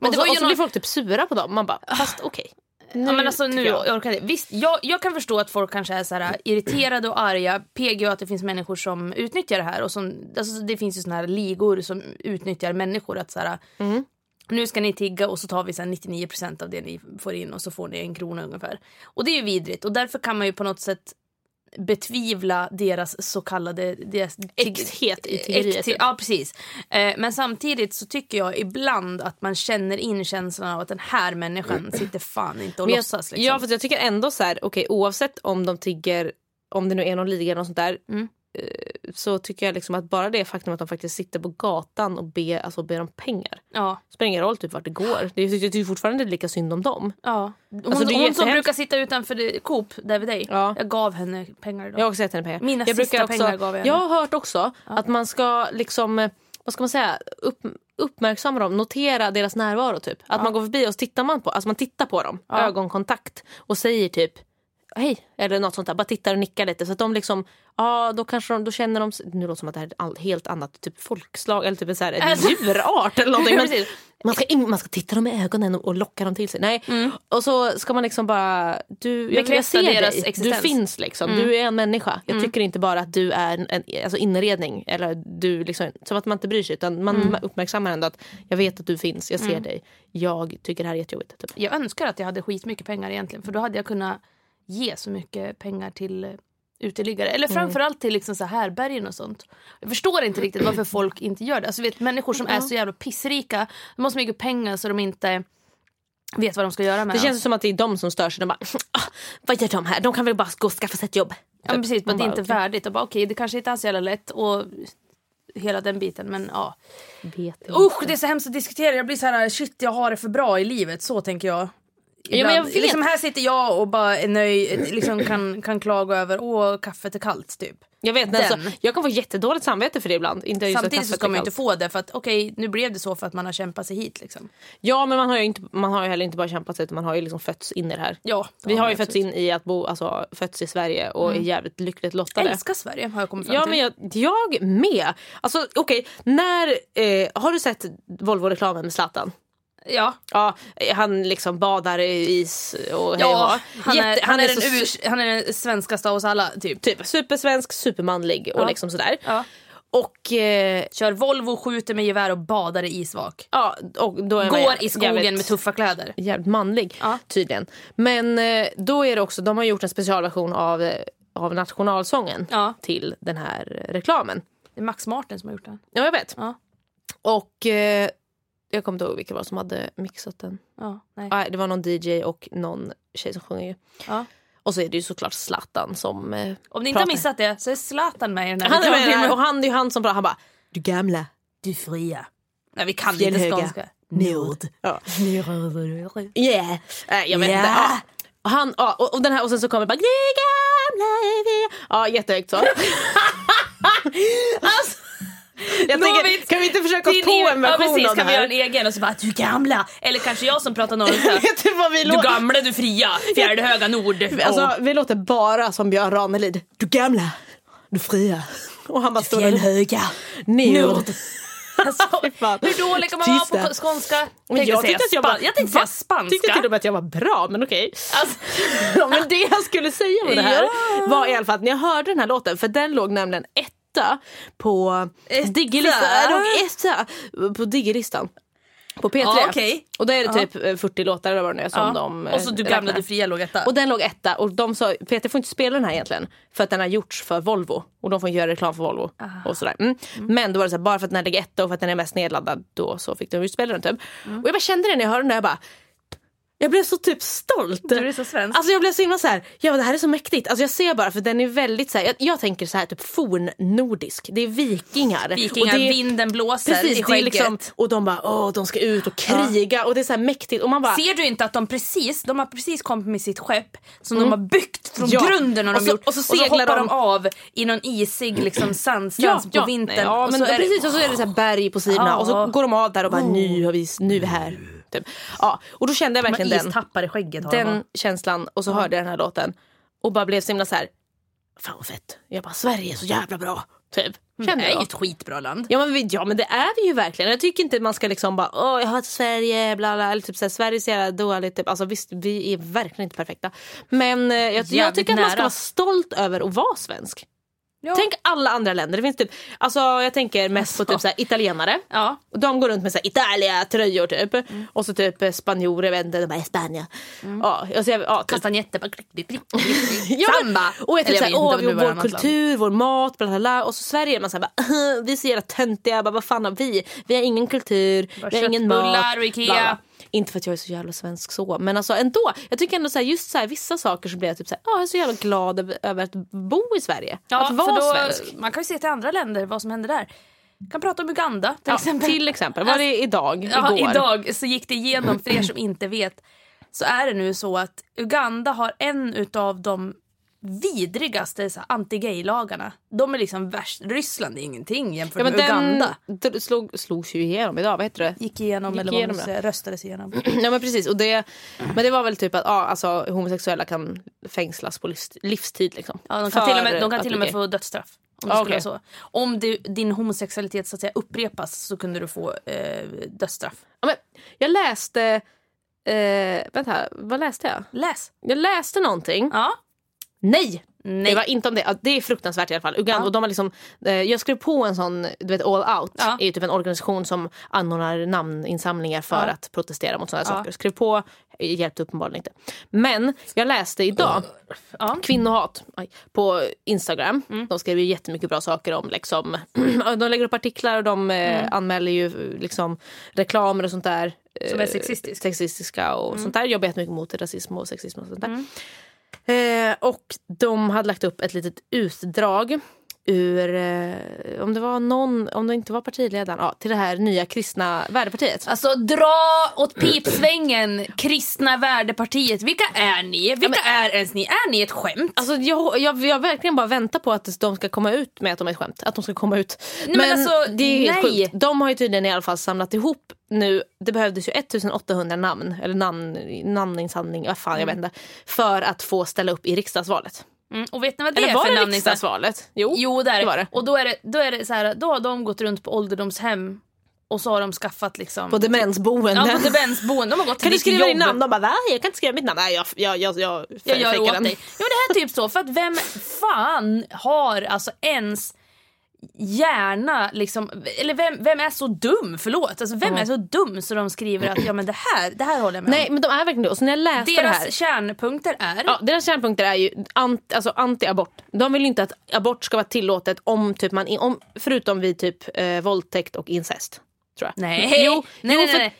S1: och,
S2: det
S1: så,
S2: var ju
S1: och så
S2: någon-
S1: blir folk typ sura på dem. Man bara fast okej.
S2: ja, men alltså, nu
S1: tycker jag.
S2: jag. orkar jag inte. Visst, jag, jag kan förstå att folk kanske är så här, äh, irriterade och arga. PG och att det finns människor som utnyttjar det här. Och som, alltså, det finns ju såna här ligor som utnyttjar människor. att så här,
S1: Mm.
S2: äh, Nu ska ni tigga och så tar vi så här 99% av det ni får in och så får ni en krona ungefär. Och det är ju vidrigt och därför kan man ju på något sätt betvivla deras så kallade... Deras tig-
S1: Äkthet i tiggeriet,
S2: äkthet-
S1: typ.
S2: Ja, precis. Eh, Men samtidigt så tycker jag ibland att man känner in känslan av att den här människan sitter fan inte och
S1: Men jag,
S2: låtsas. Liksom.
S1: Ja, för jag tycker ändå så här, okej, oavsett om de tigger, om det nu är någon liga eller något sånt där, eh, så tycker jag liksom att bara det faktum att de faktiskt sitter på gatan och ber, alltså ber om pengar,
S2: ja.
S1: spelar ingen roll typ vart det går. Det jag tycker fortfarande lika synd om dem.
S2: Ja. Hon,
S1: Alltså, det är
S2: hon som
S1: jättehemskt.
S2: brukar sitta utanför det- Coop där vid dig.
S1: Ja.
S2: Jag gav henne pengar idag.
S1: Jag har också gett henne pengar.
S2: Mina
S1: jag
S2: sista pengar gav jag henne.
S1: Jag har hört också att man ska liksom, eh, vad ska man säga, upp, uppmärksamma dem, notera deras närvaro typ. Att man går förbi och så tittar man på, alltså man tittar på dem, ögonkontakt och säger typ hej eller något sånt där, bara tittar och nickar lite så att de liksom, ja då kanske de, då känner de sig- nu låter det som att det här är ett all- helt annat typ folkslag eller typ en så här, en
S2: Alltså-
S1: djurart eller någonting.
S2: Ja,
S1: Men
S2: precis.
S1: man, ska in, man ska titta dem i ögonen och, och locka dem till sig. Nej.
S2: Mm.
S1: Och så ska man liksom bara, du, jag, jag
S2: Bekräfta
S1: ser
S2: deras
S1: dig, du
S2: existens. Mm.
S1: finns finns. Liksom. Du är en människa. Jag tycker inte bara att du är en, en alltså inredning. Eller du liksom, som att man inte bryr sig. Utan man
S2: Mm.
S1: uppmärksammar ändå att jag vet att du finns, jag ser dig. Jag tycker det här är jättejobbigt. Typ.
S2: Jag önskar att jag hade skitmycket pengar egentligen. För då hade jag kunnat ge så mycket pengar till eh, uteliggare. Eller framförallt till liksom så här bergen och sånt. Jag förstår inte riktigt varför folk inte gör det. Alltså vet, människor som är så jävla pissrika. De har så mycket pengar så de inte vet vad de ska göra med
S1: Det
S2: dem.
S1: känns som att det är de som stör sig. De bara, "Ah, vad gör de här? De kan väl bara gå och skaffa sig ett jobb.
S2: Ja, men precis,
S1: Man
S2: men det är
S1: bara,
S2: inte värdigt. Och bara, okej, det kanske inte alls är så jävla lätt. Och hela den biten. Men ja.
S1: Vet inte.
S2: Usch, det är så hemskt att diskutera. Jag blir så här, shit jag har det för bra i livet. Så tänker jag.
S1: Ja, men jag
S2: Ibland.
S1: vet.
S2: Liksom här sitter jag och bara är nöjd, liksom kan, kan klaga över åh kaffet är kallt typ.
S1: jag, vet, men alltså,
S2: Den.
S1: jag kan få jättedåligt samvete för det ibland. Inte just att
S2: Samtidigt så
S1: kaffet
S2: ska
S1: är
S2: man ju
S1: kallt.
S2: inte få det för att okej nu blev det så för att man har kämpat sig hit liksom.
S1: Ja men man har ju, inte, man har ju heller inte bara kämpat sig utan man har ju liksom fötts in i det här.
S2: Ja, det
S1: Vi
S2: har
S1: har
S2: man
S1: ju fötts in i att bo, alltså fötts i Sverige och är jävligt lyckligt
S2: Jag
S1: lottade.
S2: Mm. älskar Sverige har jag kommit fram
S1: Ja
S2: till.
S1: men jag, jag med. Alltså okej, när, eh, har du sett Volvo-reklamen med Zlatan?
S2: ja.
S1: Ja, eh, han liksom badar i is och hej och hå.
S2: ja han, är,
S1: Jätte-
S2: han, är
S1: så
S2: den
S1: su-
S2: ur, han är den svenskaste av oss alla typ.
S1: typ, supersvensk, supermanlig och liksom sådär.
S2: Ja.
S1: Och, eh,
S2: Kör Volvo, skjuter med gevär och badar i isvak.
S1: ja, och då är man
S2: Går
S1: jä-
S2: i skogen
S1: jävligt-
S2: med tuffa kläder.
S1: jävligt manlig
S2: Ja.
S1: tydligen. Men eh, då är det också, de har gjort en specialversion av, eh, av nationalsången
S2: Ja.
S1: till den här eh, reklamen.
S2: Det är Max Martin som har gjort den.
S1: Ja jag vet.
S2: Ja.
S1: Och eh, jag kommer inte ihåg vilka var det som hade mixat den.
S2: Ja, nej.
S1: Nej, det var någon DJ och någon tjej som sjunger ju.
S2: Ja.
S1: Och så är det ju såklart Zlatan som eh,
S2: Om ni inte har
S1: pratar.
S2: missat det så är Zlatan med i den här
S1: Han är med
S2: reklamfilmen.
S1: där, och han det är ju han som pratar, han bara du gamla.
S2: Du fria. Nej vi kan
S1: Fjällhöga.
S2: inte skånska.
S1: Nord. Ja. Yeah. Äh, jag vet
S2: Yeah.
S1: inte. Ja. Och Han, ja, och, och, den här, och sen så kommer det bara du gamla är vi. Ja jättehögt så. alltså, jag
S2: Nåvitt,
S1: tänker, kan vi inte försöka oss på en
S2: e- ja,
S1: version
S2: precis,
S1: av det
S2: kan vi göra
S1: här?
S2: en egen och så bara du gamla. Eller kanske jag som pratar norrländska.
S1: Vet du vad vi
S2: du
S1: låter?
S2: gamla, du fria, fjärdehöga nord.
S1: Alltså,
S2: Åh.
S1: Vi låter bara som Björn Ranelid. Du gamla, du fria. Och han bara står där.
S2: Fjällhöga.
S1: Njord.
S2: Alltså,
S1: Fy fan.
S2: hur dålig kan man
S1: Tyst
S2: vara
S1: där.
S2: på skånska?
S1: Men jag
S2: Tänkte
S1: tyckte
S2: säga
S1: att jag
S2: span-
S1: var,
S2: jag tänkte säga
S1: va? Tyckte till
S2: spanska.
S1: och med att jag var bra, men okej.
S2: Alltså,
S1: Ja, men det jag skulle säga med det här
S2: Ja.
S1: var i alla fall att när jag hörde den här låten, för den låg nämligen etta på diggerlistan. Den låg etta på diggerlistan. På P3.
S2: Ja, okej.
S1: Och då är det typ eh, 40 låtar eller vad det nu är som de eh,
S2: och så du
S1: räknar.
S2: gamla, du fria låg etta.
S1: Och den låg etta och de sa Peter får inte spela den här egentligen för att den har gjorts för Volvo och de får göra reklam för Volvo
S2: Ah.
S1: och sådär. Mm. Men då var det så här, bara för att den här ligger etta och för att den är mest nedladdad då så fick de ju spela den typ.
S2: Mm.
S1: Och jag bara kände det när jag hörde den där jag bara jag blev så typ stolt.
S2: Du är så svensk.
S1: Alltså jag blev så himla så här, ja det här är så mäktigt. Alltså jag ser bara för den är väldigt så här, jag, jag tänker så här typ fornnordisk. Det är vikingar.
S2: Vikingar,
S1: och det är,
S2: vinden blåser i
S1: Precis, det är
S2: skägget.
S1: liksom, och de bara åh de ska ut och kriga och det är så här mäktigt. Och man bara,
S2: Ser du inte att de precis, de har precis kommit med sitt skepp som de har byggt från
S1: Mm. Ja.
S2: grunden har de
S1: Och så-
S2: gjort.
S1: och så seglar
S2: hoppar de
S1: de
S2: av i någon isig liksom, sandstrand på vintern.
S1: Nej, Ja,
S2: och
S1: men
S2: så är det-
S1: precis, och så är det så här berg på sidorna
S2: Ja. Oh.
S1: och så går de av där och bara nu har vi, nu är vi här. Typ. Ja, och då kände jag
S2: de
S1: verkligen
S2: har
S1: den,
S2: istappar i skägget. har de.
S1: den känslan och så hörde jag den här låten och bara blev så himla så här, fan vad fett. Jag bara Sverige är så jävla bra. Typ. Kände
S2: det är ju
S1: jag.
S2: ett skitbra land.
S1: Ja men, vi- ja men det är vi ju verkligen. Jag tycker inte man ska liksom bara åh jag hatar Sverige bla bla. Eller typ såhär Sverige är så jävla dåligt. Typ. Alltså visst vi är verkligen inte perfekta. Men eh, jag, jag
S2: Jävligt
S1: tycker att man ska
S2: nära.
S1: vara stolt över att vara svensk.
S2: Ja.
S1: Tänk alla andra länder. Det finns typ, alltså, jag tänker mest på typ så här, italienare.
S2: Ja. Mm.
S1: Och De går runt med så här, Italia-tröjor typ. Och så typ eh, spanjorer, jag vet inte, de bara Spanien. Ja, alltså, jag, ja, typ.
S2: Kastanjetter bara klick, klick, klick,
S1: Ja,
S2: klick.
S1: men-
S2: Samba!
S1: Och jag typ
S2: Eller
S1: såhär,
S2: vet inte
S1: åh,
S2: vad det
S1: vår,
S2: nu var i
S1: vår
S2: annat land.
S1: kultur, vår mat, bla bla bla. Och så Sverige är man såhär, bara, vi är så jävla töntiga, bara, vad fan har vi? Vi har ingen kultur, vi har ingen mat.
S2: köttbullar och Ikea.
S1: bla, bla. Inte för att jag är så jävla svensk så, men alltså ändå. Jag tycker ändå såhär, just såhär, vissa saker så blir jag typ såhär, ja, jag är så jävla glad över- över att bo i Sverige.
S2: Ja,
S1: att
S2: för
S1: vara
S2: då,
S1: svensk.
S2: Man kan ju se till andra länder vad som händer där. Kan prata om Uganda till
S1: Ja,
S2: exempel.
S1: Till exempel, var det idag?
S2: Ja,
S1: igår?
S2: idag så gick det igenom, för er som inte vet, så är det nu så att Uganda har en utav de vidrigaste så här anti-gay-lagarna. De är liksom värst. Ryssland är ingenting jämfört
S1: Ja, men
S2: med Uganda.
S1: den dr- slog, slogs ju igenom idag, vad heter det?
S2: Gick igenom,
S1: Gick
S2: eller vad man
S1: igenom
S2: ska säga, röstades igenom.
S1: Ja men precis, och det, men det var väl typ att ja, alltså, homosexuella kan fängslas på livst- livstid. Liksom,
S2: Ja, de
S1: För
S2: kan till och med, de kan
S1: att
S2: till och
S1: du-
S2: med få dödsstraff. Om, det
S1: Ja,
S2: skulle
S1: okej.
S2: vara så. om du, din homosexualitet så att säga, upprepas så kunde du få eh, dödsstraff.
S1: Ja, men, jag läste, eh, vänta, vad läste jag?
S2: Läs!
S1: Jag läste någonting.
S2: Ja.
S1: Nej!
S2: Nej.
S1: Det var inte om det. Ja, Det är fruktansvärt i alla fall. Uganda, och de har liksom, eh, jag skrev på en sån, du vet All Out
S2: Ja.
S1: är ju typ en organisation som anordnar namninsamlingar för att protestera mot sådana här saker. Skrev på, eh, hjälpte uppenbarligen inte. Men jag läste idag
S2: Ja. Mm.
S1: kvinnohat aj, på Instagram. De skriver ju jättemycket bra saker om liksom, de lägger upp artiklar och de eh,
S2: Mm.
S1: anmäler ju eh, liksom, reklamer och sånt där. eh,
S2: Som är sexistisk. Mm.
S1: sexistiska och sånt där. Jobbar jättemycket mot rasism och sexism och sånt där. Eh, och de hade lagt upp ett litet utdrag ur, eh, om det var någon, om det inte var partiledaren, ja, till det här nya kristna värdepartiet.
S2: Alltså dra åt pipsvängen, kristna värdepartiet. Vilka är ni? Vilka är ens ni? Är ni ett skämt?
S1: Alltså jag, jag, jag verkligen bara väntar på att de ska komma ut med att de är ett skämt. Att de ska komma ut.
S2: Nej, men alltså,
S1: det är ju helt
S2: nej.
S1: sjukt. De har ju tydligen i alla fall samlat ihop nu, det behövdes ju 1800 namn, eller namn, namninsamling, vad fan jag vet inte. För att få ställa upp i riksdagsvalet.
S2: Mm, och vet ni vad det
S1: Eller
S2: är
S1: var
S2: för
S1: det
S2: namn? Lisa?
S1: riksdagsvalet? Jo,
S2: Jo det är det.
S1: var Oh, det.
S2: Och då är det, då är det så här, då har de gått runt på ålderdomshem och så har de skaffat liksom...
S1: På demensboenden.
S2: ja, på demensboenden. De har gått till
S1: Kan du
S2: ditt
S1: skriva ditt
S2: jobb.
S1: namn? De bara va? Jag kan inte skriva mitt namn. Nej, jag, jag, jag, jag,
S2: jag gör
S1: fejkar
S2: åt
S1: den.
S2: dig. Ja, men det här är typ så, för att vem fan har alltså ens hjärna liksom, eller vem, vem är så dum, förlåt, alltså vem är så dum så de skriver att ja men det här, det här håller jag med
S1: Nej men de är verkligen det. Och så när jag läste
S2: om.
S1: det
S2: Deras
S1: här.
S2: kärnpunkter är
S1: Ja, deras kärnpunkter är ju anti, alltså anti-abort. De vill ju inte att abort ska vara tillåtet om typ man, om, förutom vid typ eh, våldtäkt och incest. Tror jag.
S2: Nej,
S1: Jo,
S2: nej,
S1: jo,
S2: nej,
S1: för-
S2: nej.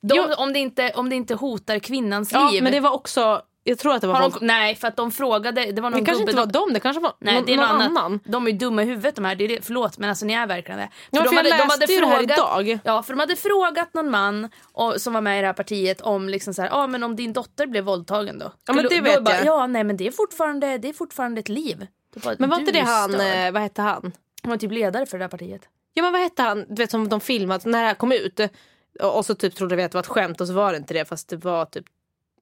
S2: De,
S1: Jo.
S2: om, det inte, om det inte hotar kvinnans
S1: Ja,
S2: liv.
S1: men det var också, jag tror att det var
S2: har
S1: våld,
S2: de, nej, för att de frågade, det var någon
S1: Det kanske
S2: gubbe,
S1: inte var
S2: de,
S1: dem, det kanske var
S2: Nej,
S1: någon,
S2: det är någon
S1: någon
S2: annan.
S1: annan.
S2: De är ju dumma i huvudet de här, det är det, förlåt men alltså ni är verkligen det.
S1: Ja, för jag läste ju det här idag.
S2: Ja, för de hade frågat någon man och, som var med i det här partiet om liksom så här, ah, men om din dotter blev våldtagen då?
S1: Ja, men
S2: Skulle-
S1: det
S2: då
S1: vet
S2: bara,
S1: jag.
S2: Ja, nej men det är fortfarande, det är fortfarande ett liv. Då bara,
S1: Men var
S2: du
S1: inte det
S2: är
S1: han,
S2: störd.
S1: eh, vad hette han?
S2: Han var typ ledare för det där partiet.
S1: Ja men vad hette han, du vet som de filmade när det här kom ut. Och, och så typ trodde vi att det var ett skämt och så var det inte det fast det var typ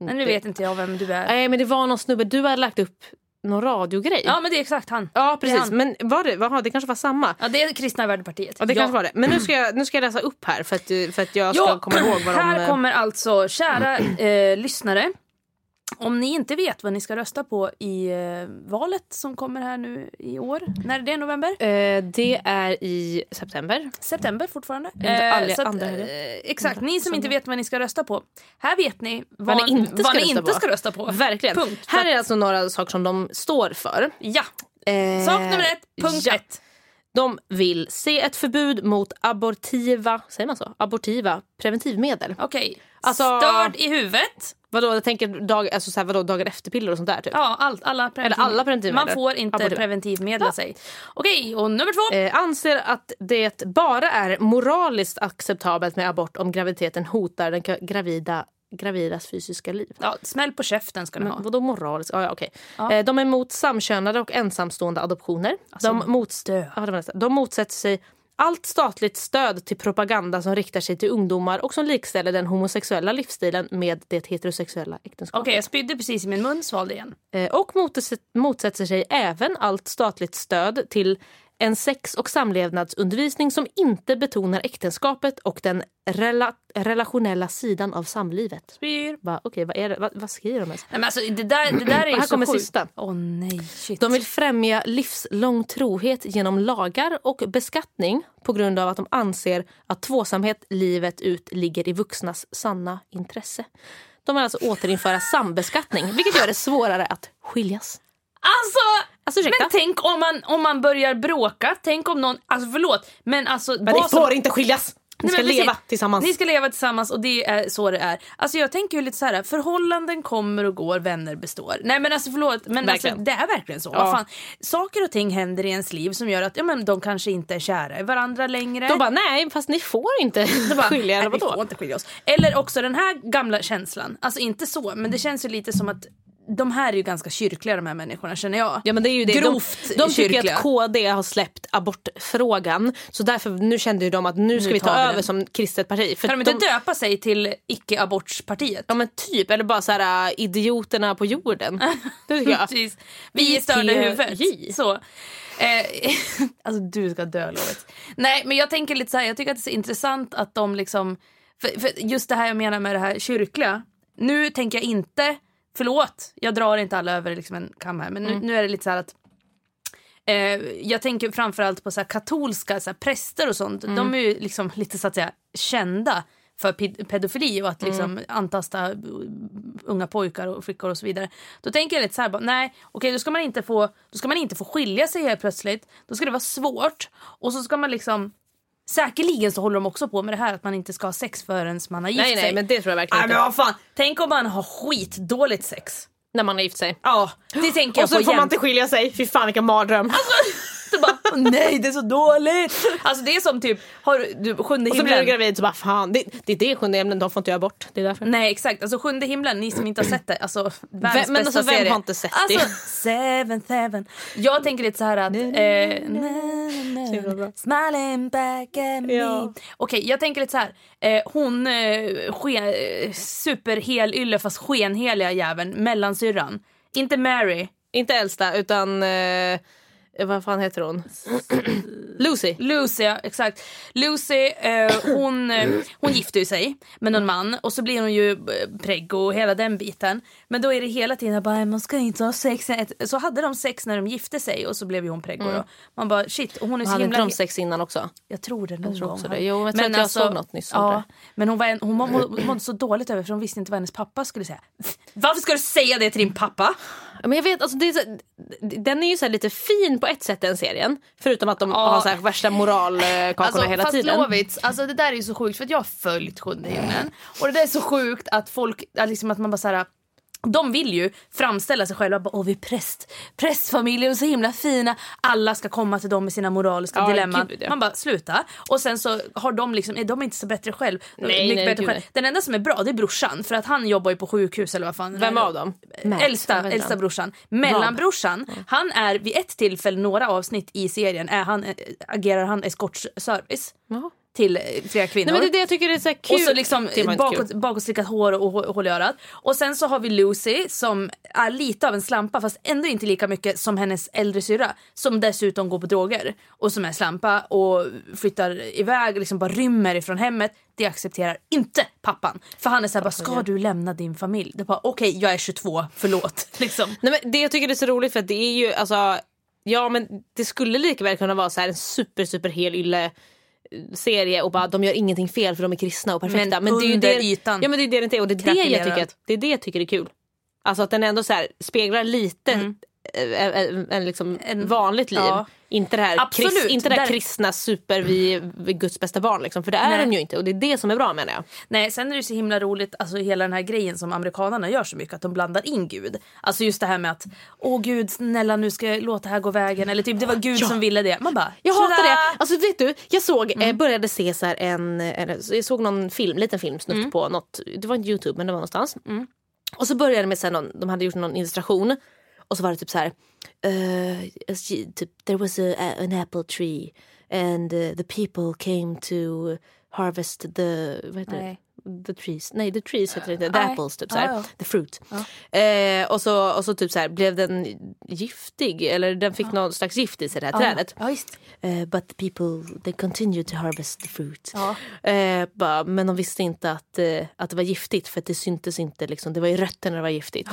S2: Men nu vet inte jag vem du är.
S1: Nej men det var någon snubbe, du hade lagt upp någon radiogrej.
S2: Ja men det är exakt han.
S1: Ja,
S2: Det är
S1: precis.
S2: han.
S1: Men var det, vaha, det kanske var samma.
S2: Ja det är Kristna Värdepartiet.
S1: Ja, det kanske var det. Men nu ska jag, nu ska jag läsa upp här för att, du- för att jag ska
S2: Ja,
S1: komma ihåg vad de... eh,
S2: här kommer alltså, kära eh, lyssnare. Om ni inte vet vad ni ska rösta på i eh, valet som kommer här nu i år. När är det? November?
S1: Eh, det är i september.
S2: September fortfarande?
S1: Inte alla-
S2: så att,
S1: andra är
S2: eh,
S1: det.
S2: exakt, ni som inte vet vad ni ska rösta på. Här vet ni vad,
S1: Vad ni inte,
S2: vad
S1: ska,
S2: ni
S1: rösta
S2: inte
S1: på.
S2: ska rösta på.
S1: Verkligen.
S2: Punkt.
S1: Här är alltså några saker som de står för.
S2: Ja,
S1: Eh,
S2: sak nummer ett, punkt
S1: ja.
S2: ett.
S1: De vill se ett förbud mot abortiva, säger man så? Abortiva preventivmedel.
S2: Okej,
S1: Alltså-
S2: störd i huvudet.
S1: Vadå, jag tänker dag, alltså så här, vadå, dagar efter-piller och sånt där typ.
S2: Ja, allt, alla preventiv-
S1: alla preventivmedel. typ.
S2: Man får inte
S1: Abortiva.
S2: preventivmedla sig. Okej, och nummer två.
S1: Eh, anser att det bara är moraliskt acceptabelt med abort om graviditeten hotar den ka- gravida, gravidas fysiska liv.
S2: Ja, smäll på käften ska ni ha.
S1: Men vadå moraliskt? Ja, ja, okej. Eh, De är emot samkönade och ensamstående adoptioner.
S2: Alltså,
S1: de, motst-
S2: dö.
S1: ja, det var nästa. de motsätter sig allt statligt stöd till propaganda som riktar sig till ungdomar och som likställer den homosexuella livsstilen med det heterosexuella
S2: Okej,
S1: äktenskapet.
S2: jag spydde precis i min mun, svalde igen.
S1: Eh, Och motsätt- motsätter sig även allt statligt stöd till en sex och samlevnadsundervisning som inte betonar äktenskapet och den rela- relationella sidan av samlivet.
S2: Spyr.
S1: Bara, Okej, vad, är det- vad, vad skriver de ens?
S2: Nej, men alltså, det, där, det där är ju
S1: Och här
S2: så
S1: kommer
S2: sjukt.
S1: sista.
S2: Åh nej, shit.
S1: De vill främja livslång trohet genom lagar och beskattning på grund av att de anser att tvåsamhet livet ut ligger i vuxnas sanna intresse. De vill alltså återinföra sambeskattning, vilket gör det svårare att skiljas.
S2: Alltså!
S1: Alltså ursäkta.
S2: Men tänk om man, om man börjar bråka, tänk om någon, alltså förlåt, men alltså... Men
S1: inte skiljas! Ni
S2: Nej,
S1: ska
S2: men precis.
S1: leva tillsammans.
S2: Ni ska leva tillsammans och det är så det är. Alltså jag tänker ju lite så här, förhållanden kommer och går, vänner består. Nej men alltså förlåt, men alltså,
S1: Verkligen.
S2: det är verkligen så. Vad fan? Saker och ting händer i ens liv som gör att ja, men de kanske inte är kära i varandra längre.
S1: De bara, nej fast ni får inte
S2: Bara,
S1: skilja
S2: nej,
S1: er.
S2: vi får
S1: Vadå?
S2: inte skilja oss. Eller också den här gamla känslan, alltså inte så, men det känns ju lite som att de här är ju ganska kyrkliga de här människorna känner jag.
S1: Ja, men det är ju det.
S2: Grovt
S1: de, de tycker
S2: kyrkliga.
S1: att KD har släppt abortfrågan så därför nu kände ju de att nu ska
S2: Nu
S1: vi ta
S2: tar vi
S1: över
S2: den.
S1: som kristet parti. För
S2: Kan de inte döpa sig till icke-abortspartiet?
S1: Ja men typ, eller bara så här äh, idioterna på jorden. Det tycker jag.
S2: Precis. Vi är störda i
S1: ITJ.
S2: huvudet. Så. Eh, alltså du ska dö lovet. Nej men jag tänker lite så här, jag tycker att det är så intressant att de liksom, för, för just det här jag menar med det här kyrkliga. Nu tänker jag inte, förlåt, jag drar inte alla över liksom en kam här men nu,
S1: Mm.
S2: nu är det lite så här att Eh, jag tänker framförallt på så här katolska så här präster och sånt.
S1: Mm.
S2: De är ju liksom lite så att säga kända för ped- pedofili och att
S1: Mm.
S2: liksom antasta eh, unga pojkar och flickor och så vidare. Då tänker jag lite så här, bara, nej okej då ska man inte få då ska man inte få skilja sig helt plötsligt. Då ska det vara svårt och så ska man liksom Säkerligen så håller de också på med det här att man inte ska ha sex förrän man har gift
S1: Nej
S2: sig.
S1: nej men det tror jag verkligen
S2: Nej,
S1: inte.
S2: men vad fan. Tänk om man har skitdåligt sex.
S1: När man har gift sig.
S2: Ja, det tänker jag
S1: Och så
S2: på
S1: får man
S2: jämt. Alltså,
S1: inte skilja sig, fy fan vilken mardröm.
S2: Så bara, "Åh, nej det är så dåligt. Alltså det är som typ, har du- du, sjunde
S1: och så blir du
S2: himlen.
S1: gravid så bara fan det, det är det sjunde ämnen, de får inte göra abort. Det är därför.
S2: Nej exakt, alltså sjunde himlen, ni som inte har sett det, alltså världens
S1: men
S2: bästa
S1: alltså, vem
S2: serie.
S1: har inte sett det?
S2: alltså, Seven, seven. Jag tänker lite så här att... eh, na, na, na, Smiling back at me.
S1: Ja.
S2: Okej, jag tänker lite så här. Eh, hon eh, sken, eh, superhelylle fast skenheliga jäveln, mellansyrran. Inte Mary,
S1: Inte äldsta utan eh, vad fan heter hon? Lucy.
S2: Lucy, ja, exakt. Lucy, eh, hon, eh, hon gifter ju sig med någon man och så blir hon ju eh, preggo och hela den biten. Men då är det hela tiden bara, man ska inte ha sex. Så hade de sex när de gifte sig och så blev ju hon preggo då. Man bara shit, och hon är så
S1: Mm. Hade inte
S2: himla...
S1: de sex innan också?
S2: Jag tror det någon
S1: tror
S2: gång.
S1: också det. Jo, jag tror att jag såg något nyss om det.
S2: alltså, Ja, men hon, var en, hon, må, hon mådde så dåligt över för hon visste inte vad hennes pappa skulle säga. Varför ska du säga det till din pappa?
S1: Ja, Men jag vet, alltså, det är så, den är ju så här lite fin på ett sätt den serien. Förutom att de har så här värsta moralkakorna hela
S2: Alltså, fast
S1: tiden.
S2: Lovits, alltså det där är ju så sjukt för att jag har följt Sjunde himlen och det där är så sjukt att folk, att liksom att man bara såhär de vill ju framställa sig själva bara, åh vi är präst, prästfamiljen och så himla fina, alla ska komma till dem med sina moraliska
S1: Ja,
S2: dilemman.
S1: gud, ja.
S2: Man bara sluta. Och sen så har de liksom, är de inte så bättre själv. De är
S1: Nej,
S2: mycket
S1: nej,
S2: bättre
S1: gud,
S2: själv.
S1: nej.
S2: Den enda som är bra det är brorsan för att han jobbar ju på sjukhus eller vad fan.
S1: Vem av dem? Matt,
S2: Äldsta,
S1: vad heter
S2: äldsta
S1: han?
S2: brorsan. Mellanbrorsan, han är eh, vid ett tillfälle, några avsnitt i serien, är han, äh, agerar han eskortservice.
S1: Jaha.
S2: till eh, flera kvinnor.
S1: Nej, men det är det jag tycker är så här kul.
S2: Och så liksom
S1: Det var inte
S2: bakåt,
S1: kul.
S2: bakåtslickat hår och hå- hål i örat. Och sen så har vi Lucy som är lite av en slampa fast ändå inte lika mycket som hennes äldre syrra som dessutom går på droger och som är slampa och flyttar iväg, liksom bara rymmer ifrån hemmet. Det accepterar inte pappan. För han är såhär, bara, ska du lämna din familj? Det är bara, okej jag är 22, förlåt. Liksom.
S1: Nej, men det jag tycker är så roligt för att det är ju alltså, ja men det skulle lika väl kunna vara så här en super super hel ylle eh, serie och bara de gör ingenting fel för de är kristna och perfekta.
S2: Men
S1: det är ju
S2: under
S1: det,
S2: ytan.
S1: Ja men det är det det inte är och det är det jag
S2: Krackelerad.
S1: tycker, att, det är det jag tycker är kul. Alltså att den ändå så här speglar lite En, en, en liksom vanligt liv.
S2: Mm. ja.
S1: Inte det här,
S2: Absolut,
S1: krist, inte det här
S2: där-
S1: kristna super vi, vi är Guds bästa barn. Liksom, för det är
S2: Nej.
S1: de ju inte och det är det som är bra menar jag.
S2: Nej, sen är det ju så himla roligt, alltså hela den här grejen som amerikanarna gör så mycket, att de blandar in Gud. Alltså just det här med att, åh gud, snälla nu ska jag låta det här gå vägen, eller typ det var Gud som ville det. Man bara,
S1: Jag hatar
S2: "Tada!"
S1: det. Alltså vet du, jag såg,
S2: Mm.
S1: eh, började se så här en, en, jag såg någon film, liten film snutt
S2: Mm.
S1: på något, det var inte Youtube men det var någonstans. Och så började det med så här någon, de hade gjort någon illustration och så var det typ så här, eh, as you- typ, there was a, an apple tree and eh, the people came to harvest the, vad heter det?
S2: Nej.
S1: The trees, nej the trees heter det inte, the
S2: Nej.
S1: apples typ så här.
S2: Ja, ja.
S1: the fruit. Eh, och så, och så typ så här, blev den giftig eller den fick någon slags gift i sig det här trädet.
S2: Ja, visst.
S1: Eh, but the people they continued to harvest the fruit. Eh, bara, men de visste inte att, eh, att det var giftigt för att det syntes inte. Liksom, det var i rötterna det var giftigt.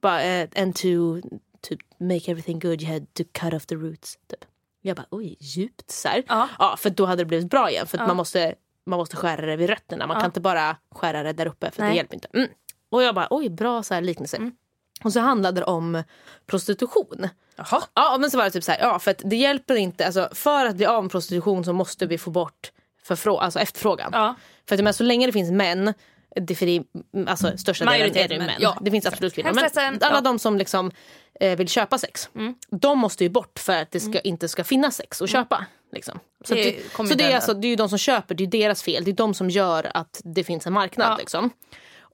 S1: Bara, eh, and to, to make everything good you had to cut off the roots. Typ. Jag bara oj, djupt så här.
S2: Ja.
S1: för då hade det blivit bra igen. För att man, måste, man måste skära det vid rötterna. Man kan inte bara skära det där uppe för
S2: Nej. Mm.
S1: det hjälper inte. Mm. Och jag bara oj, bra så här liknelse. Och så handlade det om prostitution.
S2: Jaha.
S1: Ja men så var det typ så här, ja för att det hjälper inte, alltså, för att bli av med prostitution så måste vi få bort förfrå- alltså efterfrågan.
S2: Ja.
S1: För att jag menar, så länge det finns män, det för det är, alltså största delen är det
S2: Majoriteten
S1: ju
S2: män,
S1: män.
S2: ja.
S1: Det finns absolut kvinnor. Men
S2: Hemskt ledsen,
S1: alla
S2: ja. Mm.
S1: de som liksom eh, vill köpa sex, de måste ju bort för att det ska, inte ska finnas sex att köpa. Liksom. Så,
S2: Det
S1: att det,
S2: kommer
S1: så
S2: ju
S1: det, är
S2: där.
S1: alltså, det är ju de som köper, det är ju deras fel. Det är de som gör att det finns en marknad.
S2: Ja.
S1: Liksom.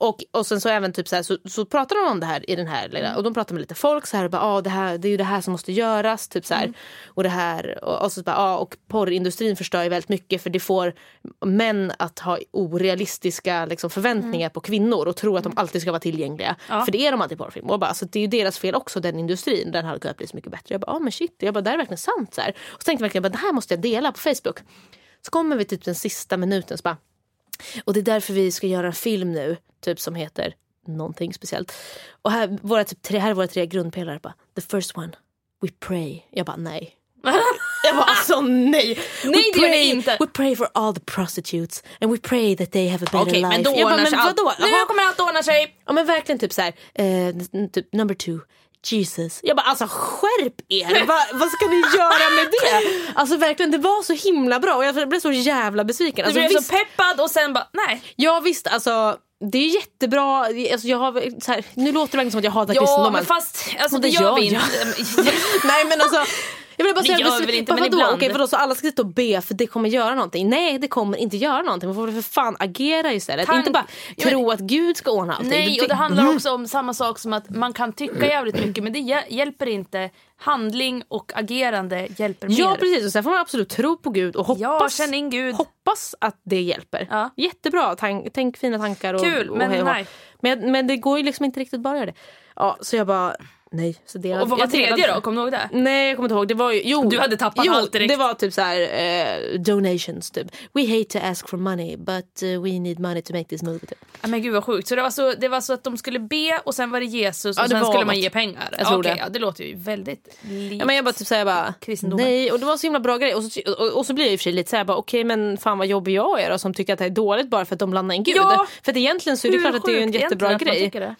S1: Och, och sen så även typ så, här, så, så pratar de om det här i den här lilla, och de pratar med lite folk så här, och bara, ah, det här det är ju det här som måste göras typ så här, och det här och, och så bara, ah, och porrindustrin förstör ju väldigt mycket för det får män att ha orealistiska liksom, förväntningar på kvinnor och tro att de alltid ska vara tillgängliga för det är de alltid i porrfilm och bara, alltså, det är ju deras fel också den industrin den hade kunnat bli så mycket bättre. Jag bara, ah, men shit, jag bara, det här är verkligen sant så här. Och så tänkte jag verkligen, bara, det här måste jag dela på Facebook. Så kommer vi typ den sista minuten så bara och det är därför vi ska göra en film nu, typ som heter någonting speciellt. Och här, våra, typ, tre, här är våra tre grundpelare. Bara, The first one, we pray. Jag bara nej. Jag bara alltså nej. we
S2: Nej, det gör det inte.
S1: We pray for all the prostitutes and we pray that they have a better
S2: Okej,
S1: life.
S2: men då
S1: jag bara,
S2: ordnar
S1: men
S2: sig allt.
S1: vadå?
S2: Nu
S1: Jaha.
S2: kommer allt ordna sig!
S1: Ja men verkligen typ så här, eh, n- typ number two, Jesus. Jag bara alltså skärp er, Va, vad ska ni göra med det? Alltså verkligen det var så himla bra och jag blev så jävla besviken.
S2: Du
S1: Alltså,
S2: blev
S1: visst-
S2: så peppad och sen bara, nej.
S1: Ja visst, alltså det är jättebra. Alltså, jag har, väl- så här, nu låter det verkligen som att jag hatar
S2: Ja,
S1: kristendomen.
S2: men fast alltså,
S1: Och
S2: det
S1: det
S2: gör
S1: gör
S2: vi
S1: jag.
S2: inte.
S1: Nej men alltså. Jag vill bara
S2: Det
S1: säga,
S2: gör
S1: så-
S2: väl inte,
S1: bara,
S2: men
S1: vadå?
S2: ibland.
S1: Okej, vadå, så alla ska sitta och be för det kommer göra någonting? Nej det kommer inte göra någonting. Man får väl för fan agera istället.
S2: Tank-
S1: Inte bara
S2: Ja, men-
S1: tro att Gud ska ordna allting.
S2: Nej,
S1: Det- Mm.
S2: och det handlar också om samma sak som att man kan tycka jävligt mycket men det hjä- hjälper inte. Handling och agerande hjälper
S1: Ja
S2: mer.
S1: precis, och sen får man absolut tro på Gud och hoppas,
S2: Ja, känn in Gud.
S1: hoppas att det hjälper.
S2: Ja.
S1: Jättebra, tank, tänk fina tankar. Och,
S2: Kul,
S1: och
S2: men
S1: hej och hå.
S2: nej.
S1: men Men det går ju liksom inte riktigt bara att göra det. Ja, så jag bara, nej. Så delad,
S2: Och vad var
S1: jag delade-
S2: tredje då? Kommer du ihåg det?
S1: Nej jag kommer inte ihåg. Det var ju, jo,
S2: Du hade tappat
S1: jo,
S2: allt direkt.
S1: Det var typ så här eh, donations typ. We hate to ask for money but eh, we need money to make this movie. Typ.
S2: Ja, men gud vad sjukt. Så det, var så det var så att de skulle be och sen var det Jesus och
S1: det
S2: sen
S1: var
S2: skulle man
S1: något.
S2: ge pengar.
S1: Jag tror
S2: Okej,
S1: det.
S2: Ja, det låter ju väldigt likt.
S1: Ja, men jag bara typ så här, bara
S2: Kristendomen.
S1: nej och det var så himla bra grej och så, och, och så blir jag i och för sig lite så här bara okej men fan vad jobbig jag är då som tycker att det här är dåligt bara för att de landar i en gud.
S2: Ja.
S1: För att egentligen så är det klart att det är ju en jättebra grej.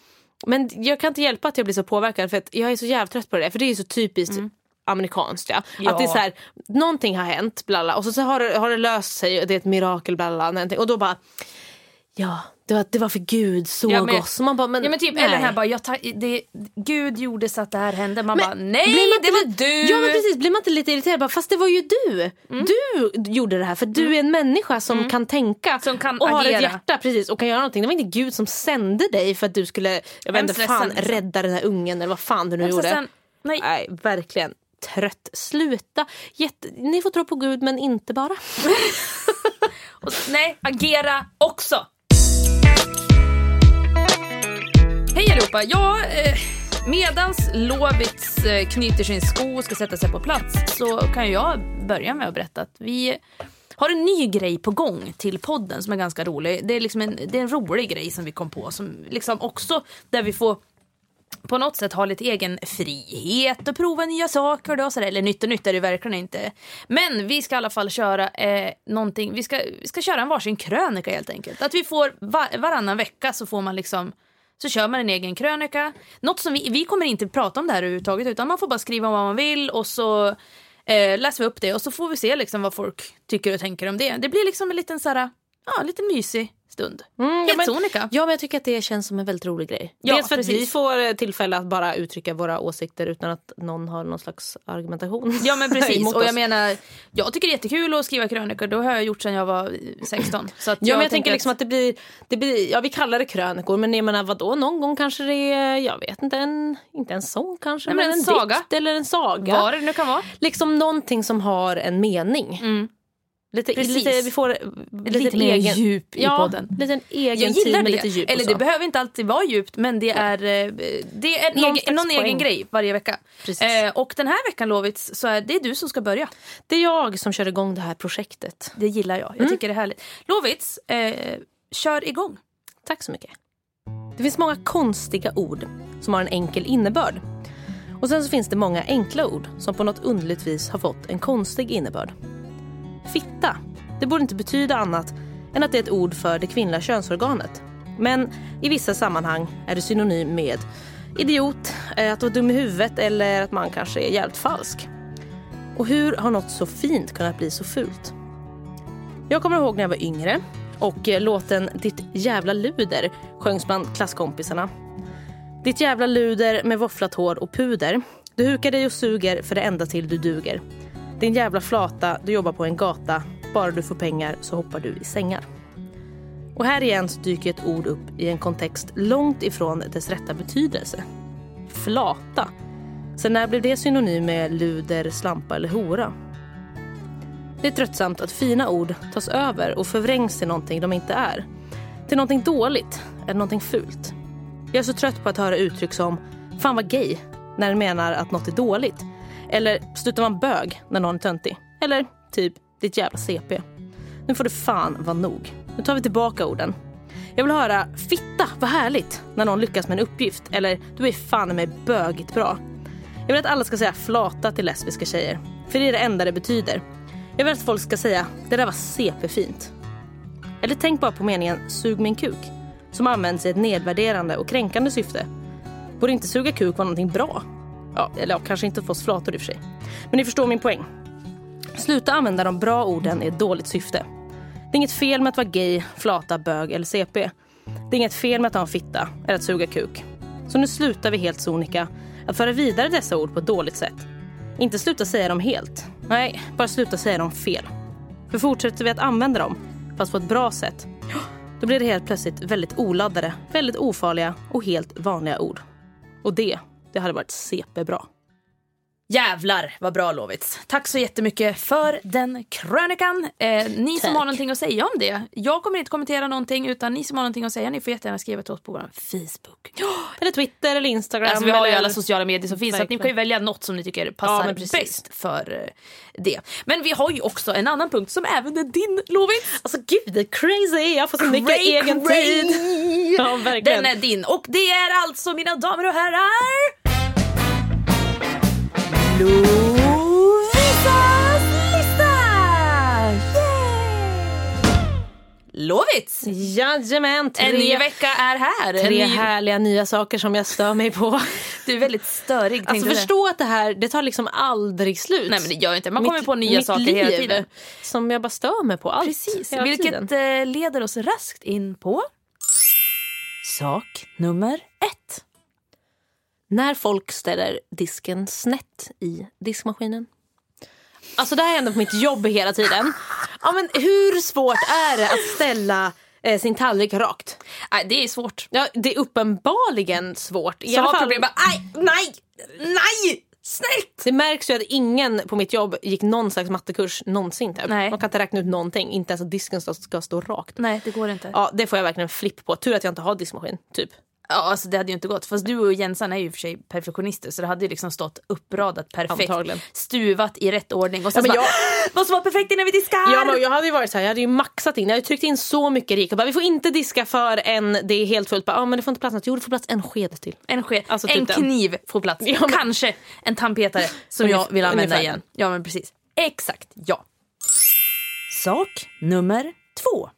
S1: Men jag kan inte hjälpa att jag blir så påverkad för att jag är så jävla trött på det där, för det är ju så typiskt
S2: Mm.
S1: amerikanskt. Ja. Att det är så här, någonting har hänt bla bla, och så, så har, det, har det löst sig och det är ett mirakel bla bla, någonting. och då bara ja det var, det var för gud såg
S2: Ja, men-
S1: oss. Och Man bara, men,
S2: Ja men typ,
S1: nej.
S2: eller den här bara, jag ta, det, Gud gjorde så att det här hände. Man bara, nej
S1: Blir man
S2: det var
S1: inte
S2: du! Mm.
S1: li- Ja men precis, blir man inte lite irriterad? Bara, fast det var ju du! Du gjorde det här för du är en människa som kan tänka
S2: Som kan
S1: och har
S2: agera.
S1: ett hjärta precis, och kan göra någonting. Det var inte Gud som sände dig för att du skulle jag vet inte,
S2: Hemskt
S1: fan,
S2: ledsen, liksom.
S1: rädda den här ungen eller vad fan du nu
S2: Hemskt
S1: gjorde.
S2: ledsen. Nej.
S1: Nej, verkligen trött. Sluta! Jätte... Ni får tro på Gud men inte bara.
S2: Och, så- nej, agera också! Hej allihopa! Ja, eh, medans Lovits eh, knyter sin sko och ska sätta sig på plats så kan ju jag börja med att berätta att vi har en ny grej på gång till podden som är ganska rolig. Det är, liksom en, det är en rolig grej som vi kom på som liksom också där vi får på något sätt ha lite egen frihet och prova nya saker. Då, sådär. Eller nytt och nytt är det verkligen inte. Men vi ska i alla fall köra eh, någonting. Vi ska, vi ska köra en varsin krönika helt enkelt. Att vi får va- varannan vecka så får man liksom så kör man en egen krönika. Något som vi, vi kommer inte prata om det här överhuvudtaget utan man får bara skriva vad man vill och så eh, läser vi upp det och så får vi se liksom vad folk tycker och tänker om det. Det blir liksom en liten, såhär, ja, lite mysig stund.
S1: Mm, ja,
S2: helt
S1: men-
S2: sonika.
S1: Ja, men jag tycker att det känns som en väldigt rolig grej.
S2: Ja,
S1: Dels för att vi
S2: precis.
S1: får eh, tillfälle att bara uttrycka våra åsikter utan att någon har någon slags argumentation.
S2: Ja men precis.
S1: emot
S2: Och jag
S1: oss.
S2: menar, jag tycker det är jättekul att skriva krönikor. Det har jag gjort sedan jag var 16. Så att
S1: Ja, men jag tänker liksom att det blir, det blir, ja vi kallar det krönikor men jag menar vadå någon gång kanske det är, jag vet inte, en, inte en sång kanske
S2: Nej,
S1: men,
S2: men
S1: en,
S2: en saga.
S1: dikt eller en saga.
S2: Vad det nu kan vara.
S1: Liksom någonting som har en mening. Lite,
S2: Precis.
S1: lite, vi får eh, lite,
S2: Lite mer
S1: egen,
S2: djup i
S1: ja,
S2: podden.
S1: Lite en
S2: Jag
S1: egen tid
S2: gillar
S1: med
S2: det.
S1: lite djup och
S2: Eller
S1: så.
S2: det behöver inte alltid vara djupt men det är, eh, det är
S1: Någon
S2: en någon, egen,
S1: slags
S2: någon
S1: poäng.
S2: egen grej varje vecka.
S1: Precis.
S2: Eh, och den här veckan Lovits så är det du som ska börja.
S1: det är jag som kör igång det här projektet.
S2: Det gillar jag. Jag
S1: Mm.
S2: tycker det är härligt. Lovits, eh, kör igång.
S1: Tack så mycket. Det finns många konstiga ord som har en enkel innebörd. Och sen så finns det många enkla ord som på något underligt vis har fått en konstig innebörd. Fitta, det borde inte betyda annat än att det är ett ord för det kvinnliga könsorganet. Men i vissa sammanhang är det synonym med idiot, eh, att vara dum i huvudet eller att man kanske är jävligt falsk. Och hur har något så fint kunnat bli så fult? Jag kommer ihåg när jag var yngre och eh, låten Ditt jävla luder sjöngs bland klasskompisarna. Ditt jävla luder med våfflat hår och puder. Du hukar dig och suger för det enda till du duger. Din jävla flata, du jobbar på en gata. Bara du får pengar så hoppar du i sängar. Och här igen så dyker ett ord upp i en kontext långt ifrån dess rätta betydelse. Flata. Sen när blev det synonym med luder, slampa eller hora? Det är tröttsamt att fina ord tas över och förvrängs till någonting de inte är. Till någonting dåligt eller någonting fult. Jag är så trött på att höra uttryck som “fan vad gay” när den menar att något är dåligt. Eller “sluta vara en bög” när någon är töntig. Eller typ “ditt jävla CP”. Nu får det fan vara nog. Nu tar vi tillbaka orden. Jag vill höra “fitta, vad härligt” när någon lyckas med en uppgift. Eller “du är fan med bögigt bra”. Jag vill att alla ska säga flata till lesbiska tjejer. För det är det enda det betyder. Jag vill att folk ska säga det där var CP-fint. Eller tänk bara på meningen sug min kuk. Som används i ett nedvärderande och kränkande syfte. Borde inte suga kuk vara någonting bra? Ja, eller ja, kanske inte för oss flator i och för sig. Men ni förstår min poäng. Sluta använda de bra orden i ett dåligt syfte. Det är inget fel med att vara gay, flata, bög eller CP. Det är inget fel med att ha en fitta eller att suga kuk. Så nu slutar vi helt sonika att föra vidare dessa ord på ett dåligt sätt. Inte sluta säga dem helt. Nej, bara sluta säga dem fel. För fortsätter vi att använda dem, fast på ett bra sätt, då blir det helt plötsligt väldigt oladdade, väldigt ofarliga och helt vanliga ord. Och det, det hade varit CP-bra.
S2: Jävlar vad bra Lovits. Tack så jättemycket för den krönikan. Eh, ni som har någonting att säga om det. Jag kommer inte kommentera någonting utan ni som har någonting att säga ni får jättegärna skriva till oss på vår Facebook.
S1: Eller Twitter eller Instagram.
S2: Alltså, vi har ju
S1: eller...
S2: alla sociala medier som finns så att ni
S1: Verkligen.
S2: kan ju välja något som ni tycker
S1: Ja,
S2: passar
S1: men precis.
S2: bäst för eh, det. Men vi har ju också en annan punkt som även är din Lovits.
S1: Alltså gud, det är crazy! Jag får så mycket
S2: Cray,
S1: egen
S2: cray.
S1: tid. Ja, verkligen.
S2: Den är din och det är alltså mina damer och herrar Lovisas lista! Yay! Lovits!
S1: Jajamän, tre,
S2: En ny vecka är här. En
S1: tre
S2: ny...
S1: härliga nya saker som jag stör mig på.
S2: Du är väldigt störig. tänkte
S1: Alltså
S2: jag säga.
S1: förstå att det här, det tar liksom aldrig slut.
S2: Nej men det gör jag inte. Man kommer på nya
S1: mitt
S2: saker
S1: liv,
S2: hela tiden.
S1: Som jag bara stör mig på allt.
S2: Precis,
S1: hela tiden.
S2: vilket eh, leder oss raskt in på sak nummer ett.
S1: När folk ställer disken snett i diskmaskinen. Alltså det här händer på mitt jobb hela tiden. Ja, men hur svårt är det att ställa eh, sin tallrik rakt?
S2: Nej, det är svårt.
S1: Ja, det är uppenbarligen svårt. I
S2: Jag
S1: alla
S2: har
S1: fall-
S2: problem med, nej, nej, nej! Snyggt!
S1: Det märks ju att ingen på mitt jobb gick någon slags mattekurs någonsin. Typ.
S2: Nej.
S1: Man kan inte räkna ut någonting, inte ens att disken ska, ska stå rakt.
S2: Nej, det går inte. typ. Ja.
S1: Ja, det får jag verkligen flipp på. Tur att jag inte har diskmaskin, typ.
S2: alltså det hade ju inte gått. Fast du och Jensan är ju i och för sig perfektionister så det hade ju liksom stått uppradat perfekt.
S1: Antagligen.
S2: Stuvat i rätt ordning. Och sen
S1: Ja, men
S2: så bara, måste vara perfekt innan vi diskar!
S1: Ja, men jag hade ju varit så här, jag hade ju maxat in. Jag hade tryckt in så mycket rik. Jag bara, Vi får inte diska för en, det är helt fullt. Bara, Ja, men det får inte plats något. Jo, det får plats en sked till.
S2: En sked,
S1: Alltså typ
S2: en
S1: den.
S2: kniv får plats.
S1: Ja, men-
S2: Kanske en tandpetare som
S1: Ungef-
S2: jag vill använda
S1: ungefär.
S2: igen. Ja men precis. Exakt, ja. Sak nummer två.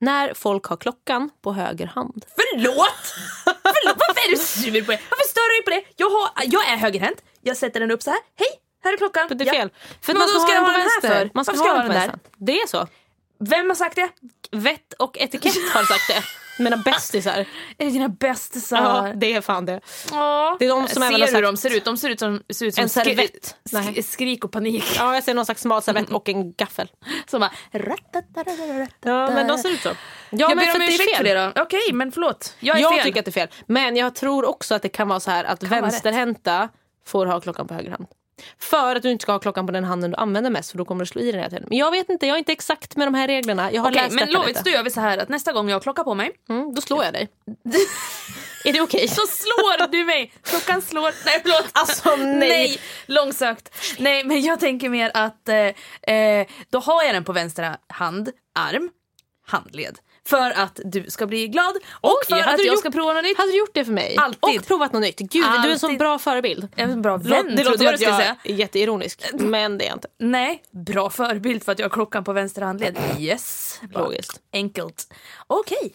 S1: När folk har klockan på höger hand.
S2: Förlåt! Förlåt! Varför är du sur på det? Varför stör du dig på det? Jag, har, jag är högerhänt. Jag sätter den upp så här. Hej, här är klockan.
S1: Det är
S2: Ja.
S1: fel. För
S2: Men
S1: man
S2: då
S1: ska,
S2: ska
S1: ha
S2: jag
S1: den på
S2: ha den här
S1: vänster.
S2: för?
S1: Man ska,
S2: Varför ska
S1: ha
S2: jag
S1: den på
S2: ha den
S1: vänster. Det är så.
S2: Vett- Vem har sagt det?
S1: Vett och etikett har sagt det. Mina bästisar.
S2: Är det dina bästisar?
S1: Ja, det är fan det.
S2: Ja.
S1: Det är de som
S2: ser
S1: även har
S2: hur
S1: sagt-
S2: de ser ut? De ser ut som, ser ut som
S1: En
S2: skri-
S1: servett.
S2: Sk- skrik och panik.
S1: Ja, jag ser någon slags smal servett och en gaffel.
S2: Som bara...
S1: Ja, men de ser ut så. Eh, Ja,
S2: Jag
S1: men
S2: ber
S1: för
S2: om
S1: att det är
S2: ursäkt
S1: fel.
S2: för det då. Okej, men förlåt. Jag är
S1: Jag
S2: fel.
S1: tycker att det är fel. Men jag tror också att det kan vara så här att
S2: vara
S1: vänsterhänta får ha klockan på höger hand. För att du inte ska ha klockan på den handen du använder mest för då kommer du slå i den hela tiden. Men jag vet inte, jag är inte exakt med de här reglerna. Jag har
S2: Okej,
S1: läst
S2: men
S1: detta
S2: Lovits,
S1: lite.
S2: då gör vi så här att nästa gång jag klockar på mig
S1: Mm, då slår jag dig. är det okej?
S2: så slår du mig. Klockan slår... Nej, förlåt.
S1: Alltså, nej.
S2: långsökt. Nej, men jag tänker mer att eh, eh, då har jag den på vänster hand, arm, handled. För att du ska bli glad och
S1: Oj,
S2: för
S1: hade
S2: att
S1: du
S2: jag
S1: gjort-
S2: ska prova något nytt.
S1: Hade du gjort det för mig?
S2: Alltid.
S1: Och provat något nytt. Gud, du är en sån
S2: Alltid.
S1: bra förebild.
S2: Jag är en bra
S1: Låt-
S2: vän
S1: det låter
S2: trodde jag
S1: som
S2: du
S1: att
S2: skulle
S1: jag
S2: säga.
S1: är jätteironisk, men det är jag inte.
S2: Nej, bra förebild för att jag har klockan på vänster handled. Yes. Bara
S1: Logiskt.
S2: Enkelt. Okej.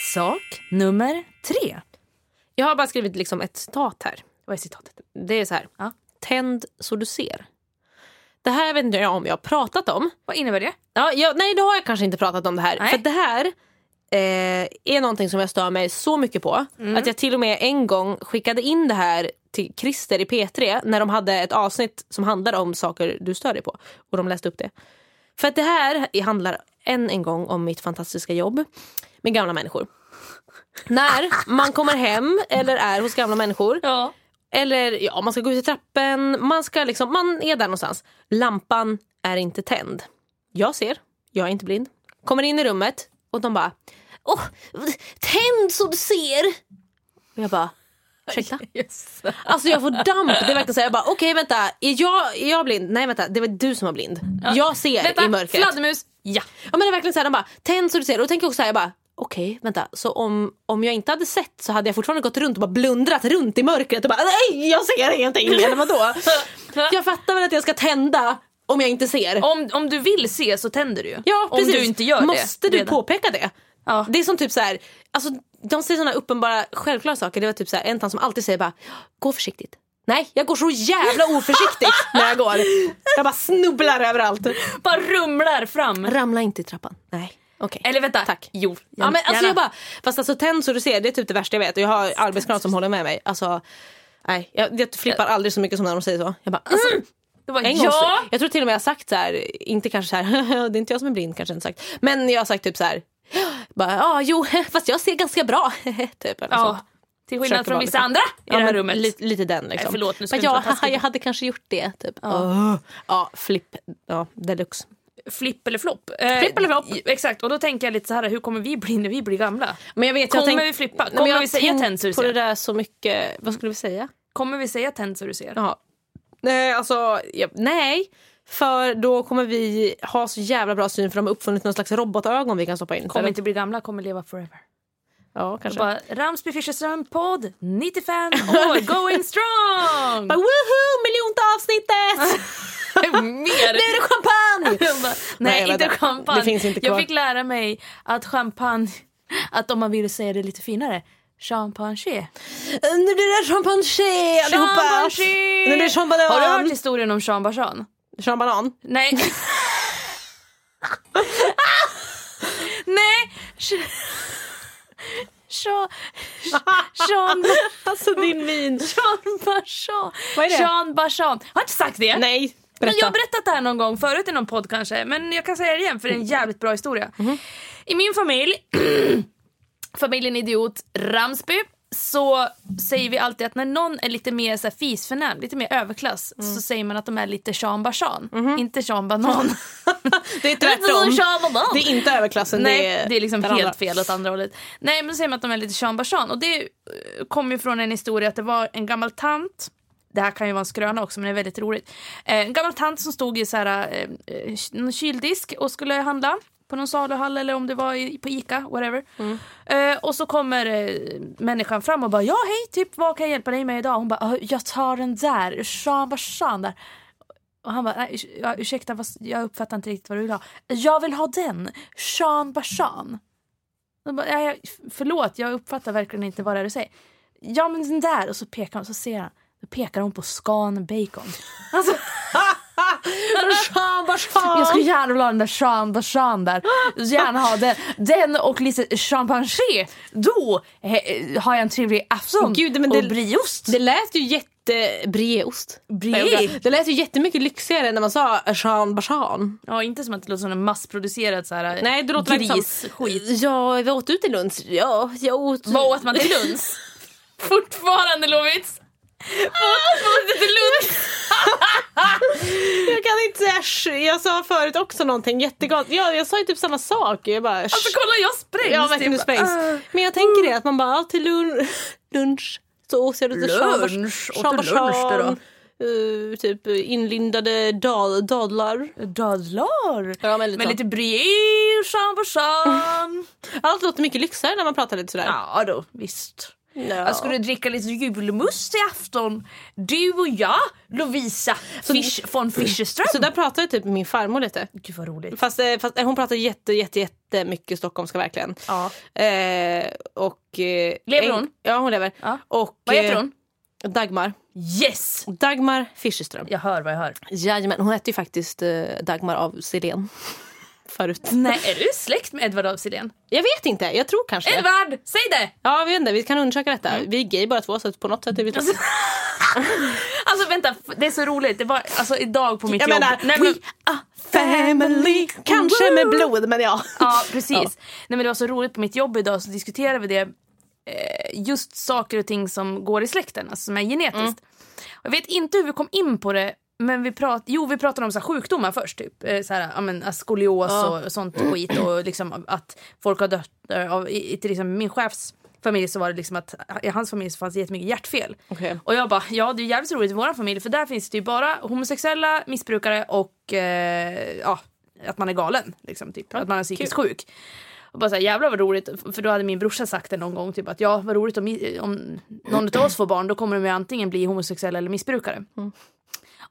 S2: Sak nummer tre.
S1: Jag har bara skrivit liksom ett citat här.
S2: Vad är citatet?
S1: Det är så här.
S2: Ja.
S1: Tänd så du ser. Det här vet inte jag om jag har pratat om.
S2: Vad innebär det?
S1: Ja, jag, nej, då har jag kanske inte pratat om det här.
S2: Nej.
S1: För det här eh, är någonting som jag stör mig så mycket på.
S2: Mm.
S1: Att jag till och med en gång skickade in det här till Christer i P3 när de hade ett avsnitt som handlade om saker du stör dig på. Och de läste upp det. För att det här handlar än en gång om mitt fantastiska jobb med gamla människor. När man kommer hem eller är hos gamla människor
S2: Ja.
S1: eller ja, man ska gå ut i trappen. Man, ska liksom, man är där någonstans. Lampan är inte tänd. Jag ser, jag är inte blind. Kommer in i rummet och de bara Åh, tänd så du ser! Och jag bara ursäkta?
S2: Yes.
S1: Alltså jag får damp. Det är verkligen så här, jag bara okej vänta, är jag, är jag blind? Nej vänta, det var du som var blind. Jag ser i
S2: Vänta,
S1: mörkret.
S2: fladdermus. Ja.
S1: Ja men det är verkligen så här, de bara tänd så du ser. Och då tänker jag också så här, jag bara okej vänta. Så om, om jag inte hade sett så hade jag fortfarande gått runt och bara blundrat runt i mörkret och bara nej jag ser ingenting. Eller vadå? jag fattar väl att jag ska tända om jag inte ser.
S2: Om, om du vill se så tänder du ju.
S1: ja
S2: om
S1: precis.
S2: du inte gör det.
S1: Måste du
S2: redan.
S1: påpeka det?
S2: Ja.
S1: Det är som typ så här, alltså de säger sådana uppenbara självklara saker. Det var typ så här, en tant som alltid säger bara gå försiktigt. Nej, jag går så jävla oförsiktigt när jag går. Jag bara snubblar överallt.
S2: Bara rumlar fram.
S1: Ramla inte i trappan. Nej, okej.
S2: Eller vänta. Tack. Jo.
S1: Ja, men alltså
S2: Gärna.
S1: jag bara, fast alltså tänd så du ser, det är typ det värsta jag vet. Och jag har arbetskamrater som håller med mig. Alltså, nej, jag, jag flippar aldrig så mycket som när de säger så. Jag bara, alltså,
S2: Du bara,
S1: en gång,
S2: Mm, ja.
S1: Jag tror till och med jag har sagt så här, inte kanske så här, det är inte jag som är blind kanske jag inte sagt. Men jag har sagt typ så här, bara, ja jo, fast jag ser ganska bra. typ, eller
S2: ja.
S1: sånt.
S2: Till
S1: Försöker
S2: skillnad från
S1: vara
S2: vissa
S1: lite-
S2: andra i det här
S1: men
S2: rummet.
S1: Lite, lite den liksom.
S2: Nej, förlåt, nu ska
S1: Bara,
S2: du inte
S1: ja,
S2: vara
S1: haha,
S2: taskig. Ah.
S1: jag hade kanske gjort det. Typ. Ja, ja flipp ja, deluxe.
S2: Flipp eller flopp. Eh,
S1: Flipp eller flopp.
S2: j- Exakt, och då tänker jag lite så här, hur kommer vi bli när vi blir gamla?
S1: Men jag vet,
S2: Kommer
S1: jag tänkt-
S2: vi flippa?
S1: Nej, men
S2: Kommer
S1: jag har
S2: vi säga
S1: tänkt
S2: tänd så du
S1: på
S2: ser?
S1: det där så mycket, vad skulle vi säga?
S2: Kommer vi säga tänd så du ser?
S1: Jaha. Nej, alltså, ja, nej. För då kommer vi ha så jävla bra syn för de har uppfunnit någon slags robotögon vi kan stoppa in.
S2: Kommer
S1: Eller-
S2: inte bli gamla, kommer leva forever.
S1: Ja, kanske. Bara,
S2: Bara, Ramsby Fischerström podd 95 år going strong!
S1: bara, Woohoo, miljonte avsnittet!
S2: Ah. Mer!
S1: nu är det champagne!
S2: Jag bara,
S1: Nej,
S2: nej,
S1: vänta.
S2: inte champagne.
S1: Det finns inte kvar.
S2: Jag fick lära mig att champagne, att om man vill säga det lite finare, champagne.
S1: Eh, nu blir det champagne allihopa!
S2: Champagne!
S1: Nu blir det champagne!
S2: Har du hört historien om Jean Valjean?
S1: Champagne.
S2: Nej. nej! Jean- Jean... Jean...
S1: Alltså din min.
S2: Jean Valjean.
S1: Vad är det?
S2: Jean Valjean. Har jag inte sagt det?
S1: Nej, berätta.
S2: Men jag har berättat det här någon gång förut i någon podd kanske, men jag kan säga det igen för det är
S1: Mm.
S2: en jävligt bra
S1: Mm-hmm.
S2: historia. I min familj, familjen Idiot Ramsby, så säger vi alltid att när någon är lite mer så här, fisförnäm, lite mer överklass
S1: Mm.
S2: så säger man att de är lite Sean Barzan,
S1: Mm-hmm.
S2: inte Sean Banan.
S1: Det är
S2: Lite
S1: tvärtom.
S2: som Sean Banan.
S1: Det är inte överklassen.
S2: Nej,
S1: Alltså, det är,
S2: liksom
S1: den
S2: helt
S1: andra.
S2: fel åt andra hållet. Nej, men då säger man att de är lite Sean Barzan. Och det eh, kommer ju från en historia att det var en gammal tant det här kan ju vara en skröna också men det är väldigt roligt. Eh, en gammal tant som stod i så här, eh, eh, någon kyldisk och skulle handla på någon saluhall eller om det var i, på Ica, whatever.
S1: Mm.
S2: Eh, och så kommer eh, människan fram och bara ja hej, typ vad kan jag hjälpa dig med idag? Hon bara "Ah, jag tar den där, Sean Barzan där. Och han bara, nej, urs- ja, ursäkta vad, s- jag uppfattar inte riktigt vad du vill ha. Jag vill ha den, Sean Barzan. Jag bara, nej, jag- förlåt, jag uppfattar verkligen inte vad det är du säger. Ja men den där, och så pekar hon, så ser han. Då pekar hon på Scan Bacon. Alltså,
S1: Sean Barzan.
S2: jag skulle gärna vilja ha den där Sean Barzan där. Jag skulle Gärna ha den, den och lite champagne. Då eh, har jag en trevlig afton.
S1: Gud, men
S2: och
S1: det-
S2: brieost.
S1: Det lät ju jätte... Brieost.
S2: Brie.
S1: Det lät ju jättemycket lyxigare när man sa Jean Barzan.
S2: Ja, inte som att det låter som en massproducerad så här,
S1: Nej, det låter
S2: gris. Skit.
S1: Ja, vi åt ut i lunch. Ja, jag åt...
S2: Vad åt man till lunch? Fortfarande Lovits!
S1: Jag kan inte säga sh- Jag sa förut också någonting jättekonstigt. Ja, jag sa ju typ samma sak. Jag bara... sh-
S2: Alltså kolla jag sprängs!
S1: ja, verkligen, du
S2: typ.
S1: sprängs. Men jag tänker det, att man bara, ja, till lun- lunch så åt jag lite Jean Bar-
S2: Lunch? Åt
S1: Jean
S2: du lunch det då?
S1: Barzan, eh, typ inlindade dal- dadlar.
S2: Dadlar!
S1: Ja, men lite
S2: Med
S1: så.
S2: lite brie, chambersan.
S1: Allt låter mycket lyxigare när man pratar lite sådär.
S2: ja då, visst. Jag skulle dricka lite julmust i afton. Du och jag, Lovisa Fisch, von Fischerström.
S1: Så där pratar ju typ min farmor lite.
S2: Gud vad roligt.
S1: Fast, eh, fast eh, hon pratar jätte, jätte, jätte mycket stockholmska verkligen.
S2: Ja.
S1: Eh, och, eh,
S2: Lever
S1: en-
S2: hon?
S1: Ja, hon lever.
S2: Ja.
S1: Och,
S2: Vad heter
S1: eh,
S2: hon?
S1: Dagmar.
S2: Yes!
S1: Dagmar Fischerström.
S2: Jag hör vad jag hör.
S1: Jajamän, hon hette ju faktiskt eh, Dagmar av Silén. Förut.
S2: Nej, är du släkt med Edvard af Sillén?
S1: Jag vet inte, jag tror kanske det. Mm.
S2: Edvard, säg det!
S1: Ja, vi vet inte, vi kan undersöka detta. Vi är gay bara två så att på något sätt är vi två.
S2: Alltså vänta, f- det är så roligt. Det var alltså idag på mitt
S1: Jag
S2: jobb.
S1: menar,
S2: Nej,
S1: we are family. Kanske med blod, men ja.
S2: Ja, precis. Nej, men det var så roligt på mitt jobb idag så diskuterade vi det. eh, Just saker och ting som går i släkten, alltså som är genetiskt. Och Jag vet inte hur vi kom in på det, men vi, prat, jo, vi pratade om så här sjukdomar först. Typ. Eh, Så här, ja, men, alltså, skolios och sånt skit. Och liksom, att folk har dött. eh, Av, i, i- till liksom, min chefs familj så var det liksom att i hans familj så fanns det jättemycket hjärtfel.
S1: Okej.
S2: Och jag bara, ja det är jävligt roligt i vår familj för där finns det ju bara homosexuella missbrukare och eh, ja, att man är galen. Liksom, typ. att man är psykiskt sjuk. Och bara så här, jävlar vad roligt, för då hade min brorsa sagt det någon gång typ att ja vad roligt om, om någon av oss får barn då kommer de ju antingen bli homosexuella eller missbrukare.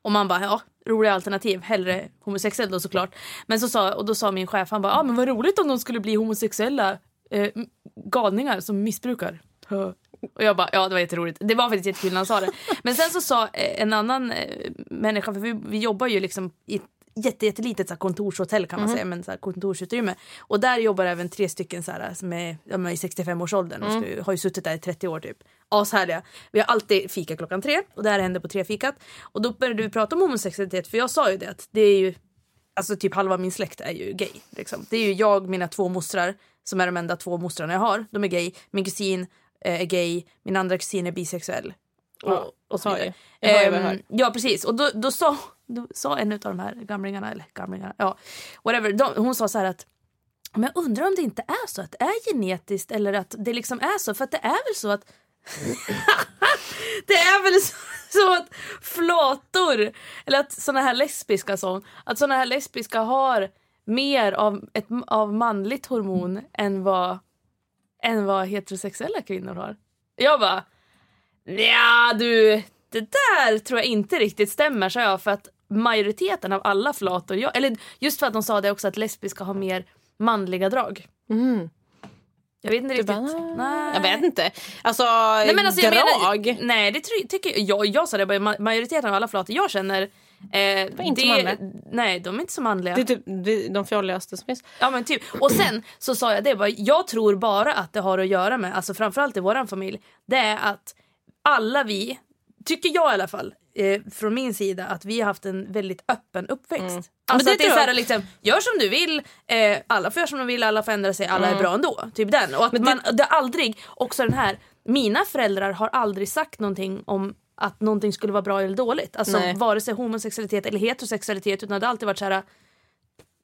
S2: Och man bara, ja, roliga alternativ. Hellre homosexuell då såklart. Men så sa, och då sa min chef, han bara, ah, men vad roligt om de skulle bli homosexuella eh, m- galningar som missbrukar. Hö. Och jag bara, ja det var jätteroligt. Det var faktiskt jättekul när han sa det. Men sen så sa eh, en annan eh, människa, för vi, vi jobbar ju liksom i ett jätte, jättelitet så här, kontorshotell kan man säga, men så här, kontorsutrymme. Och där jobbar även tre stycken så här, eh, som är, de är i 65-årsåldern och ska, har ju suttit där i 30 år typ. Ashärliga. Vi har alltid fika klockan tre och det här hände på trefikat. Och då började vi prata om homosexualitet för jag sa ju det att det är ju alltså typ halva min släkt är ju gay. Liksom. Det är ju jag, mina två mostrar, som är de enda två mostrarna jag har. De är gay. Min kusin eh, är gay. Min andra kusin är bisexuell. Och,
S1: Ja,
S2: och så
S1: sorry.
S2: vidare.
S1: Jag hör ju vad jag
S2: Ehm,
S1: hör.
S2: ja, precis. Och då, då, sa, då sa en av de här gamlingarna, eller gamlingarna, ja, whatever. De, hon sa så här att men jag undrar om det inte är så att det är genetiskt eller att det liksom är så. För att det är väl så att det är väl så, så att flator, eller att såna här lesbiska sån, att såna här lesbiska har mer av, ett, av manligt hormon än vad, än vad heterosexuella kvinnor har. Jag bara, ja du, det där tror jag inte riktigt stämmer, sa jag, för att majoriteten av alla flator, jag, eller just för att de sa det också att lesbiska har mer manliga drag. Jag vet inte riktigt.
S1: bara,
S2: Nej.
S1: Jag vet inte. Alltså,
S2: Nej, men alltså, jag
S1: drag.
S2: Menar, nej, det try- tycker jag, jag. Jag sa det, bara, ma- majoriteten av alla flator jag känner Eh,
S1: inte
S2: det-
S1: manliga.
S2: nej, de är inte så manliga.
S1: Det är typ det- de fjolligaste som finns.
S2: Ja, men typ. Och sen så sa jag det, bara, jag tror bara att det har att göra med, alltså framförallt i våran familj, det är att alla vi, tycker jag i alla fall, eh, från min sida, att vi har haft en väldigt öppen uppväxt. Alltså
S1: Mm. det
S2: att det är
S1: tror jag.
S2: såhär liksom, gör som du vill, eh, alla får göra som de vill, alla får ändra sig, alla
S1: Mm.
S2: är bra ändå. Typ den. Och att man, det har aldrig, också den här, mina föräldrar har aldrig sagt någonting om att någonting skulle vara bra eller dåligt. Alltså
S1: Nej.
S2: vare sig homosexualitet eller heterosexualitet utan det har alltid varit såhär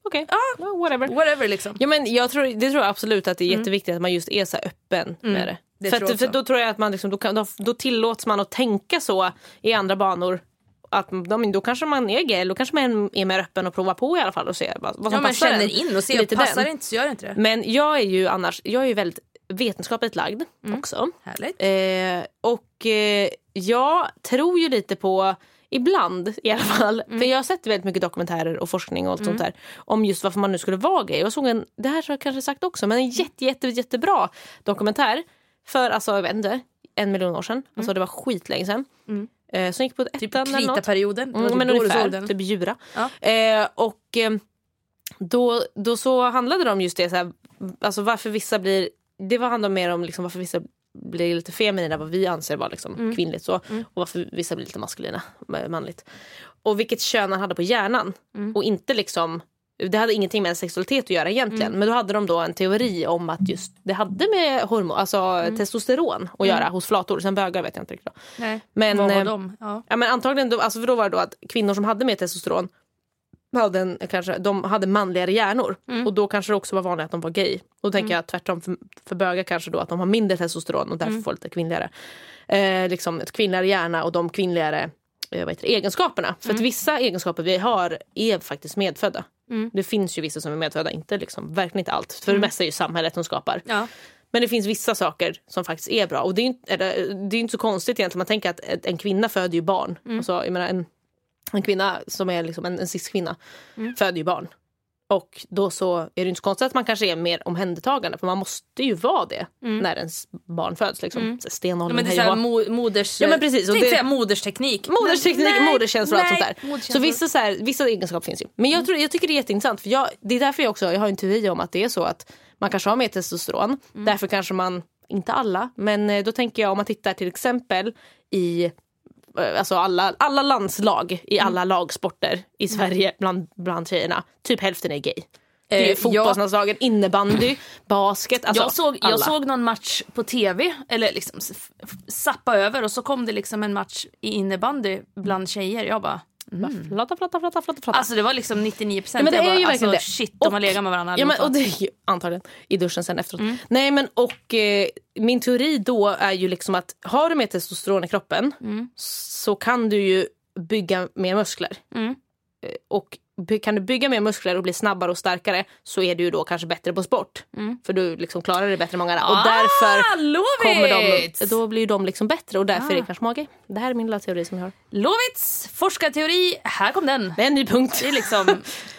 S1: Okej, ja, whatever.
S2: whatever liksom.
S1: Ja, men jag tror, det tror jag absolut att det är jätteviktigt att man just är så här öppen med det.
S2: Mm. det
S1: för
S2: tror jag
S1: att, för
S2: också.
S1: då tror jag att man liksom, då, kan, då, då tillåts man att tänka så i andra banor. Att, ja, men då kanske man är gay, då kanske man är mer öppen och provar på i alla fall och ser vad, vad som
S2: Ja, man
S1: passar en.
S2: känner in och ser,
S1: Lite
S2: passar
S1: den.
S2: det inte så gör det inte det.
S1: Men jag är ju annars, jag är ju väldigt vetenskapligt lagd
S2: Mm.
S1: också.
S2: Härligt.
S1: Eh, och eh, jag tror ju lite på, ibland i alla fall, för jag har sett väldigt mycket dokumentärer och forskning och allt sånt där om just varför man nu skulle vara gay. Jag såg en, det här har jag kanske sagt också, men en jätte, jätte, jättebra dokumentär för alltså, jag vet inte, en miljon år sedan. Alltså det var skitlänge sedan. Eh, som gick på ettan
S2: Typ
S1: eller något.
S2: kritaperioden, det var
S1: Mm,
S2: typ
S1: men
S2: då du
S1: ungefär,
S2: såg den.
S1: typ djura.
S2: Ja.
S1: Eh, och eh, då, då så handlade det om just det, så här, alltså varför vissa blir, det var handlade mer om liksom varför vissa blir lite feminina, vad vi anser vara liksom
S2: Mm.
S1: kvinnligt så. Och varför vissa blir lite maskulina, ma- manligt. Och vilket kön han hade på hjärnan.
S2: Mm.
S1: Och inte liksom, det hade ingenting med sexualitet att göra egentligen.
S2: Mm.
S1: Men då hade de då en teori om att just det hade med hormon, alltså
S2: Mm.
S1: testosteron att göra hos flator. Sen bögar vet jag inte riktigt. då.
S2: Nej.
S1: Men,
S2: Vad var
S1: eh,
S2: de? Ja.
S1: Ja, men antagligen, då, alltså för då var det då att kvinnor som hade mer testosteron hade, en, kanske, de hade manligare hjärnor. Och då kanske det också var vanligt att de var gay. Då tänker jag tvärtom för, för bögar kanske då att de har mindre testosteron och därför får lite kvinnligare. Eh, liksom ett kvinnligare hjärna och de kvinnligare eh, vad heter det, egenskaperna. För att vissa egenskaper vi har är faktiskt medfödda. Det finns ju vissa som är medfödda, inte liksom, verkligen inte allt. För det mesta är ju samhället som skapar.
S2: Ja.
S1: Men det finns vissa saker som faktiskt är bra. Och det är ju inte, eller, det är ju inte så konstigt egentligen. Man tänker att ett- en kvinna föder ju barn.
S2: Mm.
S1: Alltså, jag menar, en, en kvinna som är liksom en, en cis-kvinna
S2: Mm.
S1: föder ju barn. Och då så är det ju inte så konstigt att man kanske är mer omhändertagande. För man måste ju vara det när ens barn föds. Liksom. Så
S2: Mm. Ja,
S1: Stenåldern,
S2: men det är
S1: hej och
S2: såhär
S1: hå.
S2: mo- moders...
S1: Ja, men precis, och
S2: Tänkte
S1: det-
S2: säga modersteknik.
S1: Modersteknik,
S2: Nej,
S1: moderkänslor och allt sånt
S2: nej,
S1: där. Så vissa, så här, vissa egenskaper finns ju. Men jag, tror, jag tycker det är jätteintressant. För jag, det är därför jag också jag har en teori om att det är så att man kanske har mer testosteron.
S2: Mm.
S1: Därför kanske man, inte alla, men eh, då tänker jag om man tittar till exempel i eh, Alltså alla, alla landslag i
S2: Mm.
S1: alla lagsporter i Sverige bland, bland tjejerna, typ hälften är gay. Det är ju
S2: Eh,
S1: fotbollslandslagen, innebandy, basket. Alltså
S2: jag, såg,
S1: alla.
S2: jag såg någon match på tv, eller liksom s- f- zappa över och så kom det liksom en match i innebandy bland tjejer. Jag bara,
S1: Mm. Flata, flata, flata, flata, flata.
S2: alltså det var liksom 99 procent.
S1: Ja, men det
S2: jag bara,
S1: är ju
S2: alltså,
S1: verkligen det.
S2: Shit, de har
S1: Och-
S2: legat med varandra
S1: Ja, men,
S2: allihopa.
S1: och det är ju, antagligen i duschen sen efteråt.
S2: Mm.
S1: Nej, men, och, eh, min teori då är ju liksom att har du mer testosteron i kroppen
S2: Mm.
S1: så kan du ju bygga mer muskler.
S2: Mm.
S1: Eh, Och by- kan du bygga mer muskler och bli snabbare och starkare så är du ju då kanske bättre på sport.
S2: Mm.
S1: För du liksom klarar det bättre än många andra.
S2: Ah,
S1: Och därför kommer de,
S2: Lovits!
S1: då blir ju de liksom bättre och därför är
S2: Ah.
S1: det kanske mage. Det här är min lilla teori som jag har.
S2: Lovits forskarteori, här kom den.
S1: Det är en ny punkt.
S2: Det är liksom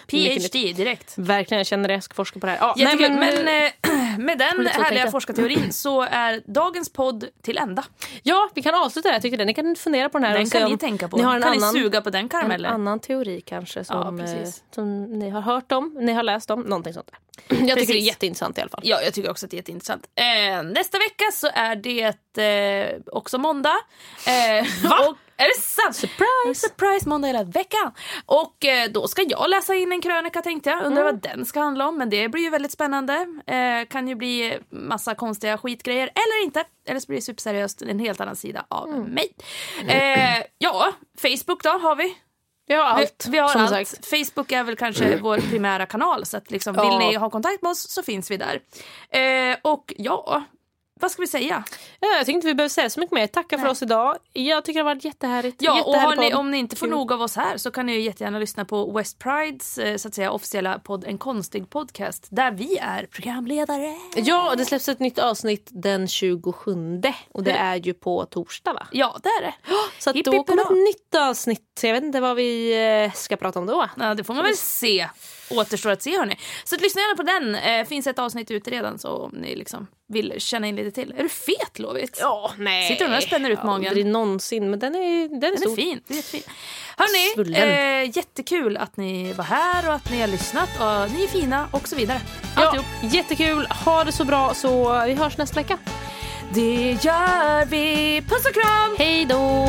S2: PhD direkt.
S1: Verkligen, jag känner det. Jag ska forska på det här. Ja, nej,
S2: Jättekul,
S1: men,
S2: men, eh, med den
S1: lite så
S2: härliga
S1: tänkte.
S2: forskarteorin så är dagens podd till ända.
S1: Ja, vi kan avsluta det här tyckte jag. Ni kan fundera på den här.
S2: Den
S1: och se
S2: kan
S1: om
S2: ni tänka på.
S1: Ni har en,
S2: kan
S1: annan,
S2: ni suga på den
S1: en
S2: karamellen?
S1: annan teori kanske som,
S2: Ja, precis.
S1: eh, som ni har hört om, ni har läst om, någonting sånt där. Jag tycker det är
S2: Precis.
S1: jätteintressant i alla fall.
S2: Ja, jag tycker också att det är jätteintressant. Eh, nästa vecka så är det eh, också måndag. Eh, Va? Och, är det sant? Surprise! Surprise måndag hela veckan. Och eh, då ska jag läsa in en krönika tänkte jag. Undrar vad den ska handla om. Men det blir ju väldigt spännande. Eh, kan ju bli massa konstiga skitgrejer. Eller inte. Eller så blir det superseriöst. En helt annan sida av mig. Eh, ja, Facebook då har vi.
S1: Vi har allt,
S2: Vi, vi har
S1: som
S2: allt.
S1: sagt.
S2: Facebook är väl kanske vår primära kanal. Så att liksom,
S1: Ja.
S2: vill ni ha kontakt med oss så finns vi där. Eh, och ja, vad ska vi säga?
S1: Ja, jag tycker inte vi behöver säga så mycket mer. Tacka för oss idag. Jag tycker det har varit jättehärligt.
S2: Ja, och har
S1: Jättehärlig
S2: ni,
S1: podd.
S2: om ni inte får nog av oss här så kan ni ju jättegärna lyssna på West Prides eh, så att säga, officiella podd En konstig podcast där vi är programledare.
S1: Ja, och det släpps ett nytt avsnitt den 27 och det är ju på torsdag va?
S2: Ja, det är det.
S1: Så att
S2: Hipp,
S1: då
S2: hipp,
S1: kommer
S2: hurra.
S1: ett nytt avsnitt. Så Jag vet inte vad vi eh, ska prata om då.
S2: Ja, det får man väl se. Återstår att se hörni. Så att lyssna gärna på den. Eh, finns ett avsnitt ute redan så om ni liksom vill känna in lite till. Är du fet Lovit?
S1: Ja, nej.
S2: Sitter hon där och spänner ut magen?
S1: Aldrig någonsin, men den är, den är,
S2: Den är
S1: stor.
S2: fin. Den är jättefin.
S1: Svullen.
S2: Hörni, eh, jättekul att ni var här och att ni har lyssnat. Och ni är fina och så vidare.
S1: Ja, jättekul. Ha det så bra så vi hörs nästa vecka.
S2: Det gör vi. Puss och kram!
S1: Hej då!